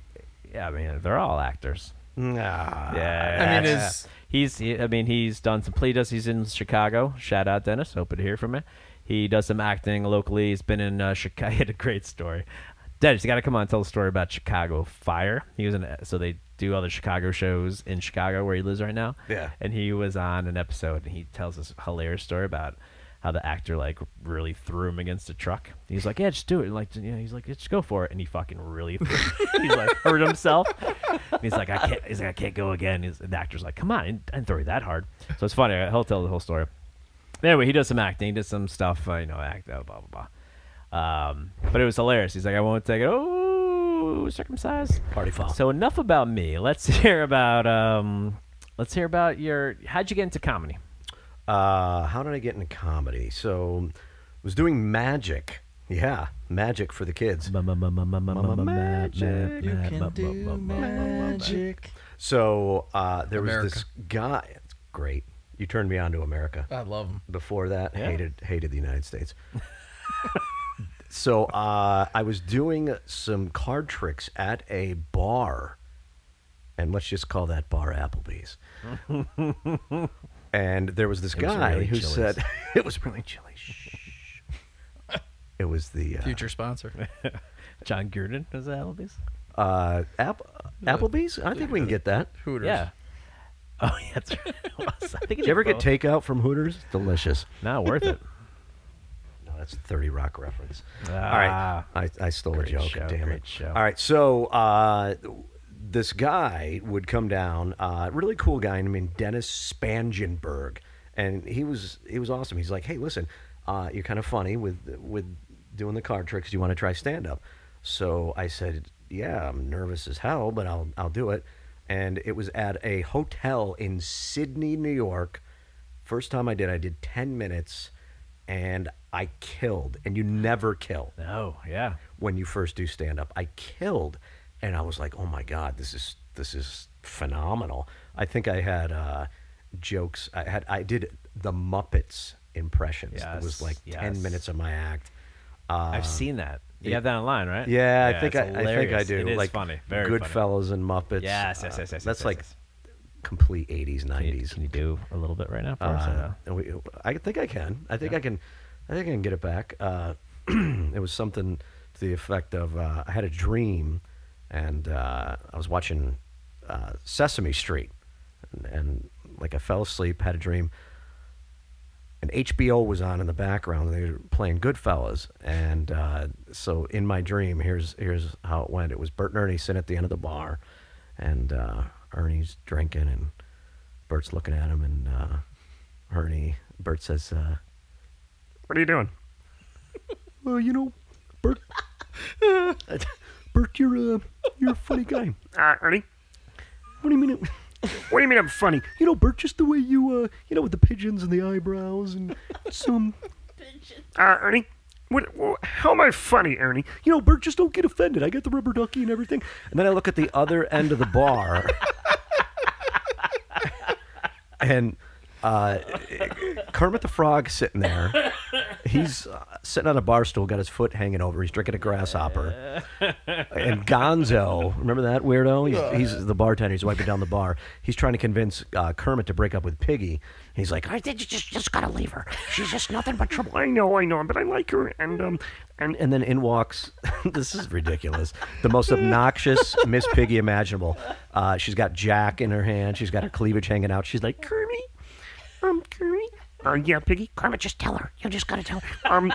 Speaker 1: yeah, I mean, they're all actors.
Speaker 3: Nah.
Speaker 1: Yeah,
Speaker 2: I mean,
Speaker 1: yeah.
Speaker 2: is-
Speaker 1: he's. He, I mean, he's done some play does. He's in Chicago. Shout out, Dennis. Hoping to hear from him. He does some acting locally. He's been in uh, Chicago. *laughs* He had a great story. Dennis, you got to come on and tell the story about Chicago Fire. He was in. So they do all the Chicago shows in Chicago where he lives right now.
Speaker 3: Yeah.
Speaker 1: And he was on an episode, and he tells this hilarious story about how the actor like really threw him against a truck. He's like, yeah, just do it. Like, you know, he's like, just go for it. And he fucking really, *laughs* threw- he's like, hurt himself. And he's like, I can't. He's like, I can't go again. He's, and the actor's like, come on, I didn't- I didn't throw you that hard. So it's funny. He'll tell the whole story. Anyway, he does some acting. He does some stuff. Uh, you know, act out, blah blah blah. Um, but it was hilarious. He's like, I won't take it. Oh, circumcised.
Speaker 3: Party foul.
Speaker 1: So enough about me. Let's *laughs* hear about um, let's hear about your. How'd you get into comedy?
Speaker 3: Uh, how did I get into comedy? So, was doing magic. Yeah, magic for the kids.
Speaker 1: Magic.
Speaker 2: You can do magic.
Speaker 3: So uh, there was this
Speaker 2: America. Uh,
Speaker 3: guy. It's great. You turned me on to America.
Speaker 2: I love them.
Speaker 3: Before that,
Speaker 1: Yeah.
Speaker 3: hated hated the United States. *laughs* so uh, I was doing some card tricks at a bar, and let's just call that bar Applebee's. and there was this
Speaker 1: was
Speaker 3: guy
Speaker 1: really
Speaker 3: who
Speaker 1: Chili's.
Speaker 3: said *laughs* it was really chilly. Shh. it was the uh,
Speaker 2: Future sponsor.
Speaker 3: *laughs*
Speaker 1: John Gurdon was that Applebee's?
Speaker 3: uh, App- Applebee's. I think we can get that.
Speaker 2: Hooters.
Speaker 1: Yeah. *laughs* Oh yeah, that's
Speaker 3: *laughs*
Speaker 1: right. I think
Speaker 3: Did you ever get takeout from Hooters? Delicious.
Speaker 1: Not worth
Speaker 3: *laughs*
Speaker 1: it.
Speaker 3: No, that's a 30 Rock reference. All
Speaker 1: Ah.
Speaker 3: right. I, I stole a
Speaker 1: Great
Speaker 3: joke.
Speaker 1: show,
Speaker 3: damn
Speaker 1: great
Speaker 3: it.
Speaker 1: show.
Speaker 3: All right. So uh, this guy would come down, uh, really cool guy named Dennis Spangenberg. And he was he was awesome. He's like, hey, listen, uh, you're kind of funny with with doing the card tricks. You want to try stand up? So I said, yeah, I'm nervous as hell, but I'll I'll do it. And it was at a hotel in Sydney, New York. First time I did, I did 10 minutes and I killed. And you never kill
Speaker 1: No, yeah.
Speaker 3: when you first do stand up. I killed. And I was like, oh my God, this is this is phenomenal. I think I had uh, jokes. I had I did the Muppets impressions. it
Speaker 1: Yes,
Speaker 3: was like ten
Speaker 1: yes.
Speaker 3: minutes of my act. Uh,
Speaker 1: I've seen that. You
Speaker 3: yeah.
Speaker 1: have that online, right?
Speaker 3: Yeah, I think
Speaker 1: it's
Speaker 3: I, I think I
Speaker 1: hilarious.
Speaker 3: do.
Speaker 1: It is
Speaker 3: like
Speaker 1: funny. Very funny.
Speaker 3: Goodfellas and Muppets.
Speaker 1: Yes, yes, yes,
Speaker 3: Uh,
Speaker 1: yes.
Speaker 3: that's
Speaker 1: yes,
Speaker 3: like
Speaker 1: yes.
Speaker 3: complete '80s,
Speaker 1: Can you-
Speaker 3: '90s.
Speaker 1: Can you do a little bit right now for us? or
Speaker 3: Uh,
Speaker 1: no?
Speaker 3: and we, I think I can. I think I can. I think I can get it back. Uh, *clears throat* it was something to the effect of uh, I had a dream, and uh, I was watching uh, Sesame Street, and, and like I fell asleep, had a dream, and HBO was on in the background, and they were playing Goodfellas, and uh, so in my dream, here's here's how it went. It was Bert and Ernie sitting at the end of the bar, and uh, Ernie's drinking, and Bert's looking at him, and uh, Ernie, Bert says, uh, "What are you doing?" Well, you know, Bert, *laughs* Bert, you're a you're a funny guy.
Speaker 4: Uh, Ernie?
Speaker 3: What do you mean? It,
Speaker 4: What do you mean I'm funny?
Speaker 3: you know, Bert, just the way you uh, you know, with the pigeons and the eyebrows and some.
Speaker 4: Uh, Ernie? What, wha- how am I funny, Ernie?
Speaker 3: You know, Bert, just don't get offended. I got the rubber ducky and everything. And then I look at the other end of the bar. *laughs* and uh, Kermit the Frog sitting there. He's uh, sitting on a bar stool, got his foot hanging over. He's drinking a grasshopper. And Gonzo, remember that weirdo? He's, he's the bartender. He's wiping down the bar. He's trying to convince uh, Kermit to break up with Piggy. He's like, I think you just, just got to leave her. She's just nothing but trouble.
Speaker 4: I know, I know, but I like her, and, um, and,
Speaker 3: And then in walks, *laughs* this is ridiculous,
Speaker 2: *laughs*
Speaker 3: the most obnoxious Miss Piggy imaginable. Uh, she's got Jack in her hand. She's got her cleavage hanging out. She's like, Kermit,
Speaker 4: um, Kermit? Uh, yeah, Piggy? Kermit, just tell her. You just gotta tell her. Um,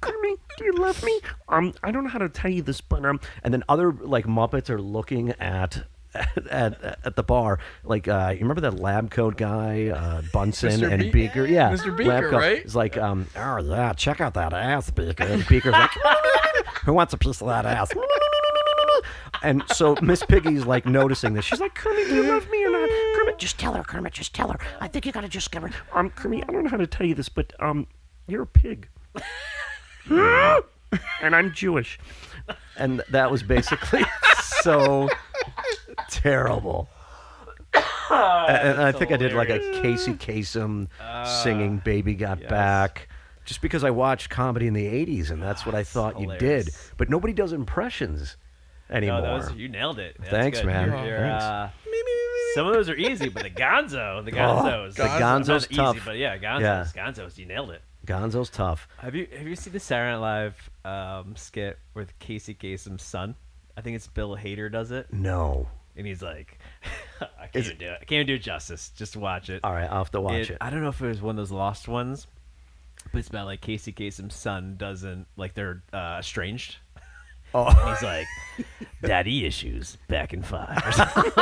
Speaker 4: Kermit, do you love me? Um, I don't know how to tell you this, but, um,
Speaker 3: and then other like Muppets are looking at *laughs* at at, at the bar. Like uh, you remember that lab coat guy uh, Bunsen
Speaker 2: Mr.
Speaker 3: and
Speaker 2: Be-
Speaker 3: Beaker? Yeah,
Speaker 2: Mr.
Speaker 3: lab
Speaker 2: Beaker,
Speaker 3: coat.
Speaker 2: right?
Speaker 3: It's like um, oh yeah, check out that ass, Beaker. And Beaker's like, *laughs* who wants a piece of that ass? *laughs* And so Miss Piggy's like noticing this. She's like, Kermit, do you love me or not? Kermit, just
Speaker 4: just tell her, Kermit, just tell her. I think you gotta just give her. Um, Kermit, I don't know how to tell you this, but, um, you're
Speaker 3: *laughs*
Speaker 4: a pig. and I'm Jewish.
Speaker 3: and that was basically *laughs* so terrible. and and I think I did like a Casey Kasem
Speaker 1: Uh,
Speaker 3: singing "Baby Got Back," just because I watched comedy in the '80s, and that's what I thought you did.
Speaker 1: hilarious.
Speaker 3: But nobody does impressions anymore.
Speaker 1: No, that was, you nailed it. That's
Speaker 3: Thanks,
Speaker 1: good.
Speaker 3: man.
Speaker 1: You're- you're,
Speaker 3: Thanks.
Speaker 1: uh, some of those are easy, but the Gonzo, the Gonzos,
Speaker 3: Oh, the Gonzo's
Speaker 1: not easy,
Speaker 3: tough.
Speaker 1: but yeah, Gonzos,
Speaker 3: Yeah.
Speaker 1: Gonzos, you nailed it.
Speaker 3: Gonzo's tough.
Speaker 1: Have you have you seen the Saturday Night Live um, skit with Casey Kasem's son? I think it's Bill Hader does it,
Speaker 3: No,
Speaker 1: and he's like, *laughs* I can't
Speaker 3: Is
Speaker 1: even do it. I can't even do it justice. Just watch it.
Speaker 3: all right, I'll have to watch it.
Speaker 1: I don't know if it was one of those lost ones, but it's about like Casey Kasem's son doesn't like they're uh, estranged. Oh, and he's like daddy issues back in five. *laughs* or something.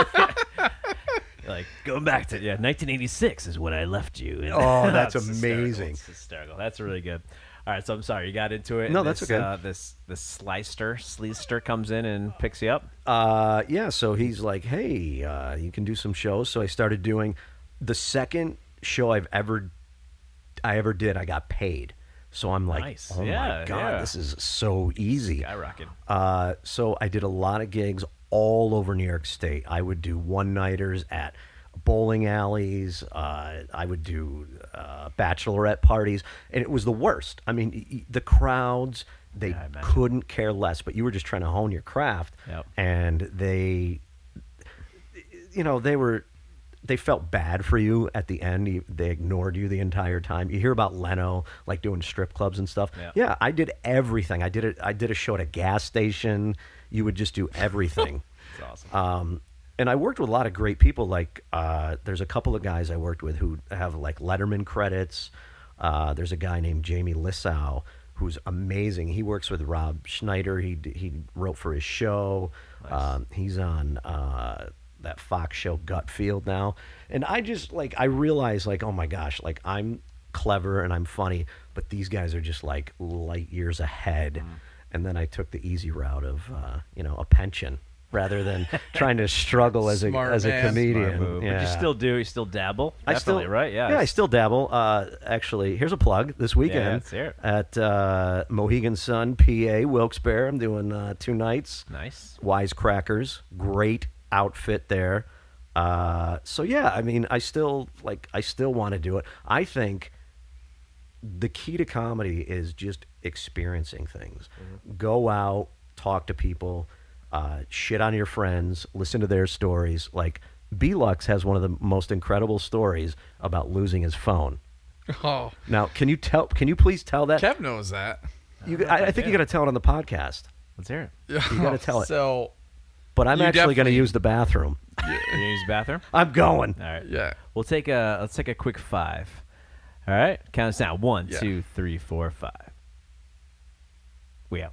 Speaker 1: like going back to yeah, 1986 is when I left you. And- *laughs*
Speaker 3: Oh, that's
Speaker 1: it's hysterical.
Speaker 3: amazing.
Speaker 1: It's hysterical. That's really good. All right, so I'm sorry you got into it.
Speaker 3: No,
Speaker 1: and
Speaker 3: that's
Speaker 1: this,
Speaker 3: okay.
Speaker 1: Uh, this this slicer sleester comes in and picks you up.
Speaker 3: uh, yeah, so he's like, hey, uh, you can do some shows. So I started doing the second show I've ever, I ever did. I got paid. So I'm like,
Speaker 1: Nice.
Speaker 3: oh
Speaker 1: Yeah,
Speaker 3: my god,
Speaker 1: yeah.
Speaker 3: this is so easy.
Speaker 1: Skyrocket.
Speaker 3: Uh, so I did a lot of gigs all over New York State. I would do one nighters at bowling alleys. Uh, I would do uh, bachelorette parties, and it was the worst. I mean, y- y- the crowds they
Speaker 1: I imagine.
Speaker 3: couldn't care less. But you were just trying to hone your craft,
Speaker 1: Yep.
Speaker 3: and they you know they were they felt bad for you at the end You- they ignored you the entire time you hear about leno like doing strip clubs and stuff
Speaker 1: Yeah.
Speaker 3: i did everything i did it i did a show at a gas station you would just do everything
Speaker 1: It's awesome.
Speaker 3: um, and i worked with a lot of great people like uh, there's a couple of guys i worked with who have like letterman credits uh, there's a guy named jamie lissau who's amazing he works with rob schneider he, d- he wrote for his show um, he's on uh, that Fox show Gutfield now. And I just like I realize like oh my gosh, like I'm clever and I'm funny, but these guys are just like light years ahead. And then I took the easy route of uh, you know, a pension rather than trying to struggle as a
Speaker 2: Smart
Speaker 3: as
Speaker 2: man.
Speaker 3: a comedian.
Speaker 1: Smart move. But you
Speaker 3: Yeah.
Speaker 1: still do. You still dabble. Definitely, right? Yeah.
Speaker 3: I still dabble. Uh, actually, here's a plug. This weekend
Speaker 1: let's hear it.
Speaker 3: at uh, Mohegan Sun, PA, Wilkes-Barre. I'm doing uh, two nights.
Speaker 1: Nice.
Speaker 3: Wisecrackers, great outfit there. Uh, so yeah, I mean, I still like, I still want to do it. I think the key to comedy is just experiencing things.
Speaker 2: Mm-hmm.
Speaker 3: Go out, talk to people, uh, shit on your friends, listen to their stories. Like B Lux has one of the most incredible stories about losing his phone.
Speaker 2: Oh,
Speaker 3: Now, can you tell? Can you please tell that?
Speaker 2: Kev knows that.
Speaker 3: you, I, I think you got to tell it on the podcast.
Speaker 1: Let's hear it.
Speaker 2: You
Speaker 3: gotta tell it.
Speaker 2: So
Speaker 3: But I'm
Speaker 2: You
Speaker 3: actually going to
Speaker 2: definitely-
Speaker 3: use the bathroom. *laughs*
Speaker 1: You gonna use the bathroom?
Speaker 3: I'm going.
Speaker 1: All right.
Speaker 2: yeah,
Speaker 1: We'll take a let's take a quick five. All right. Count us down. One,
Speaker 2: Yeah.
Speaker 1: two, three, four, five. We out.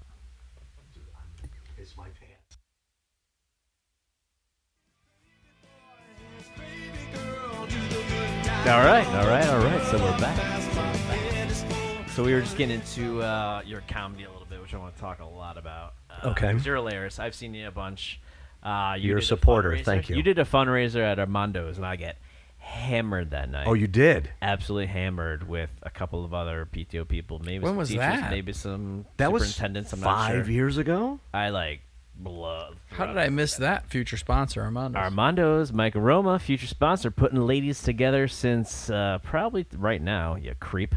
Speaker 1: All right, all right, all right. So we're back. So we were just getting into uh, your comedy a little bit, which I want to talk a lot about. Uh,
Speaker 3: Okay.
Speaker 1: 'cause You're hilarious. I've seen you a bunch. Uh, you
Speaker 3: You're a
Speaker 1: did
Speaker 3: supporter,
Speaker 1: fundraiser-
Speaker 3: thank you.
Speaker 1: You did a fundraiser at Armando's, and I get hammered that night.
Speaker 3: Oh, you did.
Speaker 1: absolutely hammered with a couple of other PTO people. Maybe
Speaker 2: When
Speaker 1: some
Speaker 2: was
Speaker 1: teachers,
Speaker 2: that?
Speaker 1: maybe some
Speaker 3: That was
Speaker 1: superintendents. I'm not
Speaker 3: five
Speaker 1: sure.
Speaker 3: years ago.
Speaker 1: I like love.
Speaker 2: how did I miss that? Future sponsor Armando.
Speaker 1: Armando's Mike Roma, future sponsor, putting ladies together since uh, probably th- right now. You
Speaker 3: *laughs*
Speaker 1: creep.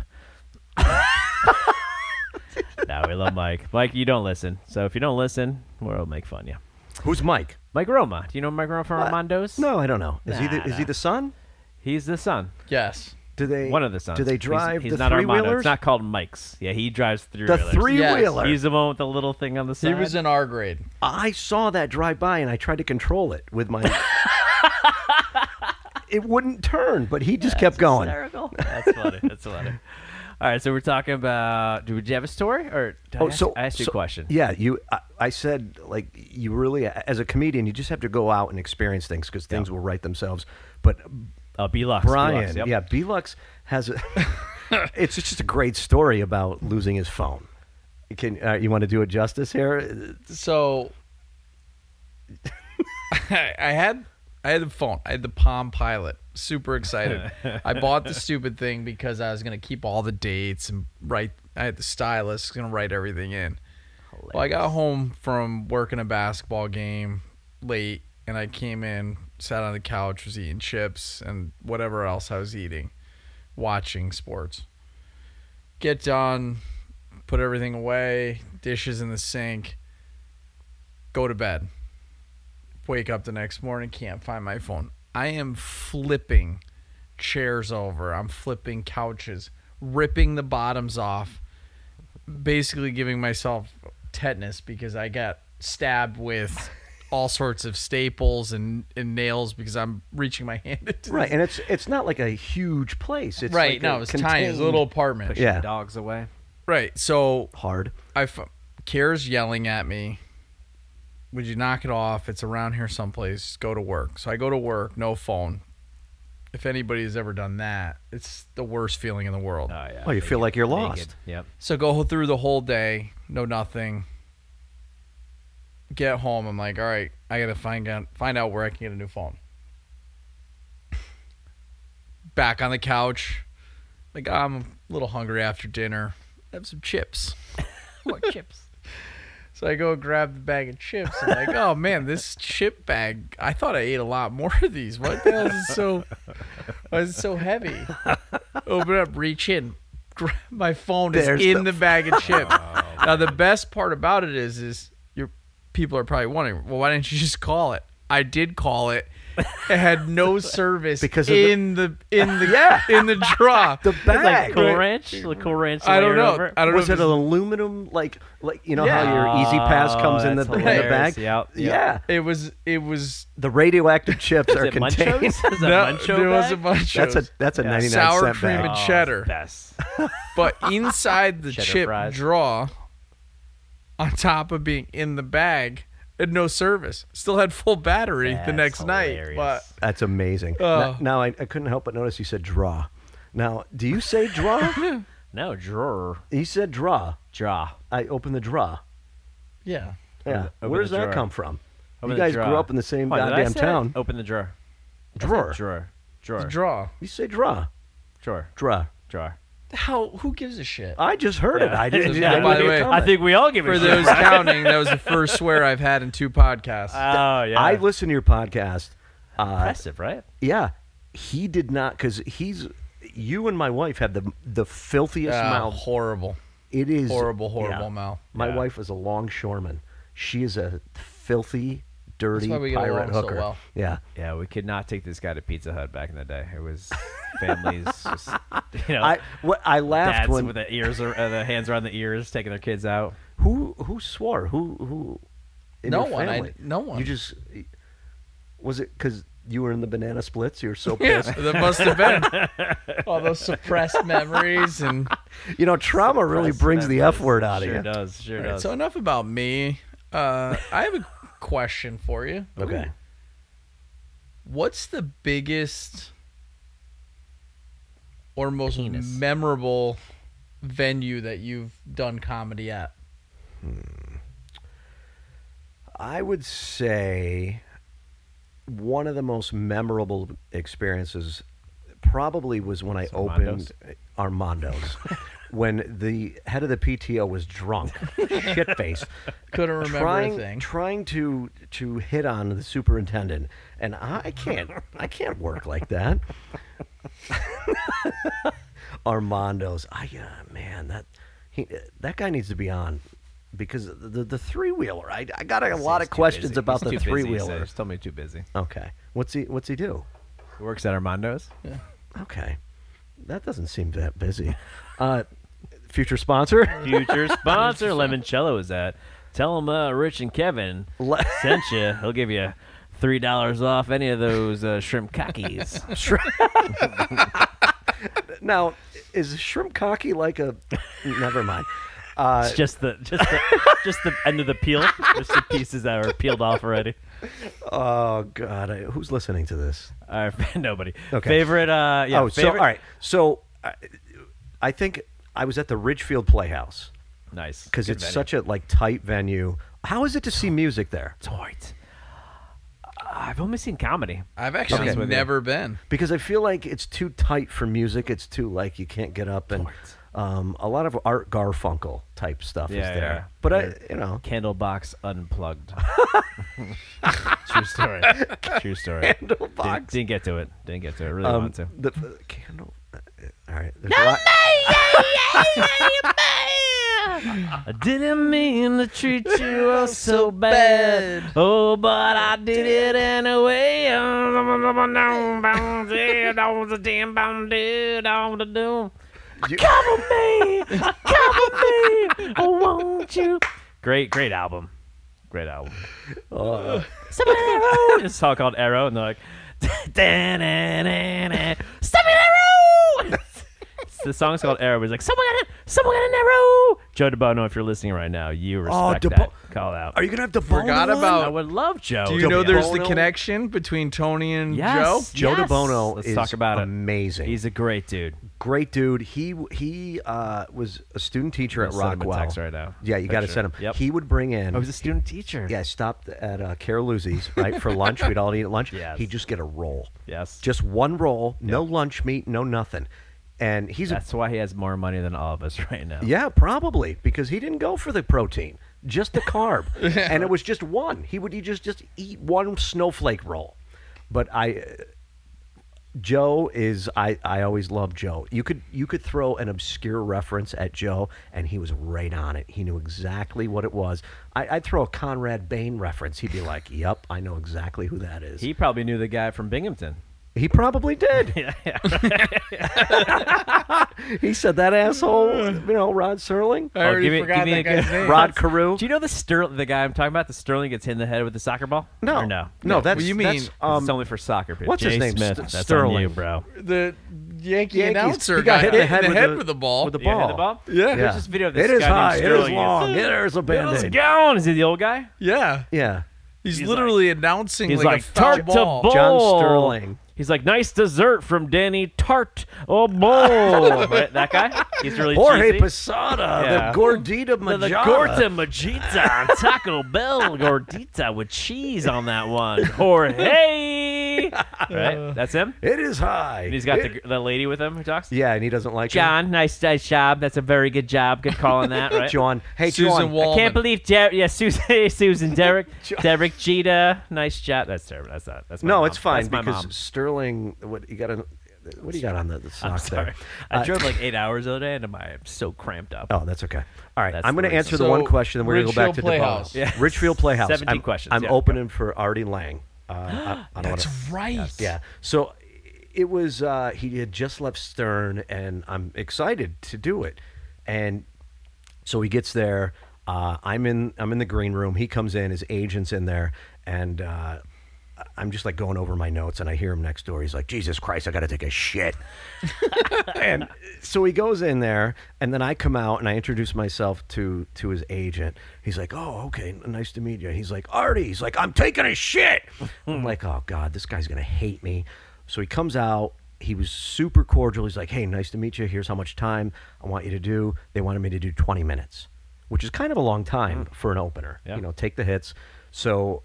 Speaker 1: now we love Mike. Mike, you don't listen. So if you don't listen, we'll make fun of you.
Speaker 3: Who's Mike?
Speaker 1: Mike Roma. Do you know Mike Roma from
Speaker 3: What?
Speaker 1: Armando's?
Speaker 3: Uh, No, I don't know. Is he the,
Speaker 1: Nah,
Speaker 3: is he
Speaker 1: nah.
Speaker 3: the son?
Speaker 1: He's the son.
Speaker 2: yes.
Speaker 3: Do they
Speaker 1: One of the sons.
Speaker 3: Do they
Speaker 1: He's-
Speaker 3: drive
Speaker 1: he's,
Speaker 3: the
Speaker 1: not
Speaker 3: three
Speaker 1: Armando.
Speaker 3: wheelers?
Speaker 1: It's not called Mike's. Yeah, he drives three
Speaker 3: the
Speaker 1: wheelers.
Speaker 3: three wheeler.
Speaker 2: Yes.
Speaker 1: He's the one with the little thing on the side.
Speaker 2: He was in our grade.
Speaker 3: I saw that drive by and I tried to control it with my. *laughs* it wouldn't turn, but he just kept going.
Speaker 1: *laughs* That's funny. That's funny.
Speaker 2: *laughs*
Speaker 1: All right, so we're talking about. Do you have a story, or did I ask, I asked you
Speaker 3: Oh, so-
Speaker 1: a question?
Speaker 3: Yeah, you. I, I said like you really, as a comedian, you just have to go out and experience things because things will write themselves. But
Speaker 1: Uh, B-Lux.
Speaker 3: Brian,
Speaker 1: B-Lux, yep.
Speaker 3: yeah, Belux has. A, *laughs* it's just a great story about losing his phone. Can uh, you want to do it justice here?
Speaker 2: So I I had I had the phone. I had the Palm Pilot. Super excited. I bought the stupid thing because I was gonna keep all the dates and write. I had the stylus gonna write everything in. Well, I got home from working a basketball game late, and I came in, sat on the couch, was eating chips and whatever else I was eating, watching sports. Get done, put everything away, dishes in the sink, go to bed. Wake up the next morning, can't find my phone. I am flipping chairs over, I'm flipping couches, ripping the bottoms off, basically giving myself tetanus because I got stabbed with all sorts of staples and, and nails because I'm reaching my hand into
Speaker 3: Right, and it's it's not like a huge place. It's
Speaker 2: right
Speaker 3: like
Speaker 2: no,
Speaker 3: a
Speaker 2: it was tiny, it was a
Speaker 3: contained-
Speaker 2: little apartment.
Speaker 1: Pushing
Speaker 3: yeah.
Speaker 1: dogs away.
Speaker 2: Right, so
Speaker 3: hard.
Speaker 2: I f- Kara's yelling at me. Would you knock it off? It's around here someplace. Go to work. So I go to work, no phone. If anybody's ever done that, it's the worst feeling in the world.
Speaker 1: Oh yeah.
Speaker 3: Oh, you feel like you're
Speaker 1: Naked.
Speaker 3: lost.
Speaker 1: Yep.
Speaker 2: So go through the whole day, no nothing. Get home, I'm like, all right, I gotta find out find out where I can get a new phone. Back on the couch, like "Ah, I'm a little hungry after dinner. Have some chips.
Speaker 1: *laughs* What chips?
Speaker 2: So I go grab the bag of chips. I'm like, oh man, this chip bag. I thought I ate a lot more of these. Why the hell is it so? Why is it so heavy?
Speaker 1: *laughs*
Speaker 2: Open up, reach in, grab my phone
Speaker 3: There's
Speaker 2: is in
Speaker 3: the-
Speaker 2: the,
Speaker 3: Oh,
Speaker 2: bag of
Speaker 3: *laughs*
Speaker 2: chips. now the best part about it is, is your people are probably wondering, well, why didn't you just call it? I did call it. It had
Speaker 3: *laughs*
Speaker 2: no service
Speaker 3: Because of the-
Speaker 2: in the, in the in *laughs* the drawer.
Speaker 3: The
Speaker 1: Like
Speaker 3: bag.
Speaker 1: Cool Ranch. The Cool Ranch.
Speaker 2: I don't
Speaker 1: layered
Speaker 2: know.
Speaker 1: over it?
Speaker 2: I don't
Speaker 3: was
Speaker 2: know.
Speaker 3: it
Speaker 2: if
Speaker 3: an
Speaker 2: it's-
Speaker 3: aluminum like like you know
Speaker 2: Yeah.
Speaker 3: how your Easy Pass
Speaker 1: Oh,
Speaker 3: comes in the,
Speaker 1: that's
Speaker 3: in the bag?
Speaker 1: hilarious. Yep, yep.
Speaker 3: Yeah,
Speaker 2: it was. It was.
Speaker 3: the radioactive chips
Speaker 1: Is
Speaker 3: are
Speaker 1: it
Speaker 3: *laughs*
Speaker 1: Munchos? *laughs*
Speaker 3: contained.
Speaker 1: Is it
Speaker 2: No,
Speaker 1: Muncho
Speaker 2: there was a
Speaker 1: bag?
Speaker 2: bunch
Speaker 3: that's a that's a
Speaker 1: Yeah.
Speaker 3: 99
Speaker 2: Sour
Speaker 3: cent
Speaker 2: cream
Speaker 3: bag.
Speaker 2: and-
Speaker 1: Oh, it's
Speaker 2: cheddar.
Speaker 1: Best.
Speaker 2: But inside
Speaker 3: *laughs*
Speaker 2: the
Speaker 1: Cheddar
Speaker 2: chip
Speaker 1: fries.
Speaker 2: draw, on top of being in the bag, and no service. Still had full battery the
Speaker 1: That's
Speaker 2: next night.
Speaker 1: hilarious.
Speaker 2: But
Speaker 3: That's amazing.
Speaker 2: Oh.
Speaker 3: Now, now I, I couldn't help but notice you said draw. Now, do you say draw?
Speaker 1: No drawer.
Speaker 3: you said draw.
Speaker 1: Draw.
Speaker 3: I opened the draw.
Speaker 2: yeah.
Speaker 3: Yeah.
Speaker 1: open
Speaker 3: Where does
Speaker 1: the
Speaker 3: that
Speaker 1: drawer.
Speaker 3: come from?
Speaker 1: Open
Speaker 3: you
Speaker 1: the
Speaker 3: guys
Speaker 1: drawer.
Speaker 3: grew up in the same
Speaker 1: Why, did I
Speaker 3: goddamn
Speaker 1: say it?
Speaker 3: town.
Speaker 1: Open the drawer.
Speaker 3: drawer.
Speaker 1: Drawer. Drawer.
Speaker 2: Draw.
Speaker 3: You say draw.
Speaker 1: Drawer.
Speaker 3: Draw.
Speaker 1: Drawer.
Speaker 2: How who gives a shit?
Speaker 3: I just heard it.
Speaker 1: *laughs*
Speaker 3: I didn't.
Speaker 2: Yeah,
Speaker 3: I didn't
Speaker 2: by the
Speaker 3: even
Speaker 2: way,
Speaker 3: comment.
Speaker 1: I think we all give it
Speaker 2: For those
Speaker 3: Uh,
Speaker 2: counting, that was the first swear I've had in two
Speaker 1: *laughs*
Speaker 2: podcasts.
Speaker 1: Oh yeah.
Speaker 3: I listen to your podcast
Speaker 1: Impressive, right?
Speaker 3: Yeah, he did not because he's. You and my wife have the the filthiest
Speaker 2: Ah,
Speaker 3: mouth.
Speaker 2: horrible,
Speaker 3: It is
Speaker 2: horrible, horrible
Speaker 3: yeah.
Speaker 2: mouth.
Speaker 3: My
Speaker 1: Yeah.
Speaker 3: wife is a longshoreman. She is a filthy, dirty
Speaker 2: why we get
Speaker 3: pirate
Speaker 2: along so
Speaker 3: hooker.
Speaker 2: well.
Speaker 3: Yeah,
Speaker 1: Yeah, we could not take this guy to Pizza Hut back in the day. It
Speaker 3: *laughs*
Speaker 1: was families, just, you know,
Speaker 3: I what I laughed
Speaker 1: dads
Speaker 3: when
Speaker 1: with the ears or uh, the hands around the ears, taking their kids out.
Speaker 3: who who swore who who. in
Speaker 2: No
Speaker 3: your
Speaker 2: one, I-
Speaker 3: family?
Speaker 2: no one.
Speaker 3: You just was it because you were in the banana splits. You were so
Speaker 2: *laughs* Yeah,
Speaker 3: pissed.
Speaker 2: that must have
Speaker 3: *laughs*
Speaker 2: been all those suppressed memories. And
Speaker 3: You know, trauma really
Speaker 1: Impressive
Speaker 3: brings the
Speaker 1: memories.
Speaker 3: f word out
Speaker 1: Sure
Speaker 3: of you.
Speaker 1: does. Sure
Speaker 2: All right,
Speaker 1: does.
Speaker 2: so enough about me. Uh, I have a question for you.
Speaker 3: Okay.
Speaker 2: What's the biggest or most
Speaker 1: Penis.
Speaker 2: memorable venue that you've done comedy at?
Speaker 3: I would say one of the most memorable experiences probably was when I
Speaker 1: Armando's?
Speaker 3: opened
Speaker 2: *laughs*
Speaker 3: Armando's. when the head of the PTO was drunk, shit faced,
Speaker 2: Couldn't remember a
Speaker 3: trying,
Speaker 2: thing.
Speaker 3: trying to to hit on the superintendent, and I can't I can't work like that. *laughs* Armando's, I uh, man that he that guy needs to be on because the the three wheeler. I, I got a lot
Speaker 1: He's
Speaker 3: of
Speaker 1: too
Speaker 3: questions
Speaker 1: busy. He's
Speaker 3: about the
Speaker 1: too busy,
Speaker 3: three
Speaker 1: so
Speaker 3: wheeler.
Speaker 1: Just told me too busy.
Speaker 3: Okay, what's he what's he do?
Speaker 1: He works at Armando's.
Speaker 3: Okay, that doesn't seem that busy. Uh,
Speaker 1: *laughs*
Speaker 3: future sponsor. *laughs*
Speaker 1: Future sponsor Lemoncello is at. Tell him uh, Rich and Kevin
Speaker 3: Le-
Speaker 1: *laughs* sent you. He'll give you three dollars off any of those uh, shrimp cockies.
Speaker 3: *laughs* Now, is shrimp cocky like a? Never mind. Uh,
Speaker 1: It's just the just the
Speaker 3: *laughs*
Speaker 1: just the end of the peel, just the pieces that are peeled off already.
Speaker 3: oh God, I, who's listening to this?
Speaker 1: All right, *laughs* nobody.
Speaker 3: Okay.
Speaker 1: Favorite? Uh, yeah.
Speaker 3: oh, so all
Speaker 1: favorite-
Speaker 3: right. So, I, I think I was at the Ridgefield Playhouse
Speaker 1: Nice.
Speaker 3: because it's such a like tight venue. How is it to see music there?
Speaker 1: tight. I've only seen comedy.
Speaker 2: I've actually
Speaker 1: Okay.
Speaker 2: never been.
Speaker 3: Because I feel like it's too tight for music. It's too like you can't get up and um, a lot of Art Garfunkel type stuff
Speaker 1: Yeah,
Speaker 3: is there.
Speaker 1: yeah.
Speaker 3: But I, you know,
Speaker 1: Candlebox unplugged.
Speaker 3: *laughs*
Speaker 1: True story. True story. Didn't,
Speaker 3: Candlebox.
Speaker 1: didn't get to it. Didn't get to it. Really
Speaker 3: um,
Speaker 1: want to.
Speaker 3: the the candle. uh, All right. There's a lot.
Speaker 1: I didn't mean to treat you *laughs* all so bad. Oh, but I did it *laughs* anyway.
Speaker 3: You-
Speaker 1: Cover me, cover me. Oh, won't you? Great, great album. Great album. Stop an arrow. It's a song called Arrow, and they're like, "Da-na-na-na. Stop an arrow. It's- the song's called Arrow. But it's like, someone got it. Someone got an arrow. Joe DeBono, if you're listening right now, you respect
Speaker 3: Oh, DeBo-
Speaker 1: that. Call out.
Speaker 3: Are you gonna have to
Speaker 2: Forgot
Speaker 1: I
Speaker 2: about.
Speaker 1: would love Joe.
Speaker 2: Do you
Speaker 1: to
Speaker 2: know
Speaker 1: be
Speaker 2: there's
Speaker 1: on.
Speaker 2: the connection between Tony and
Speaker 1: Yes.
Speaker 2: Joe?
Speaker 3: Joe
Speaker 1: Yes.
Speaker 3: DeBono
Speaker 1: Let's
Speaker 3: is
Speaker 1: talk about it.
Speaker 3: amazing. He's
Speaker 1: He's a great dude.
Speaker 3: great dude. He he uh, was a student teacher
Speaker 1: I'm
Speaker 3: at
Speaker 1: gonna send him a
Speaker 3: Rockwell.
Speaker 1: text right now.
Speaker 3: Yeah, you got to
Speaker 1: Picture.
Speaker 3: send him.
Speaker 1: Yep.
Speaker 3: He would bring in.
Speaker 1: I was a student teacher.
Speaker 3: yeah, I stopped at uh, Caroluzzi's right for lunch. We'd all eat at lunch.
Speaker 1: Yes.
Speaker 3: He'd just get a roll.
Speaker 1: Yes.
Speaker 3: Just one roll, no lunch meat, no nothing. And he's
Speaker 1: That's why he has more money than all of us right now.
Speaker 3: a yeah, probably because he didn't go for the protein, just the carb, and it was just one. He would he just just eat one snowflake roll. But I Joe is I, I always loved Joe. You could you could throw an obscure reference at Joe and he was right on it. He knew exactly what it was. I, I'd throw a Conrad Bain reference. He'd be like, Yep, I know exactly who that is.
Speaker 1: He
Speaker 3: He,
Speaker 1: probably knew the guy from Binghamton.
Speaker 3: probably did. *laughs* he said that asshole, you know, Rod Serling.
Speaker 2: I already
Speaker 1: Oh, give me-
Speaker 2: forgot
Speaker 1: give me
Speaker 2: that
Speaker 1: a
Speaker 2: guy's
Speaker 1: good-
Speaker 2: name.
Speaker 3: Rod Carew.
Speaker 1: Do you know the Sterling, the guy I'm talking about? The Sterling gets hit in the head with a soccer ball.
Speaker 3: No.
Speaker 1: or no,
Speaker 3: No, that's
Speaker 2: Well, you mean-
Speaker 3: that's,
Speaker 1: it's
Speaker 3: um,
Speaker 1: only for soccer. People.
Speaker 3: what's his
Speaker 1: Jay
Speaker 3: name?
Speaker 1: Smith.
Speaker 3: St-
Speaker 1: that's on
Speaker 3: Sterling.
Speaker 1: you, bro.
Speaker 2: The Yankee
Speaker 3: Yankees.
Speaker 2: announcer
Speaker 3: He got hit in the head with the-
Speaker 2: with the ball.
Speaker 3: with the
Speaker 1: You hit
Speaker 3: ball.
Speaker 1: the ball. *laughs*
Speaker 2: Yeah.
Speaker 1: There's
Speaker 3: Yeah.
Speaker 1: this video of this
Speaker 3: It is
Speaker 1: guy
Speaker 3: high.
Speaker 1: named
Speaker 3: It is
Speaker 1: Sterling.
Speaker 3: long. There's
Speaker 1: How's
Speaker 3: a
Speaker 1: it
Speaker 3: band
Speaker 1: going? Is he the old guy?
Speaker 2: Yeah.
Speaker 3: Yeah.
Speaker 2: He's,
Speaker 1: He's
Speaker 2: literally announcing
Speaker 1: He's
Speaker 2: like,
Speaker 1: like,
Speaker 2: a foul
Speaker 1: tart to
Speaker 2: ball.
Speaker 1: bowl.
Speaker 3: John Sterling.
Speaker 1: He's like, nice dessert from Danny Tart. Oh,
Speaker 3: *laughs*
Speaker 1: bowl. Right, that guy? He's really
Speaker 3: Jorge
Speaker 1: cheesy.
Speaker 3: Posada,
Speaker 1: Yeah.
Speaker 3: the gordita
Speaker 1: The, the
Speaker 3: majada.
Speaker 1: Gorda *laughs* Majita on Taco Bell Gordita with cheese on that one. Jorge. Johnny. right? That's him.
Speaker 3: It is high.
Speaker 1: And he's got
Speaker 3: Uh, It-
Speaker 1: the, the lady with him who talks.
Speaker 3: yeah, and he doesn't like her.
Speaker 1: John, nice, nice job. That's a very good job. Good call on
Speaker 3: *laughs*
Speaker 1: that, right?
Speaker 3: John. Hey,
Speaker 2: Susan
Speaker 3: John.
Speaker 2: Wall-
Speaker 1: I
Speaker 2: Wallman.
Speaker 1: can't believe Derek. Yeah, *laughs* Susan, Susan,
Speaker 3: *laughs*
Speaker 1: Derek, Derek Jeter. Nice job. That's terrible. That's not. That's my
Speaker 3: no,
Speaker 1: mom.
Speaker 3: it's fine
Speaker 1: That's my
Speaker 3: because
Speaker 1: mom.
Speaker 3: Sterling. What you got? On, what do you got on the, the sock
Speaker 1: I'm sorry.
Speaker 3: there?
Speaker 1: I
Speaker 3: Uh,
Speaker 1: drove
Speaker 3: *laughs*
Speaker 1: like eight hours the other day, and my I'm so cramped up.
Speaker 3: Oh, that's okay. All right,
Speaker 1: That's
Speaker 3: I'm going
Speaker 1: the reason.
Speaker 3: to answer the
Speaker 2: So,
Speaker 3: one question, then we're going to go back
Speaker 2: Ridgefield
Speaker 3: to
Speaker 2: Playhouse.
Speaker 3: DeBose. Richfield Playhouse.
Speaker 1: 17
Speaker 3: I'm,
Speaker 1: questions,
Speaker 3: I'm
Speaker 1: yeah.
Speaker 3: opening for Artie Lang. Uh, I, I don't
Speaker 2: That's
Speaker 3: wanna,
Speaker 2: right.
Speaker 3: Yeah. So it was. Uh, he had just left Stern, and I'm excited to do it. And so he gets there. Uh, I'm in. I'm in the green room. He comes in. His agent's in there, and uh, I'm just like going over my notes. And I hear him next door. He's like, "Jesus Christ, I got to take a shit." and uh, so he goes in there, and then I come out and I introduce myself to to his agent. He's like, "Oh, okay, n- nice to meet you." He's like, "Artie." He's like, "I'm taking a shit." I'm like, "Oh God, this guy's gonna hate me." So he comes out. He was super cordial. He's like, "Hey, nice to meet you. Here's how much time I want you to do." They wanted me to do 20 minutes, which is kind of a long time for an opener.
Speaker 1: Yeah.
Speaker 3: You know, take the hits. So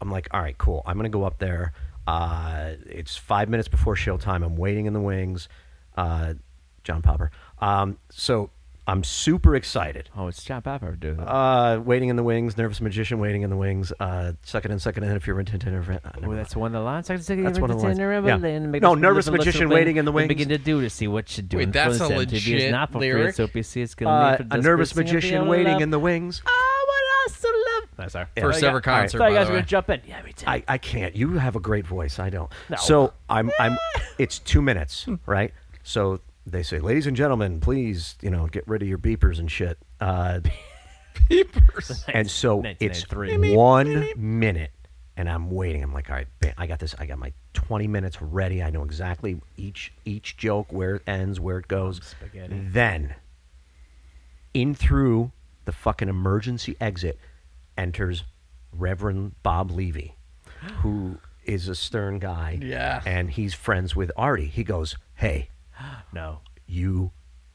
Speaker 3: I'm like, all right, cool. I'm gonna go up there. Uh, it's five minutes before showtime. I'm waiting in the wings. Uh, John Popper. Um, so I'm super excited.
Speaker 1: Oh, it's John Pepper doing that.
Speaker 3: Uh, waiting in the wings. Nervous magician. Waiting in the wings. Uh, second in, second in. If you're in, in, in, in,
Speaker 1: Oh, that's one of the lines. That's
Speaker 3: That's one of the lines. Yeah. No, nervous magician waiting in the wings.
Speaker 1: Begin to do to see what you do.
Speaker 2: Wait,
Speaker 1: in
Speaker 2: that's
Speaker 1: front
Speaker 2: a
Speaker 1: of TV is
Speaker 2: legit
Speaker 1: not for
Speaker 2: lyric?
Speaker 1: Free, so you see it's gonna
Speaker 3: uh,
Speaker 1: leave for
Speaker 3: a
Speaker 1: this
Speaker 3: nervous
Speaker 1: person to be
Speaker 3: magician
Speaker 1: able to
Speaker 3: wailing
Speaker 1: love.
Speaker 3: in the wings.
Speaker 1: I would also love. No, sorry.
Speaker 2: First
Speaker 1: Sorry,
Speaker 2: ever
Speaker 1: guy- all
Speaker 2: concert,
Speaker 1: Sorry,
Speaker 2: by
Speaker 1: guys,
Speaker 2: the
Speaker 1: we're
Speaker 2: way.
Speaker 1: gonna jump in. Yeah, me too.
Speaker 3: I, I can't. You have a great voice. I don't.
Speaker 1: No. Hmm.
Speaker 3: So I'm I'm it's two minutes, right? So they say, ladies and gentlemen, please, you know, get rid of your beepers and shit.
Speaker 1: *laughs*
Speaker 3: Uh,
Speaker 2: Peepers.
Speaker 3: and so it's
Speaker 1: 1993.
Speaker 3: one minute, and I'm waiting. I'm like, all right, bam, I got this. I got my 20 minutes ready. I know exactly each each joke where it ends, where it goes.
Speaker 1: spaghetti.
Speaker 3: Then, in through the fucking emergency exit, enters Reverend Bob Levy, who is a stern guy.
Speaker 2: Yeah.
Speaker 3: and he's friends with Artie. He goes, hey
Speaker 1: no.
Speaker 3: you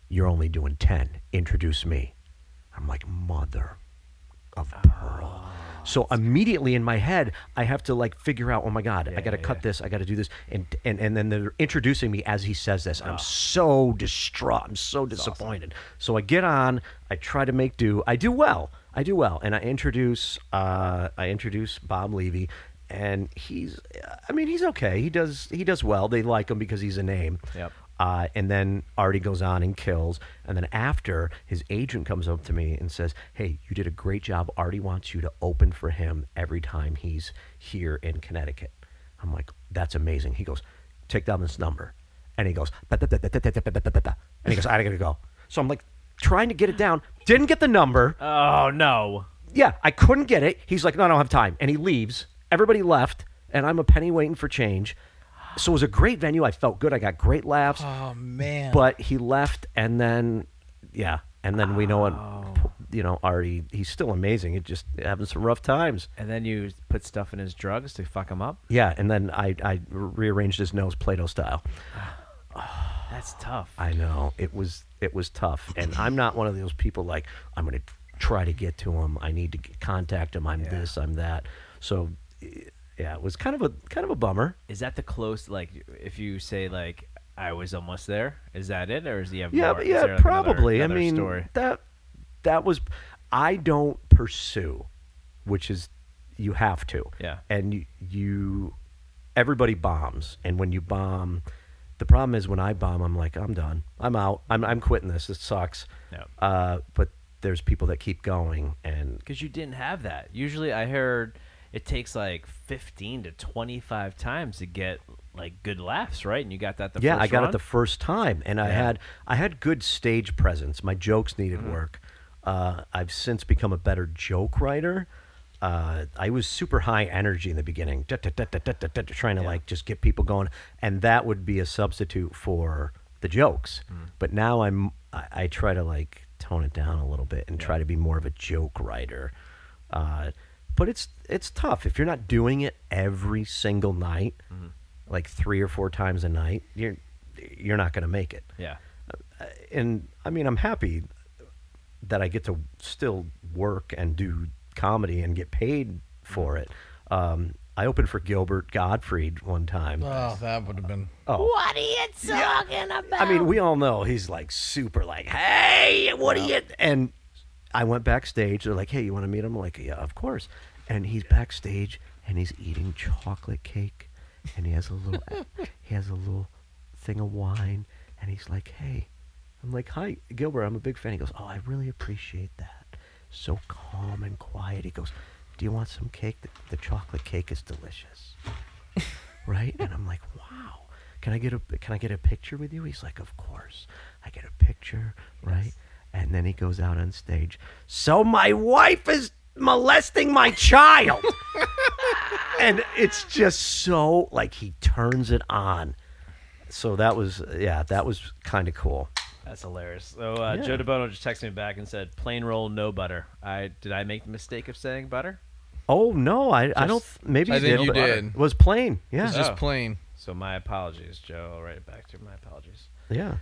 Speaker 3: you're only doing 10 introduce me i'm like mother of pearl so immediately in my head i have to like figure out oh my god i gotta
Speaker 1: yeah,
Speaker 3: cut this i gotta do this and, and and then they're introducing me as he says this
Speaker 1: Ah.
Speaker 3: and i'm so distraught i'm so disappointed so i get on i try to make do i do well i do well and i introduce uh i introduce bob levy and he's i mean he's okay he does he does well they like him because he's a name
Speaker 1: Yep.
Speaker 3: uh, and then Artie goes on and kills. And then after, his agent comes up to me and says, "Hey, you did a great job. Artie wants you to open for him every time he's here in Connecticut." I'm like, "That's amazing." He goes, "Take down this number," and he goes, "Ba- da- da- da- da- da- da- da- da- da- da." and he goes, "I gotta go." So I'm like, trying to get it down. Didn't get the number.
Speaker 1: Oh no.
Speaker 3: Yeah, I couldn't get it. He's like, no, I don't have time. And he leaves. Everybody left, and I'm a penny waiting for change. So it was a great venue. I felt good. I got great laughs.
Speaker 2: Oh man.
Speaker 3: But he left, and then, yeah, and then we know what, you know, Artie, he's still amazing. It just having some rough times.
Speaker 1: And then you put stuff in his drugs to fuck him up.
Speaker 3: Yeah, and then I, I rearranged his nose Play-Doh style.
Speaker 1: That's tough.
Speaker 3: I know it was it was tough, and I'm not one of those people like I'm going to try to get to him. I need to get, contact him. I'm this. I'm that. So, yeah, it was kind of a kind of a bummer.
Speaker 1: Is that the close? Like, if you say like I was almost there, is that it, or is he have
Speaker 3: Yeah,
Speaker 1: more?
Speaker 3: but
Speaker 1: Is
Speaker 3: yeah,
Speaker 1: there, like, another-
Speaker 3: probably.
Speaker 1: another
Speaker 3: I mean,
Speaker 1: story?
Speaker 3: that that was. I don't pursue, which is you have to.
Speaker 1: Yeah.
Speaker 3: And you, you everybody bombs, and when you bomb, the problem is when I bomb, I'm like, I'm done. I'm out. I'm I'm quitting this. This sucks.
Speaker 1: Yeah.
Speaker 3: Uh, but there's people that keep going, and
Speaker 1: because you didn't have that. Usually, I heard it takes like fifteen to twenty-five times to get like good laughs, right? And you got that the
Speaker 3: yeah,
Speaker 1: first
Speaker 3: I got it
Speaker 1: round?
Speaker 3: the first time, and I
Speaker 1: Yeah.
Speaker 3: had I had good stage presence. My jokes needed work. Uh, I've since become a better joke writer. Uh, I was super high energy in the beginning, da- da- da- da- da- da- da- trying to like just get people going, and that would be a substitute for the jokes. But now I'm I, I try to like tone it down a little bit and try to be more of a joke writer. Uh, but it's it's tough if you're not doing it every single night like three or four times a night, you're you're not going to make it.
Speaker 1: yeah.
Speaker 3: uh, And I mean, I'm happy that I get to still work and do comedy and get paid for it. Um, I opened for Gilbert Gottfried one time.
Speaker 2: Oh, that would have been.
Speaker 5: What are you talking about?
Speaker 3: I mean, we all know he's like super like, hey, what are you? And I went backstage. They're like, hey, you want to meet him? I'm like, yeah, of course. And he's backstage and he's eating chocolate cake and he has
Speaker 5: *laughs*
Speaker 3: a little he has a little thing of wine and he's like, hey, I'm like, hi, Gilbert, I'm a big fan. He goes, oh, I really appreciate that. So calm and quiet. He goes, do you want some cake? The, the chocolate cake is delicious right? And I'm like, wow. Can I get a can I get a picture with you? He's like, of course. I get a picture, right? And then he goes out on stage. So my wife is molesting
Speaker 2: *laughs*
Speaker 3: my child. and it's just so like he turns it on. So that was yeah, that was kind of cool.
Speaker 1: That's hilarious. So uh, Joe DeBono just texted me back and said, "Plain roll, no butter." I did I make the mistake of saying butter?
Speaker 3: Oh no, I, I don't th- maybe
Speaker 2: I
Speaker 3: he
Speaker 2: think
Speaker 3: did,
Speaker 2: you
Speaker 3: but
Speaker 2: did.
Speaker 3: it uh, was plain. Yeah.
Speaker 2: It's just plain.
Speaker 1: So my apologies, Joe. I'll write it back to you. My apologies.
Speaker 3: yeah.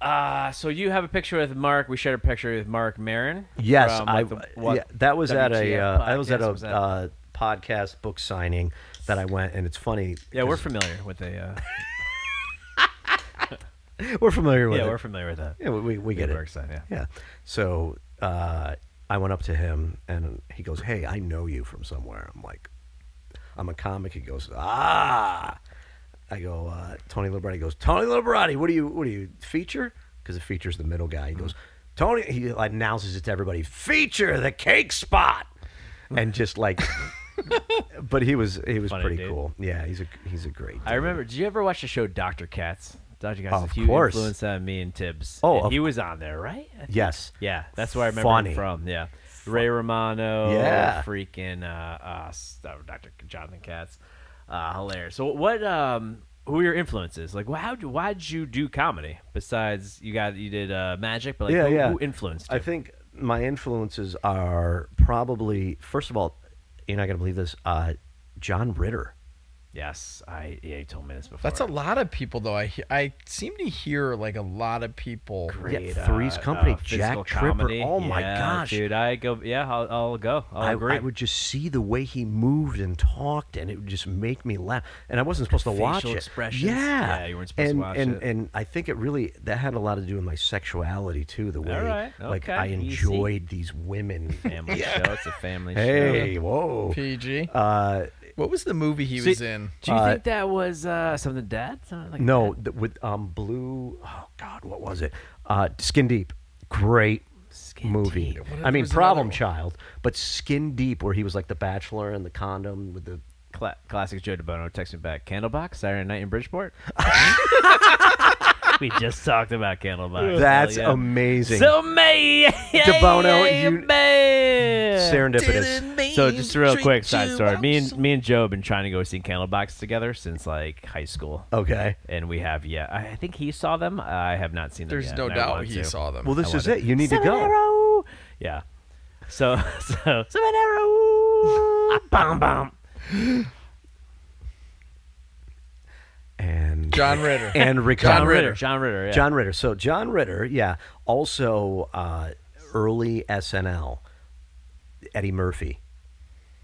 Speaker 1: Uh, so you have a picture with Mark. We shared a picture with Mark Marin.
Speaker 3: Yes,
Speaker 1: from
Speaker 3: I.
Speaker 1: what the- what
Speaker 3: yeah, that was at a.
Speaker 1: WTF
Speaker 3: Uh, I was at
Speaker 1: podcast
Speaker 3: a
Speaker 1: was
Speaker 3: uh, podcast book signing that I went, and it's funny.
Speaker 1: yeah, we're
Speaker 3: 'cause
Speaker 1: familiar with the. Uh,
Speaker 3: we're familiar *laughs* with
Speaker 1: yeah,
Speaker 3: it.
Speaker 1: we're familiar with that.
Speaker 3: yeah, we we, we get
Speaker 1: The
Speaker 3: it.
Speaker 1: Mark sign, yeah.
Speaker 3: Yeah. So uh, I went up to him, and he goes, "Hey, I know you from somewhere." I'm like, "I'm a comic." He goes, "Ah." I go, uh, Tony Liberati goes, Tony Liberati, what do you, what do you feature? Because the feature's the middle guy. He goes,
Speaker 1: Mm-hmm.
Speaker 3: Tony. He announces it to everybody. Feature the cake spot, and
Speaker 1: *laughs*
Speaker 3: just like, but he was, he was
Speaker 1: Funny
Speaker 3: pretty
Speaker 1: dude.
Speaker 3: cool. Yeah, he's a, he's a great.
Speaker 1: I
Speaker 3: dude.
Speaker 1: remember. Did you ever watch the show Doctor Katz? Doctor Katz,
Speaker 3: Of
Speaker 1: is a huge
Speaker 3: course.
Speaker 1: influence on uh, me and Tibbs.
Speaker 3: Oh,
Speaker 1: And
Speaker 3: of-
Speaker 1: he was on there, right? I think-
Speaker 3: Yes.
Speaker 1: Yeah, that's where I remember
Speaker 3: Funny.
Speaker 1: him from. Yeah, Ray Romano.
Speaker 3: Yeah.
Speaker 1: freaking uh, uh, s- uh, Dr. Jonathan Katz. Uh, hilarious. So, what? Um, who were your influences? Like, wh- how? d- Why'd you do comedy besides you got you did uh, magic? But like,
Speaker 3: Yeah,
Speaker 1: who,
Speaker 3: yeah.
Speaker 1: who influenced you?
Speaker 3: I think my influences are probably first of all, you're not gonna believe this, uh, John Ritter.
Speaker 1: yes, I. Yeah, you told me this before.
Speaker 2: That's a lot of people, though. I he- I seem to hear like a lot of people.
Speaker 1: Great, uh,
Speaker 3: Yeah, Three's Company, Jack
Speaker 1: physical
Speaker 3: Tripper.
Speaker 1: comedy.
Speaker 3: Oh my
Speaker 1: Yeah,
Speaker 3: gosh.
Speaker 1: dude! I go. Yeah, I'll, I'll go. I'll
Speaker 3: I,
Speaker 1: agree.
Speaker 3: I would just see the way he moved and talked, and it would just make me laugh. And I wasn't supposed to watch
Speaker 1: Facial
Speaker 3: it.
Speaker 1: expressions.
Speaker 3: Yeah,
Speaker 1: Yeah, you weren't supposed to
Speaker 3: and,
Speaker 1: watch
Speaker 3: and,
Speaker 1: it.
Speaker 3: And I think it really that had a lot to do with my sexuality too. The way,
Speaker 1: right,
Speaker 3: like,
Speaker 1: okay,
Speaker 3: I
Speaker 1: easy.
Speaker 3: enjoyed these women.
Speaker 1: family show. It's a family show.
Speaker 3: hey, whoa.
Speaker 2: PG.
Speaker 3: Uh,
Speaker 2: What was the movie he
Speaker 1: See,
Speaker 2: was in?
Speaker 1: Do you
Speaker 3: Uh,
Speaker 1: think that was uh, something dad? Something like
Speaker 3: No, th- with um blue. Oh God, what was it? Uh, Skin Deep, great
Speaker 1: Skin
Speaker 3: movie.
Speaker 1: Deep.
Speaker 3: I mean,
Speaker 2: was another
Speaker 3: Problem
Speaker 2: one?
Speaker 3: Child, but Skin Deep, where he was like the bachelor and the condom with the.
Speaker 1: Cla- classic Joe DeBono texting back. Candlebox Saturday night in *laughs* Bridgeport. we just talked about Candlebox.
Speaker 3: That's
Speaker 1: Hell yeah.
Speaker 3: amazing.
Speaker 1: So *laughs* may
Speaker 3: DeBono, you-
Speaker 1: man.
Speaker 3: Serendipitous.
Speaker 1: So just a real quick side story. Me and me and Joe have been trying to go see Candlebox together since like high school,
Speaker 3: Okay.
Speaker 1: and we have yet. I I think he saw them. I have not seen them.
Speaker 2: There's
Speaker 1: yet,
Speaker 2: no
Speaker 1: and I
Speaker 2: doubt
Speaker 1: want
Speaker 2: he
Speaker 1: to.
Speaker 2: saw them.
Speaker 3: Well, this is
Speaker 1: wanna-
Speaker 3: it. You need to
Speaker 1: Sabanero.
Speaker 3: go.
Speaker 1: Yeah. So *laughs* so Sabanero.
Speaker 4: Bum bum.
Speaker 3: *gasps* And
Speaker 1: *laughs*
Speaker 2: John Ritter.
Speaker 3: *laughs* and
Speaker 2: John
Speaker 3: recover.
Speaker 2: Ritter.
Speaker 1: John Ritter. Yeah.
Speaker 3: John Ritter. So John Ritter, yeah. Also, uh, early SNL, Eddie Murphy,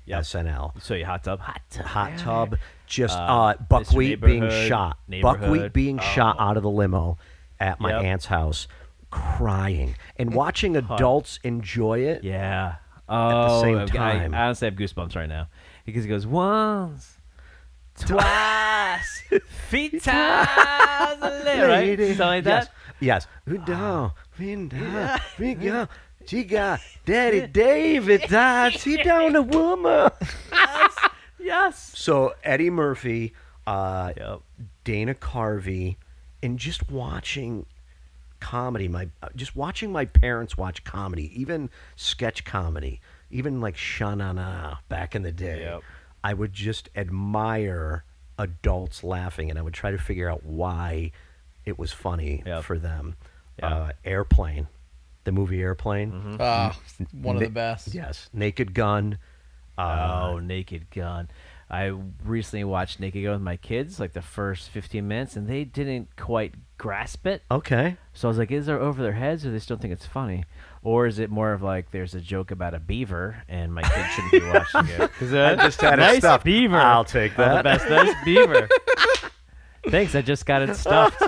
Speaker 1: Yep.
Speaker 3: SNL.
Speaker 1: So you hot tub. Hot tub.
Speaker 3: hot tub, just uh,
Speaker 1: Mr.
Speaker 3: buckwheat being
Speaker 1: Neighborhood,
Speaker 3: shot,
Speaker 1: Neighborhood. Oh.
Speaker 3: buckwheat being shot out of the limo at my
Speaker 1: Yep. Mm.
Speaker 3: aunt's house, crying and watching adults enjoy it.
Speaker 1: Yeah. Oh,
Speaker 3: same
Speaker 1: I've-
Speaker 3: time.
Speaker 1: I, I honestly have goosebumps right now because he goes once, twice, three times, right?
Speaker 3: Lady.
Speaker 1: Something like
Speaker 3: yes,
Speaker 1: that. Uh,
Speaker 3: yes. Who da? Win da?
Speaker 1: *laughs*
Speaker 3: We go. She got Daddy David died. She down a woman.
Speaker 1: Yes.
Speaker 3: So Eddie Murphy, uh,
Speaker 1: Yep.
Speaker 3: Dana Carvey, and just watching comedy. My just watching my parents watch comedy, even sketch comedy, even like Shanana back in the day.
Speaker 1: Yep.
Speaker 3: I would just admire adults laughing, and I would try to figure out why it was funny
Speaker 1: Yep.
Speaker 3: for them.
Speaker 1: Yeah. Mm-hmm.
Speaker 3: Uh, Airplane, the movie Airplane.
Speaker 2: Uh, one of the best.
Speaker 3: Yes, Naked Gun.
Speaker 1: Oh, Naked Gun. I recently watched Naked Gun with my kids, like the first 15 minutes, and they didn't quite grasp it.
Speaker 3: Okay.
Speaker 1: So I was like, is it over their heads or they still think it's funny? Or is it more of like there's a joke about a beaver and my kid shouldn't be watching
Speaker 3: *laughs*
Speaker 1: it? Because I
Speaker 3: just had it
Speaker 1: nice
Speaker 3: stuffed.
Speaker 1: beaver.
Speaker 3: I'll take
Speaker 1: Oh, the
Speaker 3: that.
Speaker 1: best. That's beaver. *laughs* Thanks. I just got it stuffed.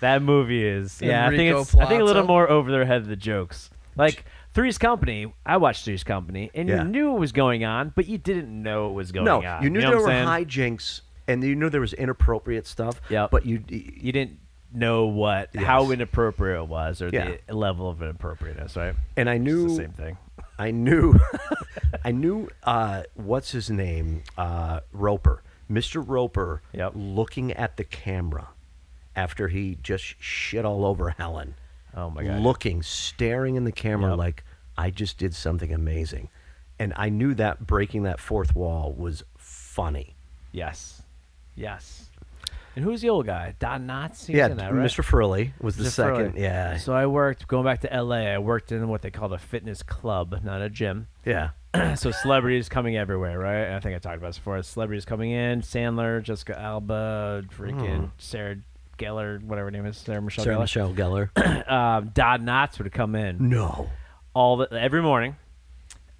Speaker 1: that movie is yeah. I think
Speaker 2: Enrico
Speaker 1: it's I think a little
Speaker 2: Palazzo.
Speaker 1: more over their head the jokes. Like Three's Company. I watched Three's Company, and
Speaker 3: Yeah.
Speaker 1: you knew what was going on, but you didn't know it was going
Speaker 3: no,
Speaker 1: on.
Speaker 3: you knew
Speaker 1: know
Speaker 3: there
Speaker 1: what
Speaker 3: were
Speaker 1: I'm saying?
Speaker 3: hijinks, and you knew there was inappropriate stuff.
Speaker 1: Yep.
Speaker 3: but you, you
Speaker 1: you didn't know what how
Speaker 3: Yes.
Speaker 1: inappropriate it was or
Speaker 3: Yeah.
Speaker 1: the level of inappropriateness, right?
Speaker 3: and I
Speaker 1: It's
Speaker 3: knew
Speaker 1: the same thing.
Speaker 3: I knew, *laughs* I knew. Uh, what's his name? Uh, Roper, Mr. Roper,
Speaker 1: Yep.
Speaker 3: looking at the camera after he just shit all over Helen.
Speaker 1: Oh, my God.
Speaker 3: Looking, staring in the camera
Speaker 1: Yep.
Speaker 3: like I just did something amazing, and I knew that breaking that fourth wall was funny.
Speaker 1: Yes. Yes. And who's the old guy? Don Knotts? He was
Speaker 3: yeah,
Speaker 1: in that, right?
Speaker 3: Mr. Furley was the
Speaker 1: Mr.
Speaker 3: second.
Speaker 1: Furley.
Speaker 3: Yeah,
Speaker 1: So I worked going back to LA, I worked in what they called a fitness club, not a gym.
Speaker 3: yeah.
Speaker 1: *clears throat* so celebrities coming everywhere, right? And I think I talked about this before. Celebrities coming in, Sandler, Jessica Alba, freaking Sarah Geller, whatever her name is, Sarah Michelle
Speaker 3: Hmm. Sarah
Speaker 1: Gellar.
Speaker 3: Michelle
Speaker 1: *clears throat*
Speaker 3: Gellar.
Speaker 1: Um, Don Knotts would come in.
Speaker 3: no.
Speaker 1: all the, every morning.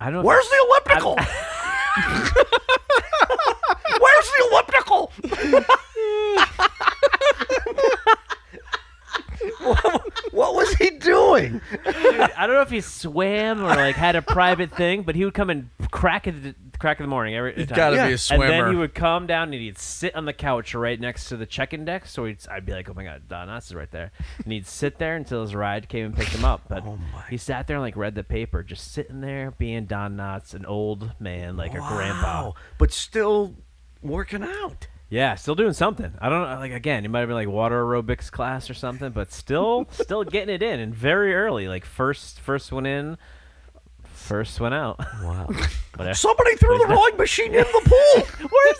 Speaker 1: I don't. know if-
Speaker 4: Where's the elliptical?
Speaker 3: *laughs*
Speaker 4: Where's the elliptical?
Speaker 3: *laughs* What was he doing?
Speaker 1: I don't know if he swam or like had a private thing, but he would come in crack of the crack of the morning every time.
Speaker 2: gotta be a swimmer.
Speaker 1: And then he would come down and he'd sit on the couch right next to the check-in deck. So he'd, I'd be like, "Oh my god, Don Knotts is right there," and he'd sit there until his ride came and picked him up. But he sat there and like read the paper, just sitting there being Don Knotts, an old man like a grandpa.
Speaker 3: Wow, but still working out.
Speaker 1: Yeah, still doing something. I don't know. Like again, it might have been like water aerobics class or something, but
Speaker 3: *laughs*
Speaker 1: still, still getting it in and very early. Like first, first one in, first one out. *laughs*
Speaker 3: Wow.
Speaker 1: Whatever.
Speaker 4: Somebody threw the rowing machine in the pool. Where's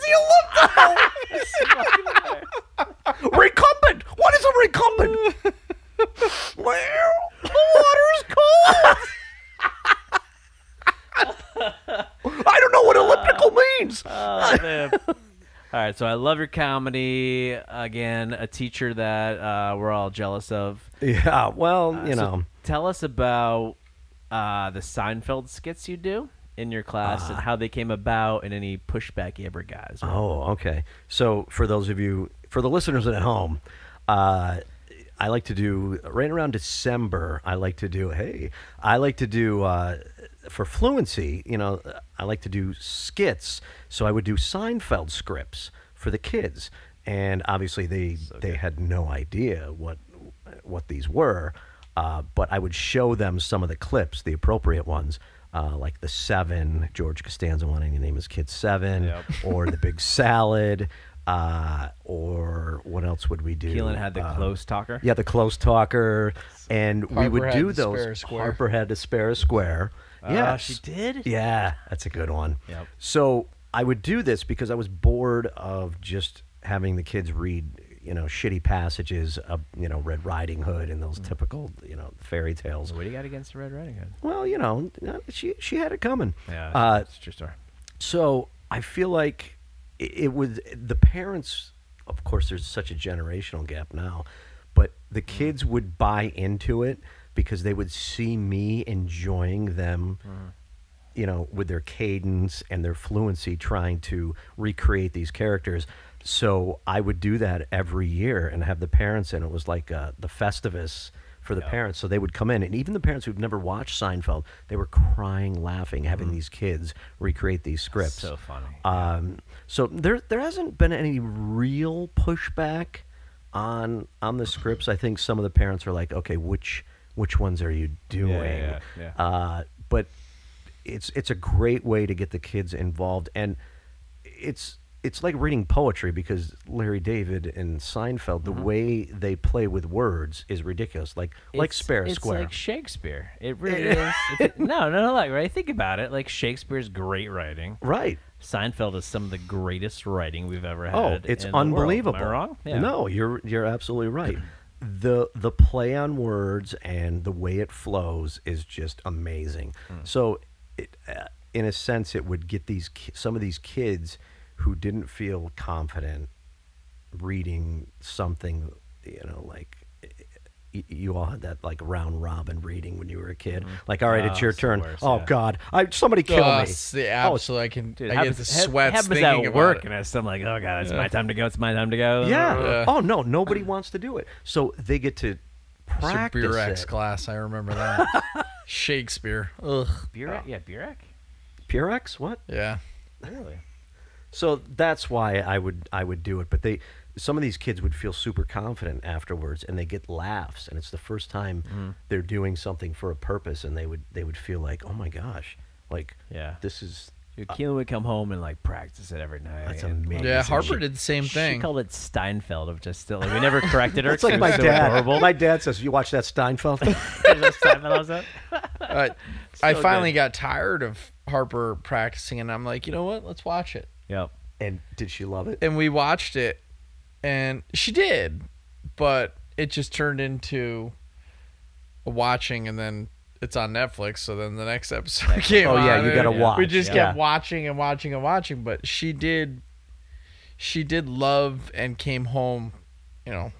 Speaker 4: the elliptical? *laughs* recumbent. What is a recumbent? well, the water's cold. I don't know what elliptical means.
Speaker 1: Oh, man. All right, so I love your comedy. Again, a teacher that uh, we're all jealous of.
Speaker 3: Yeah. Well, you
Speaker 1: So
Speaker 3: know.
Speaker 1: tell us about uh, the Seinfeld skits you do in your class
Speaker 3: Uh,
Speaker 1: and how they came about and any pushback you ever got. as well.
Speaker 3: Oh, okay. So for those of you, for the listeners at home, uh, I like to do right around December. I like to do. Hey, I like to do uh, for fluency. You know, I like to do skits. So I would do Seinfeld scripts for the kids, and obviously they they had no idea what what these were. Uh, but I would show them some of the clips, the appropriate ones, uh, like the Seven, George Costanza one, and he named his kid Seven,
Speaker 1: *laughs*
Speaker 3: or the Big Salad, uh, or what else would we do?
Speaker 1: Keelan had the
Speaker 3: Uh,
Speaker 1: close talker.
Speaker 3: yeah, the close talker, and we
Speaker 2: Harper
Speaker 3: would
Speaker 2: had
Speaker 3: do
Speaker 2: to
Speaker 3: those.
Speaker 2: spare a square. Ah,
Speaker 3: Harper had to spare a square.
Speaker 1: Yeah,
Speaker 3: yes.
Speaker 1: she did.
Speaker 3: Yeah, that's a good one.
Speaker 1: Yep.
Speaker 3: So I would do this because I was bored of just having the kids read, you know, shitty passages of, you know, Red Riding Hood and
Speaker 2: Mm.
Speaker 3: those typical, you know, fairy tales.
Speaker 1: What do you got against the Red Riding Hood?
Speaker 3: Well, you know, she she had it coming.
Speaker 1: Yeah,
Speaker 3: Uh,
Speaker 1: it's a true story.
Speaker 3: so I feel like it, it was the parents. Of course, there's such a generational gap now, but the kids would buy into it because they would see me enjoying them. You know, with their cadence and their fluency, trying to recreate these characters. So I would do that every year and have the parents in. It was like uh, the Festivus for the parents. So they would come in, and even the parents who'd never watched Seinfeld, they were crying, laughing, having these kids recreate these scripts.
Speaker 1: So funny.
Speaker 3: Um, so there there hasn't been any real pushback on on the scripts. I think some of the parents are like, okay, which which ones are you doing?
Speaker 1: yeah, yeah.
Speaker 3: Uh, but it's it's a great way to get the kids involved, and it's it's like reading poetry because Larry David and Seinfeld,
Speaker 1: Mm-hmm.
Speaker 3: the way they play with words is ridiculous. Like like
Speaker 1: It's-
Speaker 3: spare a square.
Speaker 1: It's like Shakespeare. It really is. If- no, no, no. Like, right? Think about it. Like Shakespeare's great writing.
Speaker 3: Right.
Speaker 1: Seinfeld is some of the greatest writing we've ever had.
Speaker 3: Oh, it's
Speaker 1: in the world.
Speaker 3: unbelievable.
Speaker 1: Am I wrong? Yeah.
Speaker 3: No, you're you're
Speaker 1: *clears throat*
Speaker 3: absolutely right. The the play on words and the way it flows is just amazing.
Speaker 1: Hmm.
Speaker 3: So, it, uh, in a sense, it would get these ki- some of these kids who didn't feel confident reading something, you know, like y- you all had that like round robin reading when you were a kid. Like, all right, it's
Speaker 1: Oh,
Speaker 3: your
Speaker 1: it's the
Speaker 3: turn.
Speaker 1: worst,
Speaker 3: oh
Speaker 1: yeah. Ah,
Speaker 3: God, I somebody kill
Speaker 2: oh,
Speaker 3: me.
Speaker 2: it's the absolute. I can.
Speaker 1: Dude,
Speaker 2: I get
Speaker 1: happens-
Speaker 2: the
Speaker 1: hap-
Speaker 2: sweats
Speaker 1: happens
Speaker 2: thinking
Speaker 1: at
Speaker 2: about
Speaker 1: work,
Speaker 2: it.
Speaker 1: and it's, I'm like, oh god, it's my time to go. It's my time to go.
Speaker 3: Yeah.
Speaker 2: Yeah.
Speaker 3: Oh no, nobody wants to do it. So they get to
Speaker 2: Mr.
Speaker 3: practice
Speaker 2: Burek's
Speaker 3: it.
Speaker 2: class. I remember that.
Speaker 1: *laughs*
Speaker 2: Shakespeare. Ugh.
Speaker 1: Burek. Yeah, Burek.
Speaker 3: Purex? What?
Speaker 2: Yeah.
Speaker 1: Really?
Speaker 3: Uh, So that's why I would I would do it. But they some of these kids would feel super confident afterwards, and they get laughs, and it's the first time
Speaker 2: Mm.
Speaker 3: they're doing something for a purpose, and they would they would feel like, oh my gosh, like
Speaker 1: Yeah.
Speaker 3: this is
Speaker 1: Dude, Keelan would come home and like practice it every night.
Speaker 3: That's
Speaker 1: and, like,
Speaker 3: amazing.
Speaker 2: Yeah.
Speaker 3: she-
Speaker 2: Harper did the same
Speaker 1: She
Speaker 2: thing.
Speaker 1: called it Steinfeld, which is still like we never corrected her.
Speaker 3: it's like
Speaker 1: it
Speaker 3: my
Speaker 1: was so
Speaker 3: dad.
Speaker 1: Adorable.
Speaker 3: My dad says, you watch that Steinfeld? *laughs*
Speaker 2: Uh, I
Speaker 1: So
Speaker 2: finally
Speaker 1: good.
Speaker 2: got tired of Harper practicing, and I'm like, you know what? Let's watch it.
Speaker 1: yep.
Speaker 3: and did she love it?
Speaker 2: And we watched it, and she did, but it just turned into a watching, and then it's on Netflix. So then the next episode *laughs* came.
Speaker 3: Oh, yeah,
Speaker 2: on,
Speaker 3: you gotta
Speaker 2: and
Speaker 3: watch,
Speaker 2: We just
Speaker 3: yeah.
Speaker 2: kept watching and watching and watching, but she did. She did love and came home, you know,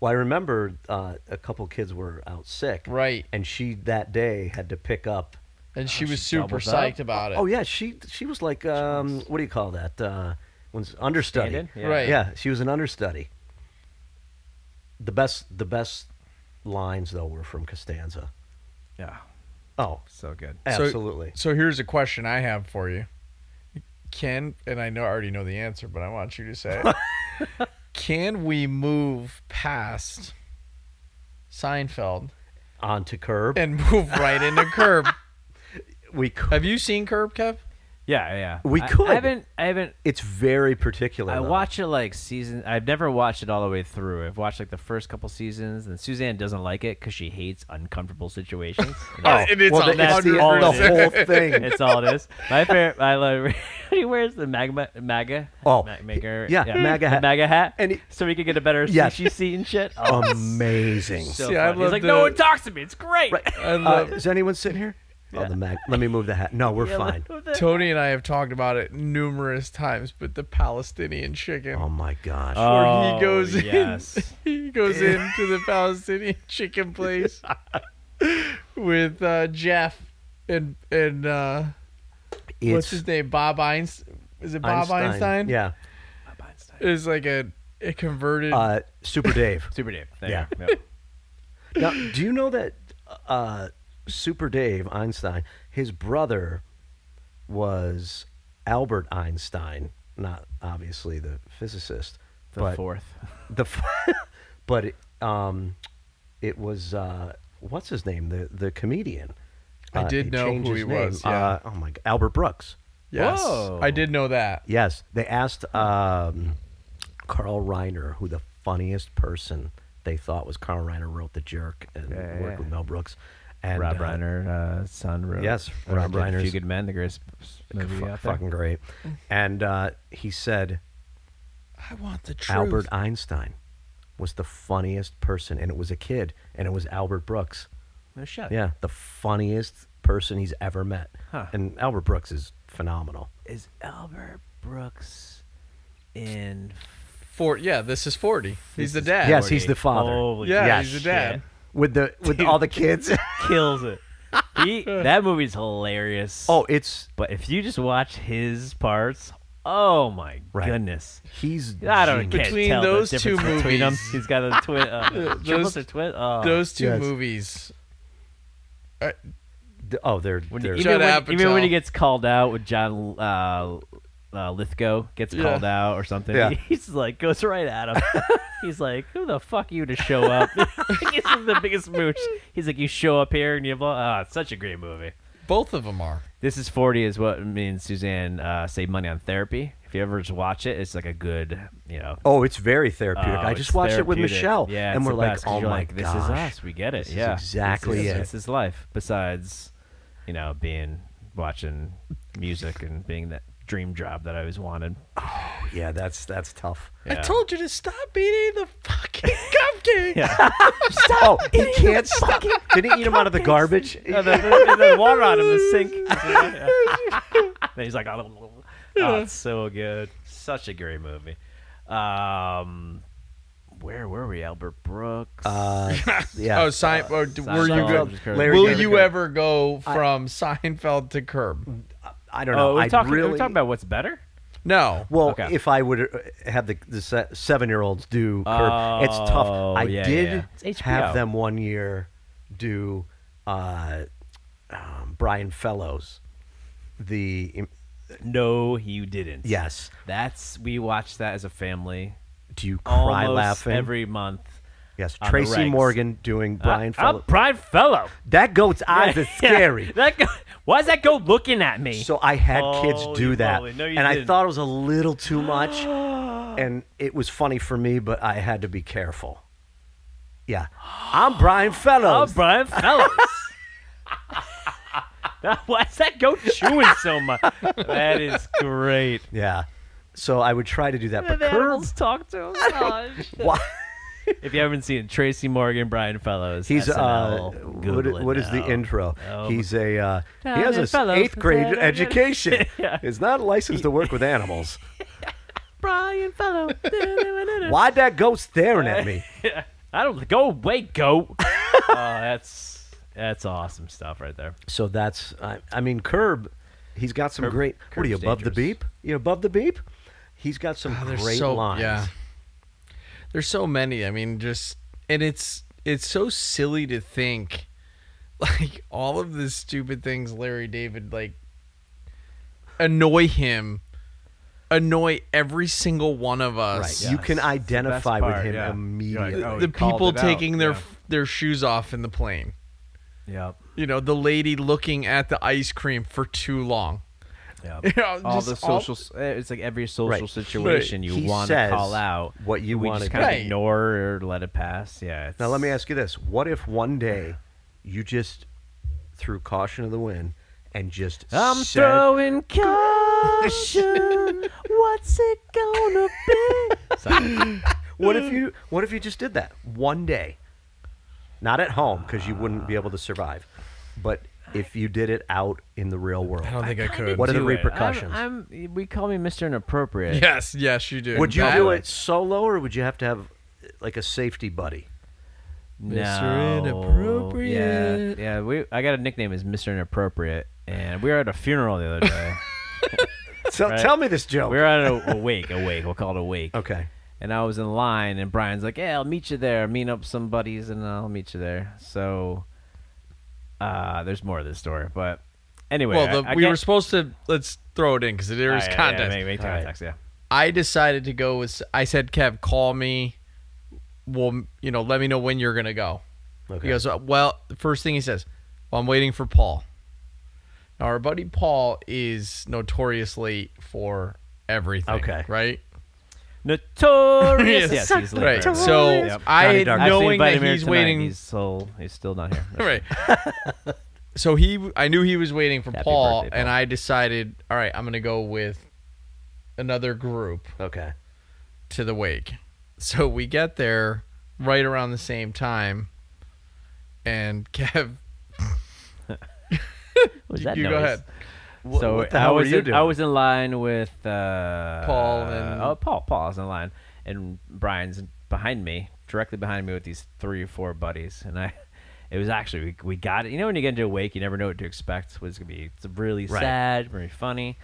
Speaker 3: Well, I remember uh, a couple kids were out sick,
Speaker 2: right,
Speaker 3: and she that day had to pick up.
Speaker 2: and she was
Speaker 1: she
Speaker 2: super
Speaker 1: doubled up.
Speaker 2: psyched about it.
Speaker 3: Oh yeah, she she was like, um, what do you call that? Uh, when it's understudy.
Speaker 1: Standard? Yeah.
Speaker 2: Right.
Speaker 3: Yeah, she was an understudy. The best the best lines though were from Costanza.
Speaker 1: Yeah.
Speaker 3: Oh,
Speaker 1: So good.
Speaker 2: So-
Speaker 3: absolutely.
Speaker 2: So here's a question I have for you. Can and I know I already know the answer, but I want you to say it.
Speaker 1: *laughs*
Speaker 2: Can we move past Seinfeld
Speaker 3: On to Curb.
Speaker 2: and move right into
Speaker 1: *laughs*
Speaker 2: Curb?
Speaker 3: we could,
Speaker 2: Have you seen Curb, Kev?
Speaker 1: Yeah, yeah.
Speaker 3: We
Speaker 1: I-
Speaker 3: could. uh,
Speaker 1: I haven't. I haven't.
Speaker 3: it's very particular.
Speaker 1: I
Speaker 3: though.
Speaker 1: watch it like season. I've never watched it all the way through. I've watched like the first couple seasons, and Suzanne doesn't like it because she hates uncomfortable
Speaker 3: *laughs*
Speaker 1: situations. And
Speaker 2: Oh,
Speaker 1: that's-
Speaker 2: and it's
Speaker 3: well,
Speaker 2: a
Speaker 3: that's the,
Speaker 1: hundred
Speaker 2: *laughs*
Speaker 3: the
Speaker 1: percent.
Speaker 3: whole thing.
Speaker 1: it's all it is. My favorite. I *laughs* love. He wears the magma MAGA.
Speaker 3: Oh,
Speaker 1: ma- maker.
Speaker 3: yeah, MAGA
Speaker 1: the
Speaker 3: hat.
Speaker 1: MAGA hat.
Speaker 3: And it-
Speaker 1: so we could get a better
Speaker 3: Yes.
Speaker 1: sushi seat and shit. Oh,
Speaker 3: *laughs* *laughs* Amazing.
Speaker 1: so
Speaker 2: See, I
Speaker 1: funny.
Speaker 2: love
Speaker 1: He's like,
Speaker 2: the-
Speaker 1: no one talks to me. It's great.
Speaker 2: *laughs* I
Speaker 3: Uh,
Speaker 2: love,
Speaker 3: is anyone sitting here? Oh, the mag. Let me move the hat. No, we're
Speaker 1: I
Speaker 3: fine.
Speaker 1: love that.
Speaker 2: Tony and I have talked about it numerous times, but the Palestinian chicken.
Speaker 3: Oh my gosh.
Speaker 2: where
Speaker 1: Oh,
Speaker 2: he goes in,
Speaker 1: yes.
Speaker 2: *laughs* he
Speaker 1: *laughs*
Speaker 2: goes into the Palestinian chicken place with uh, Jeff and and uh,
Speaker 3: it's
Speaker 2: what's his name? Bob Einstein. Is it Bob Einstein?
Speaker 3: Yeah.
Speaker 2: Is like a, a converted.
Speaker 3: Uh, Super Dave.
Speaker 1: Super Dave. There
Speaker 3: Yeah.
Speaker 1: you go. Yep.
Speaker 3: Now, do you know that uh, Super Dave Einstein, his brother was Albert Einstein, not obviously the physicist,
Speaker 1: The
Speaker 3: but
Speaker 1: fourth.
Speaker 3: the f- *laughs* but it, um, it was uh, what's his name, the the comedian. Uh,
Speaker 2: I did
Speaker 3: he
Speaker 2: know
Speaker 3: changed
Speaker 2: who
Speaker 3: his
Speaker 2: he was,
Speaker 3: name.
Speaker 2: yeah.
Speaker 3: Uh, oh my, g- Albert Brooks.
Speaker 2: yes,
Speaker 1: whoa.
Speaker 2: I did know that.
Speaker 3: Yes, they asked um, Carl Reiner who the funniest person they thought was. Carl Reiner wrote The Jerk and
Speaker 1: Yeah, yeah,
Speaker 3: worked with
Speaker 1: yeah.
Speaker 3: Mel Brooks. And
Speaker 1: Rob
Speaker 3: uh,
Speaker 1: Reiner, uh, son. Wrote,
Speaker 3: Yes,
Speaker 1: or
Speaker 3: Rob
Speaker 1: did A few
Speaker 3: Reiner's-
Speaker 1: good men. The greatest movie
Speaker 3: fu-
Speaker 1: out there.
Speaker 3: fucking great. And uh, he said
Speaker 2: I want the truth.
Speaker 3: Albert Einstein was the funniest person, and it was a kid, and it was Albert Brooks.
Speaker 1: No shit.
Speaker 3: Yeah, the funniest person he's ever met.
Speaker 1: Huh.
Speaker 3: And Albert Brooks is phenomenal.
Speaker 1: Is Albert Brooks in?
Speaker 2: For yeah, this is forty. He's the dad.
Speaker 3: Yes, he's the father.
Speaker 1: Holy
Speaker 2: yeah,
Speaker 3: yes,
Speaker 2: he's the dad.
Speaker 3: With the with all the kids.
Speaker 1: kills it.
Speaker 2: *laughs*
Speaker 1: He that movie's hilarious.
Speaker 3: *laughs* oh, it's
Speaker 1: but if you just watch his parts, oh my
Speaker 3: Right.
Speaker 1: goodness.
Speaker 3: he's
Speaker 1: I don't
Speaker 3: genius.
Speaker 1: can't
Speaker 2: Between
Speaker 1: tell the
Speaker 2: those
Speaker 1: difference
Speaker 2: two
Speaker 1: between them.
Speaker 2: movies.
Speaker 1: He's got a twin. Uh,
Speaker 2: *laughs* Those-
Speaker 1: those, or twin. Oh.
Speaker 2: Those two
Speaker 3: Yes.
Speaker 2: movies. Uh,
Speaker 3: Oh, they're,
Speaker 1: When-
Speaker 3: they're
Speaker 1: even,
Speaker 2: Judd
Speaker 1: when, even when he
Speaker 2: Apatow.
Speaker 1: gets called out with John uh, uh, Lithgow gets
Speaker 2: Yeah.
Speaker 1: called out or something,
Speaker 3: Yeah.
Speaker 1: *laughs* he's like goes right at him. he's like, "Who the fuck are you to show up?" *laughs* this is the biggest mooch. He's like, "You show up here and you blah." Oh, it's such a great movie.
Speaker 2: Both of them are.
Speaker 1: This is 40 is what me and Suzanne uh, save money on therapy. If you ever just watch it, it's like a good, you know.
Speaker 3: Oh, it's very
Speaker 1: oh,
Speaker 3: therapeutic. I
Speaker 1: it's
Speaker 3: just watched it with
Speaker 1: therapeutic.
Speaker 3: Michelle,
Speaker 1: Yeah,
Speaker 3: and
Speaker 1: it's
Speaker 3: we're
Speaker 1: the
Speaker 3: like,
Speaker 1: best 'cause
Speaker 3: "Oh
Speaker 1: you're
Speaker 3: my
Speaker 1: like, this is
Speaker 3: gosh.
Speaker 1: us. We get it.
Speaker 3: This is
Speaker 1: yeah,
Speaker 3: exactly
Speaker 1: this is,
Speaker 3: it.
Speaker 1: This is life. Besides, you know, being watching music and being that dream job that I always
Speaker 3: *laughs*
Speaker 1: wanted.
Speaker 3: Yeah, that's that's tough.
Speaker 2: I
Speaker 1: Yeah.
Speaker 2: told you to stop eating the fucking *laughs* cupcake.
Speaker 3: Oh, he can't stop. Did he eat him out of
Speaker 1: *laughs*
Speaker 3: the garbage?
Speaker 1: Oh, the, the- the water out of the
Speaker 3: *laughs*
Speaker 1: sink. *laughs* and he's like, oh, it's so good. Such a great movie. Um, Where were we? Albert Brooks.
Speaker 3: Uh, yeah.
Speaker 2: Oh, Sein- oh, d- were you
Speaker 1: Seinfeld
Speaker 2: good?
Speaker 1: to Curb.
Speaker 3: Larry
Speaker 2: Will
Speaker 3: David
Speaker 2: you
Speaker 3: Curb.
Speaker 2: ever go from Seinfeld to
Speaker 3: Mm.
Speaker 2: Curb?
Speaker 3: I don't know.
Speaker 1: oh, we're
Speaker 3: I
Speaker 1: talking,
Speaker 3: really.
Speaker 1: we're talking about what's better.
Speaker 2: No.
Speaker 3: well,
Speaker 1: okay.
Speaker 3: if I would uh, have the, the se- seven-year-olds do, Curb, it's tough.
Speaker 1: Oh,
Speaker 3: I
Speaker 1: yeah,
Speaker 3: did
Speaker 1: yeah. It's HBO.
Speaker 3: have them one year do uh, um, Brian Fellows, the
Speaker 1: No, you didn't.
Speaker 3: yes.
Speaker 1: That's we watched that as a family.
Speaker 3: Do you cry
Speaker 1: Almost
Speaker 3: laughing?
Speaker 1: every month.
Speaker 3: yes,
Speaker 1: on the Uh,
Speaker 3: Tracy
Speaker 1: regs.
Speaker 3: Morgan doing Brian
Speaker 1: I'm
Speaker 3: Fellows.
Speaker 1: Brian Fellow.
Speaker 3: *laughs* That
Speaker 1: *laughs*
Speaker 3: goat's eyes is scary.
Speaker 1: that go, why does that go looking at me?
Speaker 3: So I had kids
Speaker 1: Holy
Speaker 3: do that,
Speaker 1: moly. No, Oh, you
Speaker 3: and I
Speaker 1: didn't.
Speaker 3: thought it was a little too much,
Speaker 1: *gasps*
Speaker 3: and it was funny for me, but I had to be careful. Yeah,
Speaker 1: *gasps*
Speaker 3: I'm Brian
Speaker 1: oh,
Speaker 3: Fellows.
Speaker 1: Brian
Speaker 3: *laughs*
Speaker 1: Fellows. *laughs* That- why does that go chewing so much? That is great.
Speaker 3: yeah, so I would try to do that, but *laughs* Curb,
Speaker 1: animals talk to him. Oh,
Speaker 3: why,
Speaker 1: If you haven't seen it, Tracy Morgan, Brian Fellows.
Speaker 3: he's uh,
Speaker 1: SNL,
Speaker 3: what,
Speaker 1: Google it
Speaker 3: what is the
Speaker 1: now.
Speaker 3: intro?
Speaker 1: Oh,
Speaker 3: he's a uh, he
Speaker 1: Brian
Speaker 3: has an
Speaker 1: Fellows
Speaker 3: eighth
Speaker 1: *laughs*
Speaker 3: grade
Speaker 1: said-
Speaker 3: education. He's not licensed
Speaker 1: *laughs*
Speaker 3: to work with animals.
Speaker 1: Brian
Speaker 3: *laughs*
Speaker 1: Fellows.
Speaker 3: Why'd that goat staring
Speaker 1: *laughs*
Speaker 3: at me?
Speaker 1: I don't go away,
Speaker 3: *laughs*
Speaker 1: go. oh, that's that's awesome stuff right there.
Speaker 3: So that's I, I mean Curb, he's got some great. what are you
Speaker 1: Curb's
Speaker 3: above the
Speaker 1: dangerous.
Speaker 3: beep? You above the beep? He's got some
Speaker 2: Oh, there's
Speaker 3: great
Speaker 2: so
Speaker 3: lines.
Speaker 2: yeah. There's so many. I mean, just and it's it's so silly to think *laughs* like all of the stupid things Larry David like annoy him, annoy every single one of
Speaker 3: Right.
Speaker 2: us.
Speaker 3: You
Speaker 1: Yes.
Speaker 3: can
Speaker 1: It's the best
Speaker 3: identify
Speaker 1: part,
Speaker 3: with him
Speaker 1: yeah. You're like,
Speaker 3: immediately.
Speaker 1: oh,
Speaker 2: The
Speaker 1: he called
Speaker 2: people
Speaker 1: it out,
Speaker 2: taking their
Speaker 1: yeah.
Speaker 2: their shoes off in the plane.
Speaker 1: Yep.
Speaker 2: You know, the lady looking at the ice cream for too long.
Speaker 1: Yep. *laughs*
Speaker 2: You know,
Speaker 1: all
Speaker 2: just
Speaker 1: the social eh, it's like every social
Speaker 3: Right.
Speaker 1: situation you
Speaker 3: He
Speaker 1: want to
Speaker 3: says
Speaker 1: call out
Speaker 3: what you
Speaker 1: we
Speaker 3: wanna
Speaker 1: just kind
Speaker 2: do. Right.
Speaker 1: of ignore or let it pass yeah it's,
Speaker 3: Now let me ask you this: What if one day you just threw caution to the wind and just
Speaker 1: i'm
Speaker 3: said, *laughs*
Speaker 1: throwing caution what's it gonna be Sorry.
Speaker 3: What if you? What if you just did that one day? Not at home because you wouldn't be able to survive, but if you did it out in the real world,
Speaker 2: I don't think I could.
Speaker 3: what are *laughs* the
Speaker 1: Do it. I'm-
Speaker 3: repercussions?
Speaker 1: I'm, we call me mr inappropriate
Speaker 2: *laughs* Yes, yes, you do.
Speaker 3: would you
Speaker 2: That-
Speaker 3: do it solo, or would you have to have like a safety *laughs* buddy?
Speaker 1: no.
Speaker 2: Inappropriate.
Speaker 1: yeah yeah we i got a nickname as mr inappropriate and we were at a funeral the other day
Speaker 3: So
Speaker 1: Right.
Speaker 3: tell me this joke.
Speaker 1: we were at
Speaker 2: *laughs*
Speaker 1: a, a wake a wake we'll call it a wake
Speaker 3: okay.
Speaker 1: and I was in line, and Brian's like, "Yeah, I'll meet you there. Meet up some buddies, and I'll meet you there." So, uh, there's more of this story, but anyway,
Speaker 2: Well, the,
Speaker 1: I, I
Speaker 2: we
Speaker 1: get-
Speaker 2: were supposed to let's throw it in because there
Speaker 1: All
Speaker 2: is
Speaker 1: right,
Speaker 2: context.
Speaker 1: Yeah, make, make
Speaker 3: All right.
Speaker 1: context, yeah.
Speaker 2: I decided to go with. I said, Kev, call me. Well, you know, let me know when you're gonna go.
Speaker 3: Okay.
Speaker 2: He goes, uh, well, the first thing he says, well, I'm waiting for Paul. Now, our buddy Paul is notorious late for everything.
Speaker 3: Okay.
Speaker 2: Right. *laughs*
Speaker 1: Notorious. yes, he's late.
Speaker 2: right.
Speaker 1: for everything.
Speaker 2: So
Speaker 1: Yep.
Speaker 2: I,
Speaker 3: Johnny Darko.
Speaker 2: knowing
Speaker 3: I've seen
Speaker 1: Actually invited
Speaker 2: that
Speaker 1: him here
Speaker 2: he's
Speaker 1: tonight,
Speaker 2: waiting,
Speaker 1: He's still, he's still not here.
Speaker 2: right. so he, I knew he was waiting for
Speaker 1: Happy
Speaker 2: Paul,
Speaker 1: birthday,
Speaker 2: and
Speaker 1: Paul.
Speaker 2: I decided, all right, I'm gonna go with another group.
Speaker 3: Okay.
Speaker 2: to the wake. So we get there right around the same time, and *laughs* Kev,
Speaker 1: What was
Speaker 2: You-
Speaker 1: that
Speaker 2: you go
Speaker 1: noise?
Speaker 2: ahead.
Speaker 1: So
Speaker 3: what the
Speaker 1: I
Speaker 3: hell were
Speaker 1: was
Speaker 3: you
Speaker 1: in, I
Speaker 3: doing?
Speaker 1: was in line with uh,
Speaker 2: Paul and-
Speaker 1: oh Paul Paul I was in line and Brian's behind me directly behind me with these three or four buddies and I *laughs* it was actually we, we got it you know when you get into a wake you never know what to expect what's gonna be it's really
Speaker 3: Right.
Speaker 1: sad really funny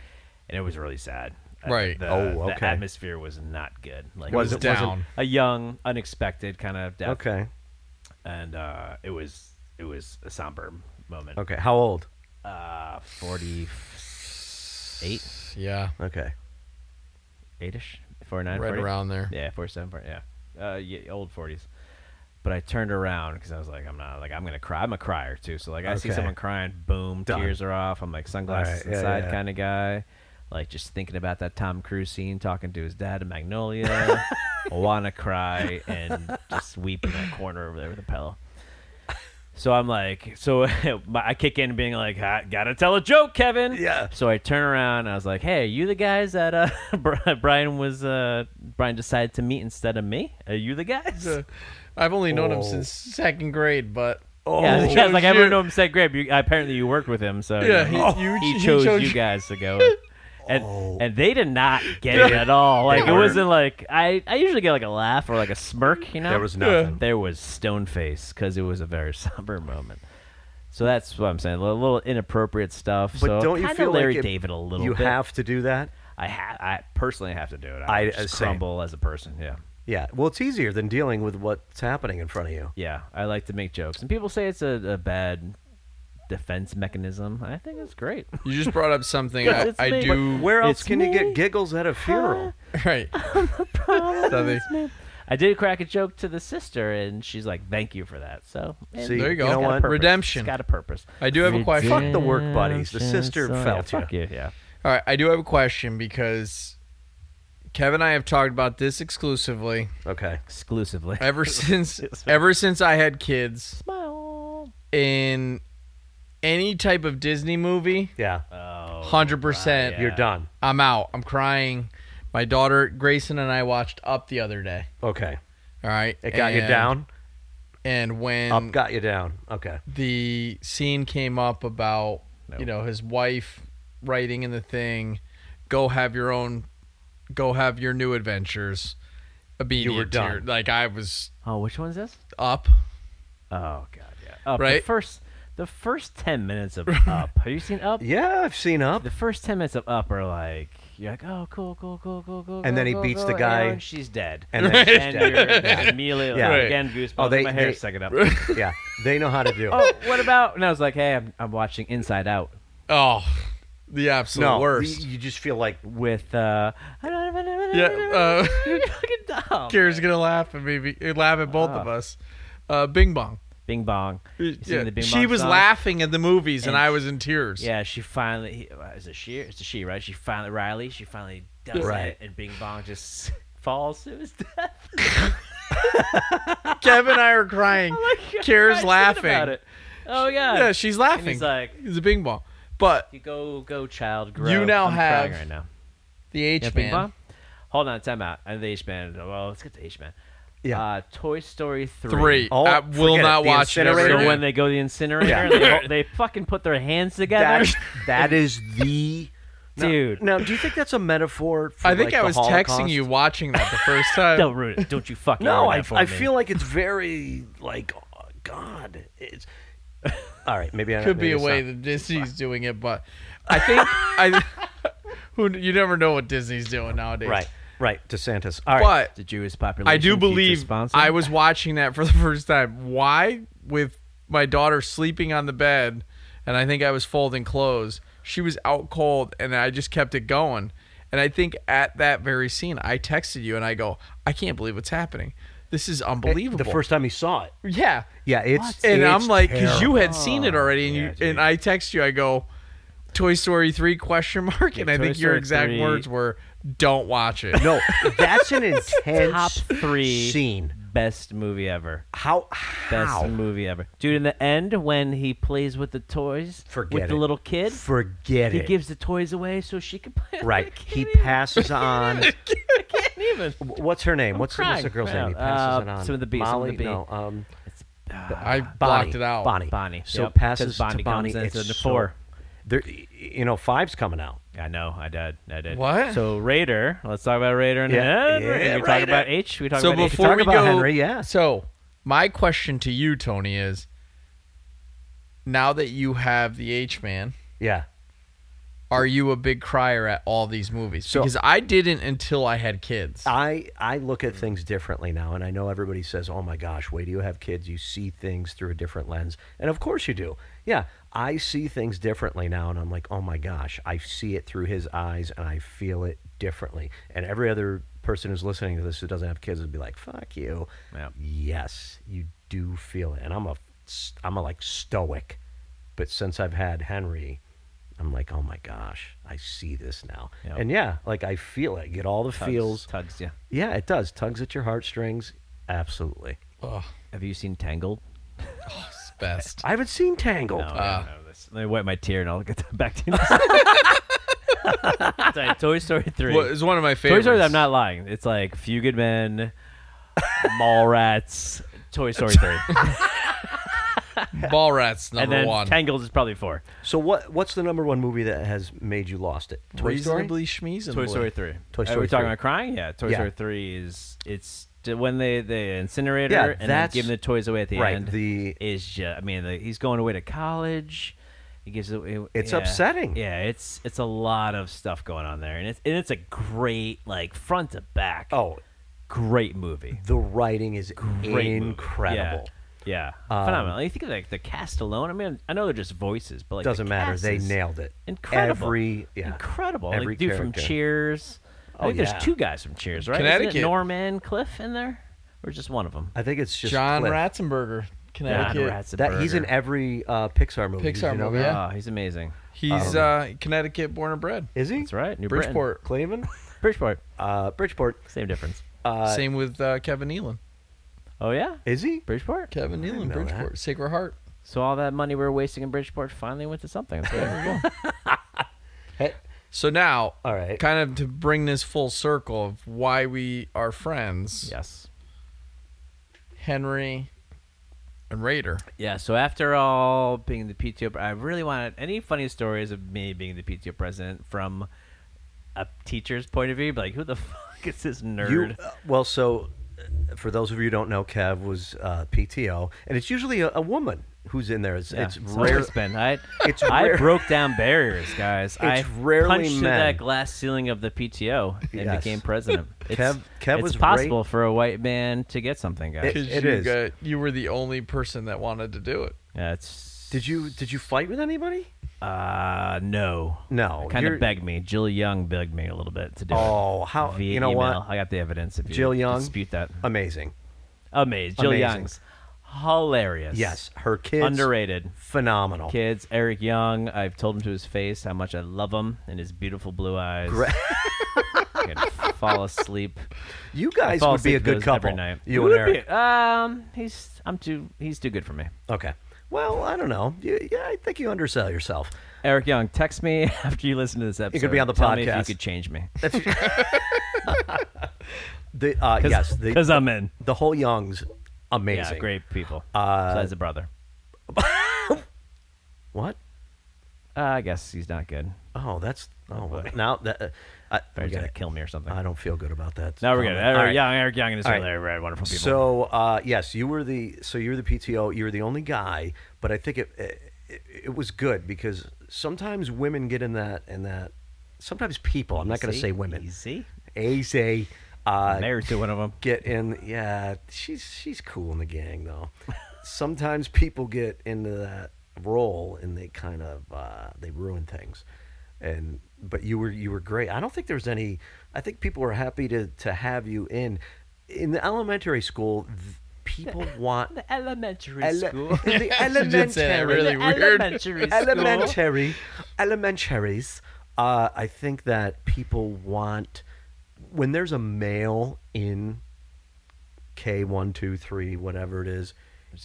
Speaker 1: and it was really sad Uh,
Speaker 2: Right.
Speaker 1: the,
Speaker 3: Oh,
Speaker 1: the
Speaker 3: okay.
Speaker 1: atmosphere was not good like
Speaker 2: Was
Speaker 1: it
Speaker 2: down.
Speaker 1: wasn't a young unexpected kind of death
Speaker 3: Okay.
Speaker 1: and uh, it was it was a somber moment
Speaker 3: Okay. How old?
Speaker 1: uh, forty eight.
Speaker 2: yeah,
Speaker 3: Okay.
Speaker 1: eight-ish, four nine,
Speaker 2: right
Speaker 1: 40.
Speaker 2: around there.
Speaker 1: Yeah, four seven, four, yeah, uh, yeah, old forties. But I turned around because I was like, I'm not like I'm gonna cry. I'm a crier too, so like I see
Speaker 3: Okay.
Speaker 1: someone crying, boom,
Speaker 3: Done.
Speaker 1: tears are off. I'm like sunglasses
Speaker 3: Alright, yeah,
Speaker 1: inside
Speaker 3: yeah.
Speaker 1: kind of guy, like just thinking about that Tom Cruise scene, talking to his dad in
Speaker 3: *laughs*
Speaker 1: Magnolia. wanna cry and just weep in that corner over there with a pillow. So I'm like, so *laughs* my, I kick in being like, I gotta tell a joke, Kevin.
Speaker 3: Yeah.
Speaker 1: So I turn around and I was like, hey, you the guys that uh, *laughs* Bri- Brian was, uh, Brian decided to meet instead of me? Are you the guys?
Speaker 2: So, I've only known him
Speaker 3: Oh.
Speaker 2: since second grade, but
Speaker 3: Oh.
Speaker 1: *laughs* yeah, yeah, it's like I
Speaker 2: shoot.
Speaker 1: never know him said grape. You, apparently you worked with him, so
Speaker 2: Yeah,
Speaker 1: *laughs* you
Speaker 2: he-
Speaker 1: know,
Speaker 2: you-
Speaker 1: he,
Speaker 2: he
Speaker 1: chose
Speaker 2: chose
Speaker 1: you
Speaker 2: you.
Speaker 1: guys to go. with. and
Speaker 3: Oh.
Speaker 1: and they did not get it at all. Like it
Speaker 3: weren't.
Speaker 1: wasn't like I I usually get like a laugh or like a smirk, you know.
Speaker 3: There was nothing.
Speaker 1: There was stone face because it was a very *laughs* somber moment. So that's what I'm saying. A little inappropriate stuff.
Speaker 3: But
Speaker 1: so
Speaker 3: don't you
Speaker 1: kinda
Speaker 3: feel
Speaker 1: Larry
Speaker 3: like it-
Speaker 1: David a little
Speaker 3: You
Speaker 1: bit?
Speaker 3: have to do that.
Speaker 1: I ha- I personally have to do it.
Speaker 3: I-
Speaker 1: I,
Speaker 3: uh,
Speaker 1: just
Speaker 3: same.
Speaker 1: crumble as a person. Yeah.
Speaker 3: Yeah. Well, it's easier than dealing with what's happening in front of you.
Speaker 1: Yeah, I like to make jokes, and people say it's a, a bad defense mechanism. I think it's great.
Speaker 2: You just brought up something
Speaker 1: Yes,
Speaker 2: I,
Speaker 1: it's
Speaker 2: I
Speaker 1: me.
Speaker 2: do.
Speaker 3: Where else
Speaker 1: It's
Speaker 3: can you
Speaker 1: me.
Speaker 3: get giggles at a funeral?
Speaker 2: *laughs*
Speaker 1: *laughs*
Speaker 2: Right. So they-
Speaker 1: I did crack a joke to the sister, and she's like, "Thank you for that." So and
Speaker 3: See,
Speaker 2: There you go.
Speaker 3: You
Speaker 1: it's got
Speaker 3: know
Speaker 1: a
Speaker 3: what?
Speaker 1: purpose.
Speaker 2: Redemption.
Speaker 1: It's got a purpose.
Speaker 2: I do have a question.
Speaker 3: Fuck the work buddies. The
Speaker 1: Redemption.
Speaker 3: sister
Speaker 1: So, yeah,
Speaker 3: felt
Speaker 1: fuck you. Yeah.
Speaker 2: All right, I do have a question because Kevin and I have talked about this exclusively
Speaker 3: Okay.
Speaker 1: Exclusively.
Speaker 2: ever since ever since I had kids
Speaker 1: Smile.
Speaker 2: in any type of Disney movie,
Speaker 3: Yeah.
Speaker 1: Oh.
Speaker 2: 100%.
Speaker 1: yeah.
Speaker 3: You're done.
Speaker 2: I'm out. I'm crying. My daughter Grayson and I watched Up the other day.
Speaker 3: Okay.
Speaker 2: All right.
Speaker 3: It got you
Speaker 2: and-
Speaker 3: down.
Speaker 2: And when
Speaker 3: Up got you down. Okay.
Speaker 2: the scene came up about you know his wife writing in the thing go have your own go have your new adventures immediate
Speaker 3: were done.
Speaker 2: tear- like i was
Speaker 1: Oh, which one's this?
Speaker 2: up
Speaker 1: Oh God, yeah. Up,
Speaker 2: Right?
Speaker 1: The first, the first ten minutes
Speaker 2: *laughs*
Speaker 1: of Up. Have you seen Up?
Speaker 3: Yeah, I've seen up.
Speaker 1: the first 10 minutes of up are like you're like oh cool cool cool cool cool
Speaker 3: And
Speaker 1: cool,
Speaker 3: then he
Speaker 1: cool,
Speaker 3: beats
Speaker 1: cool,
Speaker 3: the guy.
Speaker 1: and she's dead
Speaker 2: *laughs*
Speaker 3: And then
Speaker 1: *laughs*
Speaker 3: she's
Speaker 1: and
Speaker 3: dead.
Speaker 1: you're just immediately like,
Speaker 3: Yeah. Right.
Speaker 1: again goosebumps
Speaker 3: Oh, they-
Speaker 1: my hair
Speaker 3: they-
Speaker 1: second up
Speaker 3: *laughs* Yeah. They know how to do
Speaker 1: oh
Speaker 3: it.
Speaker 1: what about and i was like hey i'm, I'm watching inside out
Speaker 2: oh the absolute
Speaker 3: No,
Speaker 2: worst
Speaker 3: You you just feel like
Speaker 1: with uh
Speaker 2: *laughs* yeah uh *laughs*
Speaker 1: you're *laughs* fucking dumb
Speaker 2: Kira's gonna laugh at me be- laugh at both of us uh bing bong
Speaker 1: bing bong You seen
Speaker 2: Yeah,
Speaker 1: the Bing
Speaker 2: she
Speaker 1: Bong
Speaker 2: was
Speaker 1: song?
Speaker 2: laughing at the movies and,
Speaker 1: And
Speaker 2: i
Speaker 1: she-
Speaker 2: was in tears
Speaker 1: yeah she finally he, uh, is it she it's a she right she finally riley she finally does
Speaker 3: Right.
Speaker 1: it and bing bong just *laughs* falls to his death *laughs*
Speaker 2: kevin and i are crying kira's
Speaker 1: Oh I said about
Speaker 2: laughing
Speaker 1: it. oh god
Speaker 2: yeah she's laughing
Speaker 1: and he's like
Speaker 2: it's a bing bong but
Speaker 1: You go, go, child. Grow.
Speaker 2: You now
Speaker 1: I'm crying
Speaker 2: have
Speaker 1: right now.
Speaker 2: the h
Speaker 1: Yeah, Bing
Speaker 2: man
Speaker 1: Bong. Hold on, time out. And the H man. Well, let's get to H man.
Speaker 3: Yeah.
Speaker 1: Uh, Toy Story three.
Speaker 2: Three.
Speaker 3: Oh,
Speaker 2: I will
Speaker 3: forget it.
Speaker 2: not
Speaker 3: The
Speaker 2: watch it.
Speaker 3: incinerator.
Speaker 2: ever
Speaker 1: So
Speaker 2: again.
Speaker 1: when they go to the incinerator,
Speaker 3: Yeah.
Speaker 1: they, ho- they fucking put their hands together.
Speaker 3: *laughs* that. That is the Now-
Speaker 1: Dude.
Speaker 3: Now, do you think that's a metaphor? For
Speaker 2: I think
Speaker 3: like,
Speaker 2: I
Speaker 3: the
Speaker 2: was
Speaker 3: Holocaust?
Speaker 2: texting you watching that the first time.
Speaker 1: *laughs* Don't ruin it. Don't you fucking
Speaker 3: No,
Speaker 1: ruin
Speaker 3: I,
Speaker 1: that for
Speaker 3: I
Speaker 1: me.
Speaker 3: feel like it's very like oh, God. It's all right. Maybe I
Speaker 2: Could be
Speaker 3: maybe
Speaker 2: a
Speaker 3: it's
Speaker 2: way
Speaker 3: not.
Speaker 2: that Disney's doing it, but I think I. *laughs* Who you never know what Disney's doing nowadays.
Speaker 3: right, right. DeSantis. All right.
Speaker 2: But
Speaker 1: the Jewish population.
Speaker 2: I do
Speaker 1: future
Speaker 2: believe
Speaker 1: sponsor.
Speaker 2: I was watching that *laughs* for the first time. Why, with my daughter sleeping on the bed, and I think I was folding clothes, she was out cold, and I just kept it going. And I think at that very scene, I texted you and I go, I can't believe what's happening. This is unbelievable.
Speaker 3: The first time you saw it.
Speaker 2: yeah.
Speaker 3: Yeah, it's
Speaker 2: and
Speaker 3: it's
Speaker 2: I'm like, because you
Speaker 3: terrible.
Speaker 2: had seen it already, and
Speaker 1: Yeah,
Speaker 2: you
Speaker 1: dude.
Speaker 2: and I text you, I go, Toy Story three question mark, and I
Speaker 1: Toy
Speaker 2: think your
Speaker 1: Story
Speaker 2: exact
Speaker 1: 3.
Speaker 2: words were, "Don't watch
Speaker 1: *laughs*
Speaker 2: it."
Speaker 3: no, that's an intense
Speaker 1: top three
Speaker 3: scene.
Speaker 1: Best movie ever.
Speaker 3: How
Speaker 1: Best
Speaker 3: how
Speaker 1: movie ever, dude. In the end, when he plays with the toys
Speaker 3: Forget
Speaker 1: with the
Speaker 3: it.
Speaker 1: little kid,
Speaker 3: forget
Speaker 1: he
Speaker 3: it.
Speaker 1: gives the toys away so she can play. with
Speaker 3: right.
Speaker 1: the kid.
Speaker 3: He
Speaker 1: *laughs*
Speaker 3: passes *laughs* on.
Speaker 1: I can't even.
Speaker 3: What's her name? What's, the- what's the
Speaker 1: crying
Speaker 3: girl's
Speaker 1: right
Speaker 3: name? He
Speaker 1: now.
Speaker 3: passes
Speaker 1: Uh,
Speaker 3: it on.
Speaker 1: Some of the Bee, Some of
Speaker 3: Molly.
Speaker 1: the Bee.
Speaker 3: No. Um,
Speaker 1: Ah,
Speaker 2: I
Speaker 3: Bonnie,
Speaker 2: blocked it out.
Speaker 3: Bonnie.
Speaker 1: Bonnie,
Speaker 3: So
Speaker 1: yep, 'cause
Speaker 3: passes
Speaker 1: Bonnie
Speaker 3: to
Speaker 1: comes
Speaker 3: Bonnie.
Speaker 1: in, so
Speaker 3: it's
Speaker 1: the
Speaker 3: so-
Speaker 1: four.
Speaker 3: There, you know, five's coming out.
Speaker 1: I know, I did, I did.
Speaker 2: What?
Speaker 1: So Raider, let's talk about Raider and
Speaker 3: Yeah,
Speaker 1: Henry.
Speaker 3: yeah,
Speaker 1: we talk
Speaker 3: Raider.
Speaker 1: about H. We talk
Speaker 2: So
Speaker 1: about H.
Speaker 2: before
Speaker 3: Talk
Speaker 2: we
Speaker 3: about
Speaker 2: go,
Speaker 3: Henry, yeah.
Speaker 2: So my question to you, Tony, is: Now that you have the H man,
Speaker 3: Yeah.
Speaker 2: are you a big crier at all these movies?
Speaker 3: So-
Speaker 2: because I didn't until I had kids.
Speaker 3: I I look at things differently now, and I know everybody says, "Oh my gosh, wait, do you have kids? You see things through a different lens," and of course you do. Yeah, I see things differently now, and I'm like, "Oh my gosh, I see it through his eyes, and I feel it differently." And every other person who's listening to this who doesn't have kids would be like, "Fuck you."
Speaker 1: Yeah.
Speaker 3: Yes, you do feel it, and I'm a I'm a like stoic, but since I've had Henry. I'm like, oh my gosh, I see this now,
Speaker 1: Yeah.
Speaker 3: and yeah, like I feel it. I Get all the
Speaker 1: Tugs,
Speaker 3: feels.
Speaker 1: tugs. Yeah.
Speaker 3: Yeah, it does. Tugs at your heartstrings. Absolutely.
Speaker 2: Ugh,
Speaker 1: Have you seen Tangled?
Speaker 2: it's best.
Speaker 3: I haven't seen Tangled. Uh,
Speaker 1: No,
Speaker 2: Ah.
Speaker 1: I don't know this. Let me wipe my tear and I'll get that back to you. Sorry, Toy Story three.
Speaker 2: Well, it's one of my
Speaker 1: Toy
Speaker 2: favorites.
Speaker 1: Story. I'm not lying. It's like Few Good
Speaker 2: *laughs*
Speaker 1: Men, Mallrats, Toy Story three.
Speaker 2: Ball Rat's
Speaker 1: and
Speaker 2: number
Speaker 1: then
Speaker 2: one.
Speaker 1: Tangled is probably four.
Speaker 3: So what? What's the number one movie that has made you lost it? Toy Story.
Speaker 2: Reasonably schmeasonably.
Speaker 1: Toy Story three.
Speaker 3: Toy
Speaker 1: Are
Speaker 3: Story
Speaker 1: we talking
Speaker 3: 3.
Speaker 1: about crying? Yeah, Toy
Speaker 3: Yeah.
Speaker 1: Story three is it's d- when they the incinerator
Speaker 3: Yeah,
Speaker 1: and then
Speaker 3: that's-
Speaker 1: giving the toys away at the
Speaker 3: right,
Speaker 1: end.
Speaker 3: the-
Speaker 1: is just, I mean the, he's going away to college. He gives it, it-
Speaker 3: It's
Speaker 1: yeah.
Speaker 3: upsetting.
Speaker 1: Yeah, it's it's a lot of stuff going on there, and it's and it's a great like front to back.
Speaker 3: Oh,
Speaker 1: great movie.
Speaker 3: the writing is
Speaker 1: Great movie.
Speaker 3: incredible. Um,
Speaker 1: Yeah, yeah. phenomenal. You think of like the cast alone. I mean, I know they're just voices, but like the
Speaker 3: Doesn't matter.
Speaker 1: cast
Speaker 3: They
Speaker 1: is-
Speaker 3: nailed it.
Speaker 1: Incredible.
Speaker 3: Every yeah.
Speaker 1: Incredible.
Speaker 3: Every
Speaker 1: like, dude from
Speaker 3: character.
Speaker 1: Cheers. I
Speaker 3: Oh,
Speaker 1: think
Speaker 3: yeah.
Speaker 1: there's two guys from Cheers, right? Isn't
Speaker 2: Connecticut.
Speaker 1: it Norm and Cliff in there? Or just one of them?
Speaker 3: I think it's just
Speaker 2: John
Speaker 3: Cliff.
Speaker 2: Ratzenberger, Connecticut.
Speaker 3: That he's in every uh, Pixar movie. Did
Speaker 2: Pixar
Speaker 3: you know
Speaker 2: movie,
Speaker 3: that?
Speaker 2: yeah.
Speaker 1: Oh, he's amazing.
Speaker 2: He's
Speaker 3: Oh.
Speaker 2: uh, Connecticut born and bred.
Speaker 3: Is he?
Speaker 1: That's right. New Britain.
Speaker 2: Bridgeport.
Speaker 3: Clavin,
Speaker 1: Bridgeport.
Speaker 3: uh, Bridgeport.
Speaker 1: Same difference.
Speaker 2: Same with uh, Kevin Nealon.
Speaker 1: Oh, yeah?
Speaker 3: Is he?
Speaker 1: Bridgeport?
Speaker 2: Kevin Nealon,
Speaker 3: know
Speaker 2: Bridgeport, Sacred Heart.
Speaker 1: So all that money we were wasting in Bridgeport finally went to something. That's very cool.
Speaker 2: *laughs*
Speaker 3: Hey,
Speaker 2: So now,
Speaker 3: All right.
Speaker 2: kind of to bring this full circle of why we are friends,
Speaker 1: yes.
Speaker 2: Henry and Raider.
Speaker 1: Yeah, so after all, being the PTO, pre- I really wanted any funny stories of me being the PTO president from a teacher's point of view. Like, who the *laughs* fuck is this
Speaker 3: You,
Speaker 1: nerd?
Speaker 3: uh, well, so uh, for those of you who don't know, Kev was uh, PTO, and it's usually a, a woman who's in there. It's,
Speaker 1: Yeah,
Speaker 3: it's
Speaker 1: always
Speaker 3: rare.
Speaker 1: been. I,
Speaker 3: *laughs* it's
Speaker 1: I
Speaker 3: rare-
Speaker 1: broke down barriers, guys. I
Speaker 3: rarely
Speaker 1: punched through
Speaker 3: men.
Speaker 1: that glass ceiling of the PTO and
Speaker 3: Yes.
Speaker 1: became president. It's,
Speaker 3: Kev- Kev
Speaker 1: it's
Speaker 3: was right-
Speaker 1: possible for a white man to get something, guys.
Speaker 3: It-
Speaker 2: 'Cause
Speaker 3: it
Speaker 2: you
Speaker 3: is.
Speaker 2: got- you were the only person that wanted to do it.
Speaker 1: *laughs* yeah, it's
Speaker 3: Did you did you fight with anybody?
Speaker 1: uh no
Speaker 3: No,
Speaker 1: kind
Speaker 3: you're-
Speaker 1: of begged me. Jill Young begged me a little bit to do it.
Speaker 3: Oh, how
Speaker 1: via
Speaker 3: you know
Speaker 1: email.
Speaker 3: what?
Speaker 1: I got the evidence. If you
Speaker 3: Jill Young?
Speaker 1: dispute that,
Speaker 3: Amazing.
Speaker 1: amazing. Jill
Speaker 3: Amazing.
Speaker 1: Young's hilarious.
Speaker 3: Yes, her kids
Speaker 1: underrated
Speaker 3: phenomenal.
Speaker 1: kids. Eric Young. I've told him to his face how much I love him and his beautiful blue eyes. *laughs*
Speaker 3: Gra-
Speaker 1: I could fall asleep.
Speaker 3: You
Speaker 1: I
Speaker 3: guys
Speaker 1: fall
Speaker 3: would be a
Speaker 1: asleep to
Speaker 3: good
Speaker 1: those
Speaker 3: couple.
Speaker 1: Every night.
Speaker 3: You
Speaker 1: Would
Speaker 3: and Eric.
Speaker 1: be- um, he's I'm too he's too good for me.
Speaker 3: Okay. Well, I don't know. You, yeah, I think you undersell yourself.
Speaker 1: Eric Young, text me *laughs* after you listen to this episode.
Speaker 3: could be on the
Speaker 1: Tell me if you
Speaker 3: podcast.
Speaker 1: could change me. *laughs*
Speaker 3: The uh, *laughs* yes, the,
Speaker 1: because I'm in.
Speaker 3: the whole Youngs,
Speaker 1: Yeah,
Speaker 3: amazing.
Speaker 1: great people.
Speaker 3: Uh,
Speaker 1: Besides a brother.
Speaker 3: What?
Speaker 1: Uh, I guess he's not good.
Speaker 3: Oh, that's oh well, *laughs* now that uh, I, we
Speaker 1: He's gonna
Speaker 3: gotta-
Speaker 1: kill me or something.
Speaker 3: I don't feel good about that.
Speaker 1: No, we're good.
Speaker 3: Um,
Speaker 1: Eric
Speaker 3: all right.
Speaker 1: Young, Eric Young, and his
Speaker 3: All right.
Speaker 1: family are wonderful people.
Speaker 3: So uh, yes, you were the so you were the PTO. You were the only guy, but I think it it, it was good because sometimes women get in that in that. Sometimes people. I'm not going to
Speaker 1: See?
Speaker 3: say women.
Speaker 1: Easy.
Speaker 3: A say. Uh,
Speaker 1: Married to one of
Speaker 3: *laughs*
Speaker 1: them.
Speaker 3: get in. Yeah, she's she's cool in the gang though. Sometimes people get into that role and they kind of uh, they ruin things. And but you were you were great. I don't think there was any. I think people were happy to to have you in. In the elementary school, th- people
Speaker 2: *laughs*
Speaker 3: want
Speaker 5: The elementary
Speaker 3: ele- the elementary
Speaker 2: did say that really weird. *laughs*
Speaker 3: elementary elementaries uh, i think that people want when there's a male in k123 whatever it is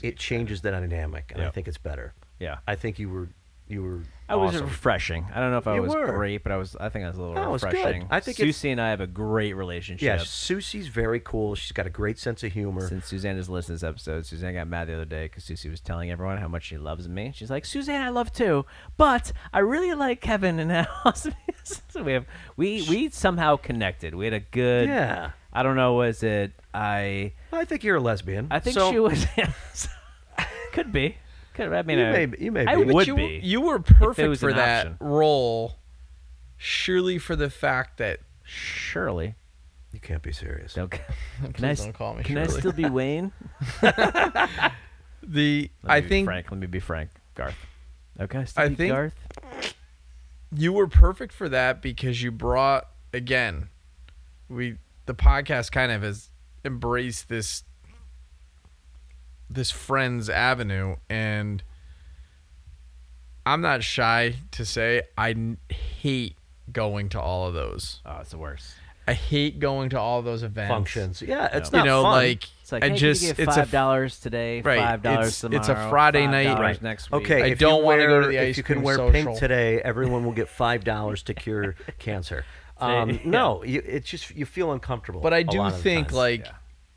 Speaker 3: it changes the dynamic and i
Speaker 1: Yep.
Speaker 3: think it's better
Speaker 1: Yeah.
Speaker 3: i think you were you were
Speaker 1: I was
Speaker 3: awesome.
Speaker 1: refreshing. I don't know if I
Speaker 3: You
Speaker 1: was
Speaker 3: were.
Speaker 1: great, but I was. I think I was a little
Speaker 3: No, it was good.
Speaker 1: refreshing.
Speaker 3: I think it's-
Speaker 1: Susie and I have a great relationship.
Speaker 3: yeah susie's very cool she's got a great sense of humor
Speaker 1: Since Suzanne has listened to this episode, Suzanne got mad the other day because Susie was telling everyone how much she loves me. She's like, Suzanne, I love too, but I really like Kevin and *laughs* how awesome he is." So we have we we somehow connected. We had a good.
Speaker 3: yeah
Speaker 1: I don't know. Was it I?
Speaker 3: i think you're a lesbian
Speaker 1: I think
Speaker 3: So-
Speaker 1: she was. *laughs* could be. Could I mean?
Speaker 3: you
Speaker 1: I,
Speaker 3: may, you may
Speaker 1: I
Speaker 3: be.
Speaker 1: would
Speaker 2: you,
Speaker 1: be
Speaker 2: You were
Speaker 1: it
Speaker 2: perfect
Speaker 1: was
Speaker 2: for
Speaker 1: an
Speaker 2: that
Speaker 1: option.
Speaker 2: role, surely for the fact that
Speaker 1: surely.
Speaker 3: you can't be serious
Speaker 2: *laughs*
Speaker 1: Don't, can I,
Speaker 2: Please
Speaker 1: s-
Speaker 2: don't call me
Speaker 1: Can I
Speaker 2: Shirley. *laughs*
Speaker 1: still be Wayne?
Speaker 2: the
Speaker 1: Let me
Speaker 2: I
Speaker 1: be
Speaker 2: think
Speaker 1: Frank. Let me be Frank. Garth. Okay. Oh, Still
Speaker 2: I
Speaker 1: be
Speaker 2: think-
Speaker 1: Garth.
Speaker 2: you were perfect for that because you brought again we the podcast kind of has embraced this this friends avenue and i'm not shy to say i n- hate going to all of those
Speaker 1: Oh, it's the worst.
Speaker 2: i hate going to all those events
Speaker 3: functions yeah it's
Speaker 2: you
Speaker 3: not
Speaker 2: know
Speaker 3: fun.
Speaker 2: like
Speaker 1: It's like
Speaker 2: i
Speaker 1: hey,
Speaker 2: just
Speaker 1: can you give
Speaker 2: it's
Speaker 1: five
Speaker 2: a
Speaker 1: dollars today,
Speaker 2: Right,
Speaker 1: five dollars
Speaker 2: it's-
Speaker 1: tomorrow.
Speaker 2: it's a Friday night.
Speaker 1: $5
Speaker 2: Right.
Speaker 1: next week.
Speaker 3: Okay,
Speaker 2: I
Speaker 3: if
Speaker 2: don't
Speaker 3: you
Speaker 2: wanna go
Speaker 3: wear-
Speaker 2: to the
Speaker 3: If
Speaker 2: ice
Speaker 3: you can
Speaker 2: cream
Speaker 3: wear pink
Speaker 2: social.
Speaker 3: today, everyone will get five dollars
Speaker 1: *laughs*
Speaker 3: to cure cancer. Um,
Speaker 1: Yeah.
Speaker 3: No, you, it's just you feel uncomfortable.
Speaker 2: but i
Speaker 3: a
Speaker 2: do
Speaker 3: lot of the
Speaker 2: think
Speaker 3: times.
Speaker 2: like
Speaker 1: yeah.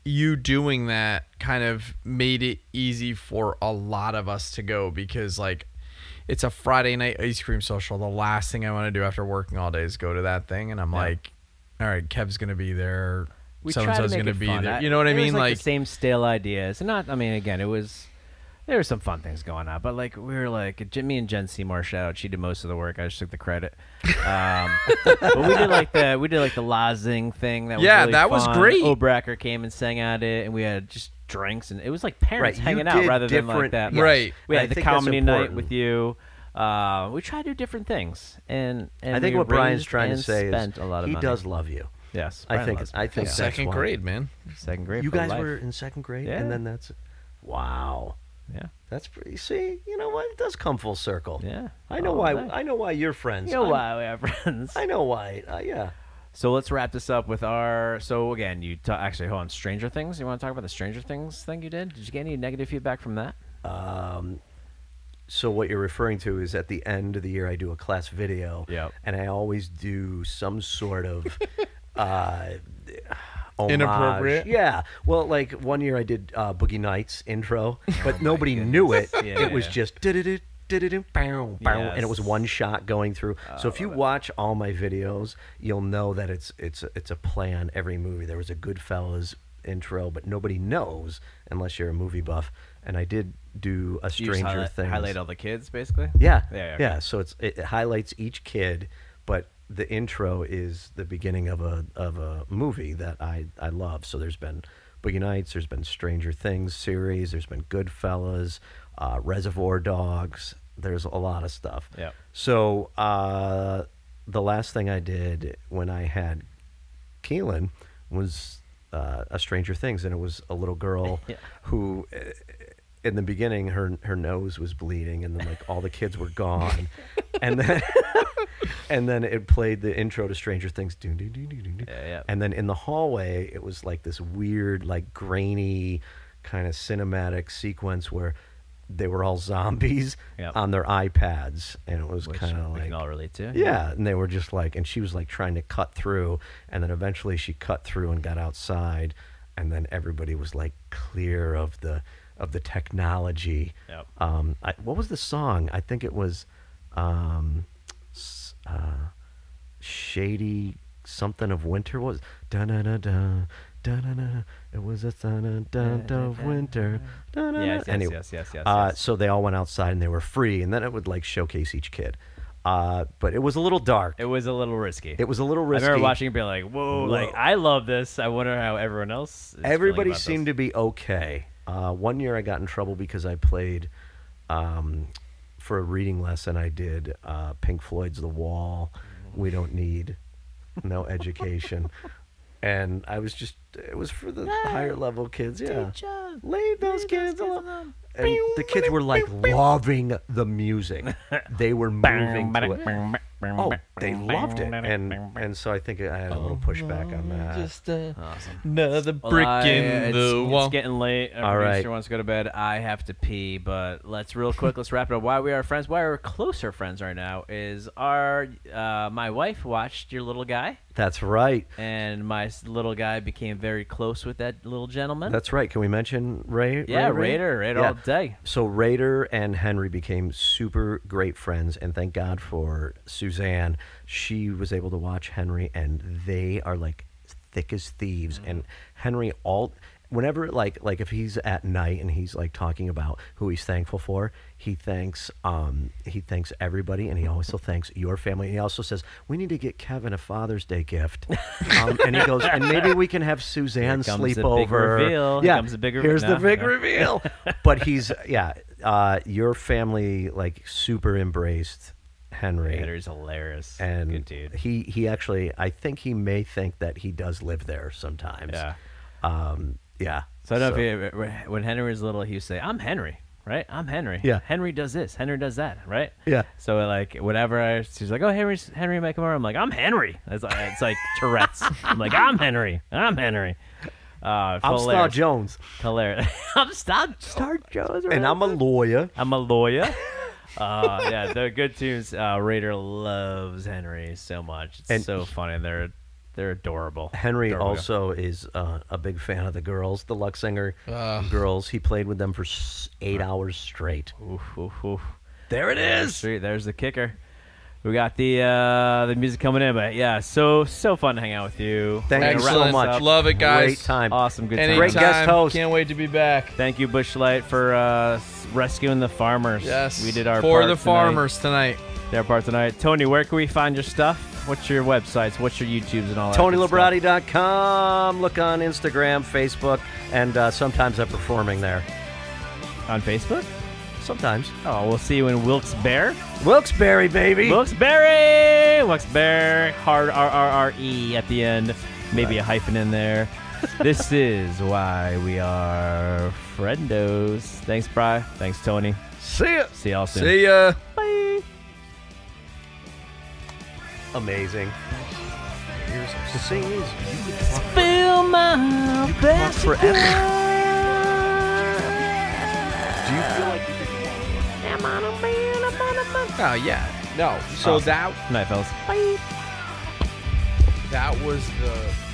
Speaker 2: you doing that kind of made it easy for a lot of us to go because like it's a Friday night ice cream social. The last thing I want to do after working all day is go to that thing, and I'm like, all right, Kev's gonna be there.
Speaker 1: we
Speaker 2: So
Speaker 1: try
Speaker 2: and
Speaker 1: to
Speaker 2: so's
Speaker 1: make
Speaker 2: gonna
Speaker 1: it
Speaker 2: be
Speaker 1: fun.
Speaker 2: there. You know what I
Speaker 1: it was,
Speaker 2: mean?
Speaker 1: like,
Speaker 2: Like,
Speaker 1: the same stale ideas. Not, I mean, again, it was there were some fun things going on, but like we were like Jimmy and Jen Seymour. Shout out, she did most of the work. I just took the credit.
Speaker 2: *laughs*
Speaker 1: Um, but we did like the we did like the lazing thing. That
Speaker 2: Yeah,
Speaker 1: was really
Speaker 2: that was
Speaker 1: fun.
Speaker 2: great.
Speaker 1: Obracker came and sang at it, and we had just drinks, and it was like parents
Speaker 3: Right, you
Speaker 1: hanging out
Speaker 3: did
Speaker 1: rather than like
Speaker 3: different-
Speaker 1: that.
Speaker 2: yes. Right.
Speaker 1: We
Speaker 3: And
Speaker 1: had
Speaker 3: I
Speaker 1: the
Speaker 3: think that's
Speaker 1: comedy night
Speaker 3: important.
Speaker 1: with you. Uh, we try to do different things, and, and
Speaker 3: I think
Speaker 1: we
Speaker 3: what Brian's
Speaker 1: raised
Speaker 3: trying to
Speaker 1: and
Speaker 3: say
Speaker 1: spent
Speaker 3: is
Speaker 1: a lot of
Speaker 3: he
Speaker 1: money.
Speaker 3: does love you.
Speaker 1: Yes,
Speaker 3: I
Speaker 1: Brian
Speaker 3: think
Speaker 1: loves me.
Speaker 3: I think that's
Speaker 2: second
Speaker 3: why.
Speaker 2: grade, man.
Speaker 1: second grade.
Speaker 3: You
Speaker 1: for
Speaker 3: guys
Speaker 1: life.
Speaker 3: were in second grade,
Speaker 1: Yeah.
Speaker 3: and then that's wow.
Speaker 1: yeah.
Speaker 3: That's pretty. See, you know what? It does come full circle.
Speaker 1: Yeah.
Speaker 3: I know
Speaker 1: Oh,
Speaker 3: why.
Speaker 1: nice.
Speaker 3: I know why you're friends.
Speaker 1: You know why
Speaker 3: I'm-
Speaker 1: we
Speaker 3: *laughs*
Speaker 1: have friends.
Speaker 3: I know why. Uh, yeah.
Speaker 1: So let's wrap this up with our. So again, you ta actually hold on. Stranger Things. You want to talk about the Stranger Things thing you did? Did you get any negative feedback from that?
Speaker 3: So what you're referring to is at the end of the year, I do a class video.
Speaker 1: Yep.
Speaker 3: And I always do some
Speaker 1: *laughs*
Speaker 3: sort of. uh, homage.
Speaker 2: Inappropriate?
Speaker 3: Yeah. Well, like one year I did uh, Boogie Nights intro, but nobody knew it.
Speaker 1: Oh Yeah,
Speaker 3: it was
Speaker 1: yeah.
Speaker 3: just do-do-do, do-do-do, bow, bow, and it was
Speaker 1: Yes. Oh,
Speaker 3: one shot going through. so if you watch all my videos, you'll know that it's it's it's a play on every movie. There was a Goodfellas intro, but nobody knows unless you're a movie buff. And I did do a
Speaker 1: You just
Speaker 3: Stranger
Speaker 1: highlight,
Speaker 3: Things.
Speaker 1: Highlight all the kids, basically.
Speaker 3: Yeah.
Speaker 1: Yeah,
Speaker 3: Yeah.
Speaker 1: okay.
Speaker 3: So it's it highlights each kid, but the intro is the beginning of a of a movie that I I love. So there's been Boogie Nights, there's been Stranger Things series, there's been Goodfellas, uh, Reservoir Dogs. There's a lot of stuff.
Speaker 1: Yeah.
Speaker 3: So uh, the last thing I did when I had Keelan was uh, a Stranger Things, and it was a little girl
Speaker 1: *laughs* Yeah.
Speaker 3: who, uh, in the beginning, her her nose was bleeding, and then like all the kids were
Speaker 1: *laughs*
Speaker 3: gone, and then *laughs* and then it played the intro to Stranger Things, doo, doo, doo, doo, doo, doo.
Speaker 1: Yeah, yeah.
Speaker 3: and then in the hallway, it was like this weird, like grainy kind of cinematic sequence where they were all zombies
Speaker 1: Yep.
Speaker 3: on their iPads, and it was
Speaker 1: Which
Speaker 3: kind of
Speaker 1: we
Speaker 3: like
Speaker 1: can all relate to.
Speaker 3: yeah, and they were just like, and she was like trying to cut through, and then eventually she cut through and got outside, and then everybody was like clear of the of the technology.
Speaker 1: Yep.
Speaker 3: Um, I, what was the song? I think it was, um, s- uh, shady something of winter What was da da da da da da da. It was a da of winter. Da, da,
Speaker 1: Yes,
Speaker 3: da.
Speaker 1: yes,
Speaker 3: Anyway,
Speaker 1: yes, yes, yes,
Speaker 3: uh,
Speaker 1: yes.
Speaker 3: so they all went outside and they were free, and then it would like showcase each kid. Uh, but it was a little dark.
Speaker 1: It was a little risky.
Speaker 3: It was a little
Speaker 1: I
Speaker 3: risky.
Speaker 1: remember watching it, be like, "Whoa!" Like
Speaker 3: Whoa.
Speaker 1: I love this. I wonder how everyone else. Is
Speaker 3: Everybody seemed to be okay. Uh, one year I got in trouble because I played um, for a reading lesson. I did uh, Pink Floyd's The Wall. We don't need *laughs* no education. And I was just, it was for the higher level kids. Yeah. Leave those kids alone. And the kids were like loving the music. They *laughs* were moving to it. Oh, they loved it. And, and so I think I had a little pushback on that.
Speaker 2: Another
Speaker 1: Well,
Speaker 2: brick
Speaker 1: I-
Speaker 2: in
Speaker 1: it's-
Speaker 2: the wall.
Speaker 1: It's getting late. Our
Speaker 3: All
Speaker 1: producer
Speaker 3: right.
Speaker 1: wants to go to bed. I have to pee, but let's real quick. let's wrap it up. Why we are friends? Why we're closer friends right now is our uh, my wife watched your little guy,
Speaker 3: That's right.
Speaker 1: and my s- little guy became very close with that little gentleman.
Speaker 3: That's right. Can we mention Ray?
Speaker 1: yeah,
Speaker 3: Ray?
Speaker 1: Raider, Raider
Speaker 3: Yeah.
Speaker 1: all day.
Speaker 3: So Raider and Henry became super great friends, and thank God for Suzanne. She was able to watch Henry, and they are like thick as thieves. And Henry all whenever like like if he's at night and he's like talking about who he's thankful for he thanks um he thanks everybody and he also thanks your family and he also says we need to get kevin a father's
Speaker 1: *laughs*
Speaker 3: day gift um, and he goes and maybe we can have suzanne
Speaker 1: comes the
Speaker 3: sleep
Speaker 1: big
Speaker 3: over
Speaker 1: reveal. Here
Speaker 3: yeah
Speaker 1: comes the big re-
Speaker 3: here's
Speaker 1: no,
Speaker 3: the big
Speaker 1: no.
Speaker 3: reveal reveal. *laughs* but he's yeah. Uh, your family like super embraced Henry,
Speaker 1: Raider's hilarious.
Speaker 3: and
Speaker 1: Good dude.
Speaker 3: he he actually I think he may think that he does live there sometimes.
Speaker 1: Yeah.
Speaker 3: Um, yeah.
Speaker 1: So I don't know if you, when Henry was little, he would say, "I'm Henry." Right, I'm Henry.
Speaker 3: Yeah.
Speaker 1: Henry does this. Henry does that. Right.
Speaker 3: Yeah.
Speaker 1: So like, whenever I, she's like, "Oh, Henry's Henry McNamara," I'm like, "I'm Henry." It's like, it's like Tourette's. I'm like, "I'm Henry. I'm Henry." Uh,
Speaker 3: I'm Star
Speaker 1: hilarious.
Speaker 3: Jones,
Speaker 1: Hilarious. *laughs* I'm Star Star Jones.
Speaker 3: and I'm a lawyer.
Speaker 1: I'm a lawyer. uh, yeah, they're good tunes. Uh, Raider loves Henry so much. It's
Speaker 3: And
Speaker 1: so funny. They're They're adorable.
Speaker 3: Henry
Speaker 1: Adorable.
Speaker 3: also is uh, a big fan of the girls, the Luxinger girls. He played with them for s- eight hours straight.
Speaker 1: Oof, oof, oof.
Speaker 3: There it
Speaker 1: There's, the- there's the kicker. We got the uh, the music coming in, but yeah, so so fun to hang out with you.
Speaker 3: Thank
Speaker 1: We're
Speaker 3: you
Speaker 1: gonna wrap
Speaker 2: Excellent.
Speaker 3: so
Speaker 1: this
Speaker 3: much.
Speaker 1: up.
Speaker 2: Love it, guys.
Speaker 3: Great time.
Speaker 1: Awesome, good
Speaker 2: Anytime.
Speaker 1: time.
Speaker 3: Great guest host.
Speaker 2: Can't wait to be back.
Speaker 1: Thank you, Bushlight, for uh, s- rescuing the farmers.
Speaker 2: Yes.
Speaker 1: we did our
Speaker 2: for
Speaker 1: part
Speaker 2: the
Speaker 1: tonight.
Speaker 2: farmers tonight.
Speaker 1: Their part tonight. Tony, where can we find your stuff? What's your websites? What's your YouTubes and all that? good stuff?
Speaker 3: TonyLiberati.com. Look on Instagram, Facebook, and uh, sometimes I'm performing there.
Speaker 1: on Facebook.
Speaker 3: Sometimes.
Speaker 1: Oh, we'll see you in Wilkes-Barre.
Speaker 3: Wilkes-Barre, baby.
Speaker 1: Wilkes-Barre! Wilkes-Barre, hard R-R-R-E E at the end. Maybe a hyphen in
Speaker 3: *laughs*
Speaker 1: there. this is why we are friendos. Thanks, Bry. Thanks, Tony.
Speaker 2: See ya.
Speaker 1: See y'all soon.
Speaker 2: See ya.
Speaker 1: Bye.
Speaker 3: Amazing. The thing is, you could
Speaker 1: Feel my
Speaker 3: talk *laughs* forever. Do you feel like you could
Speaker 2: Oh yeah. No. So
Speaker 1: Awesome.
Speaker 2: that
Speaker 1: Night, fellas.
Speaker 2: that was the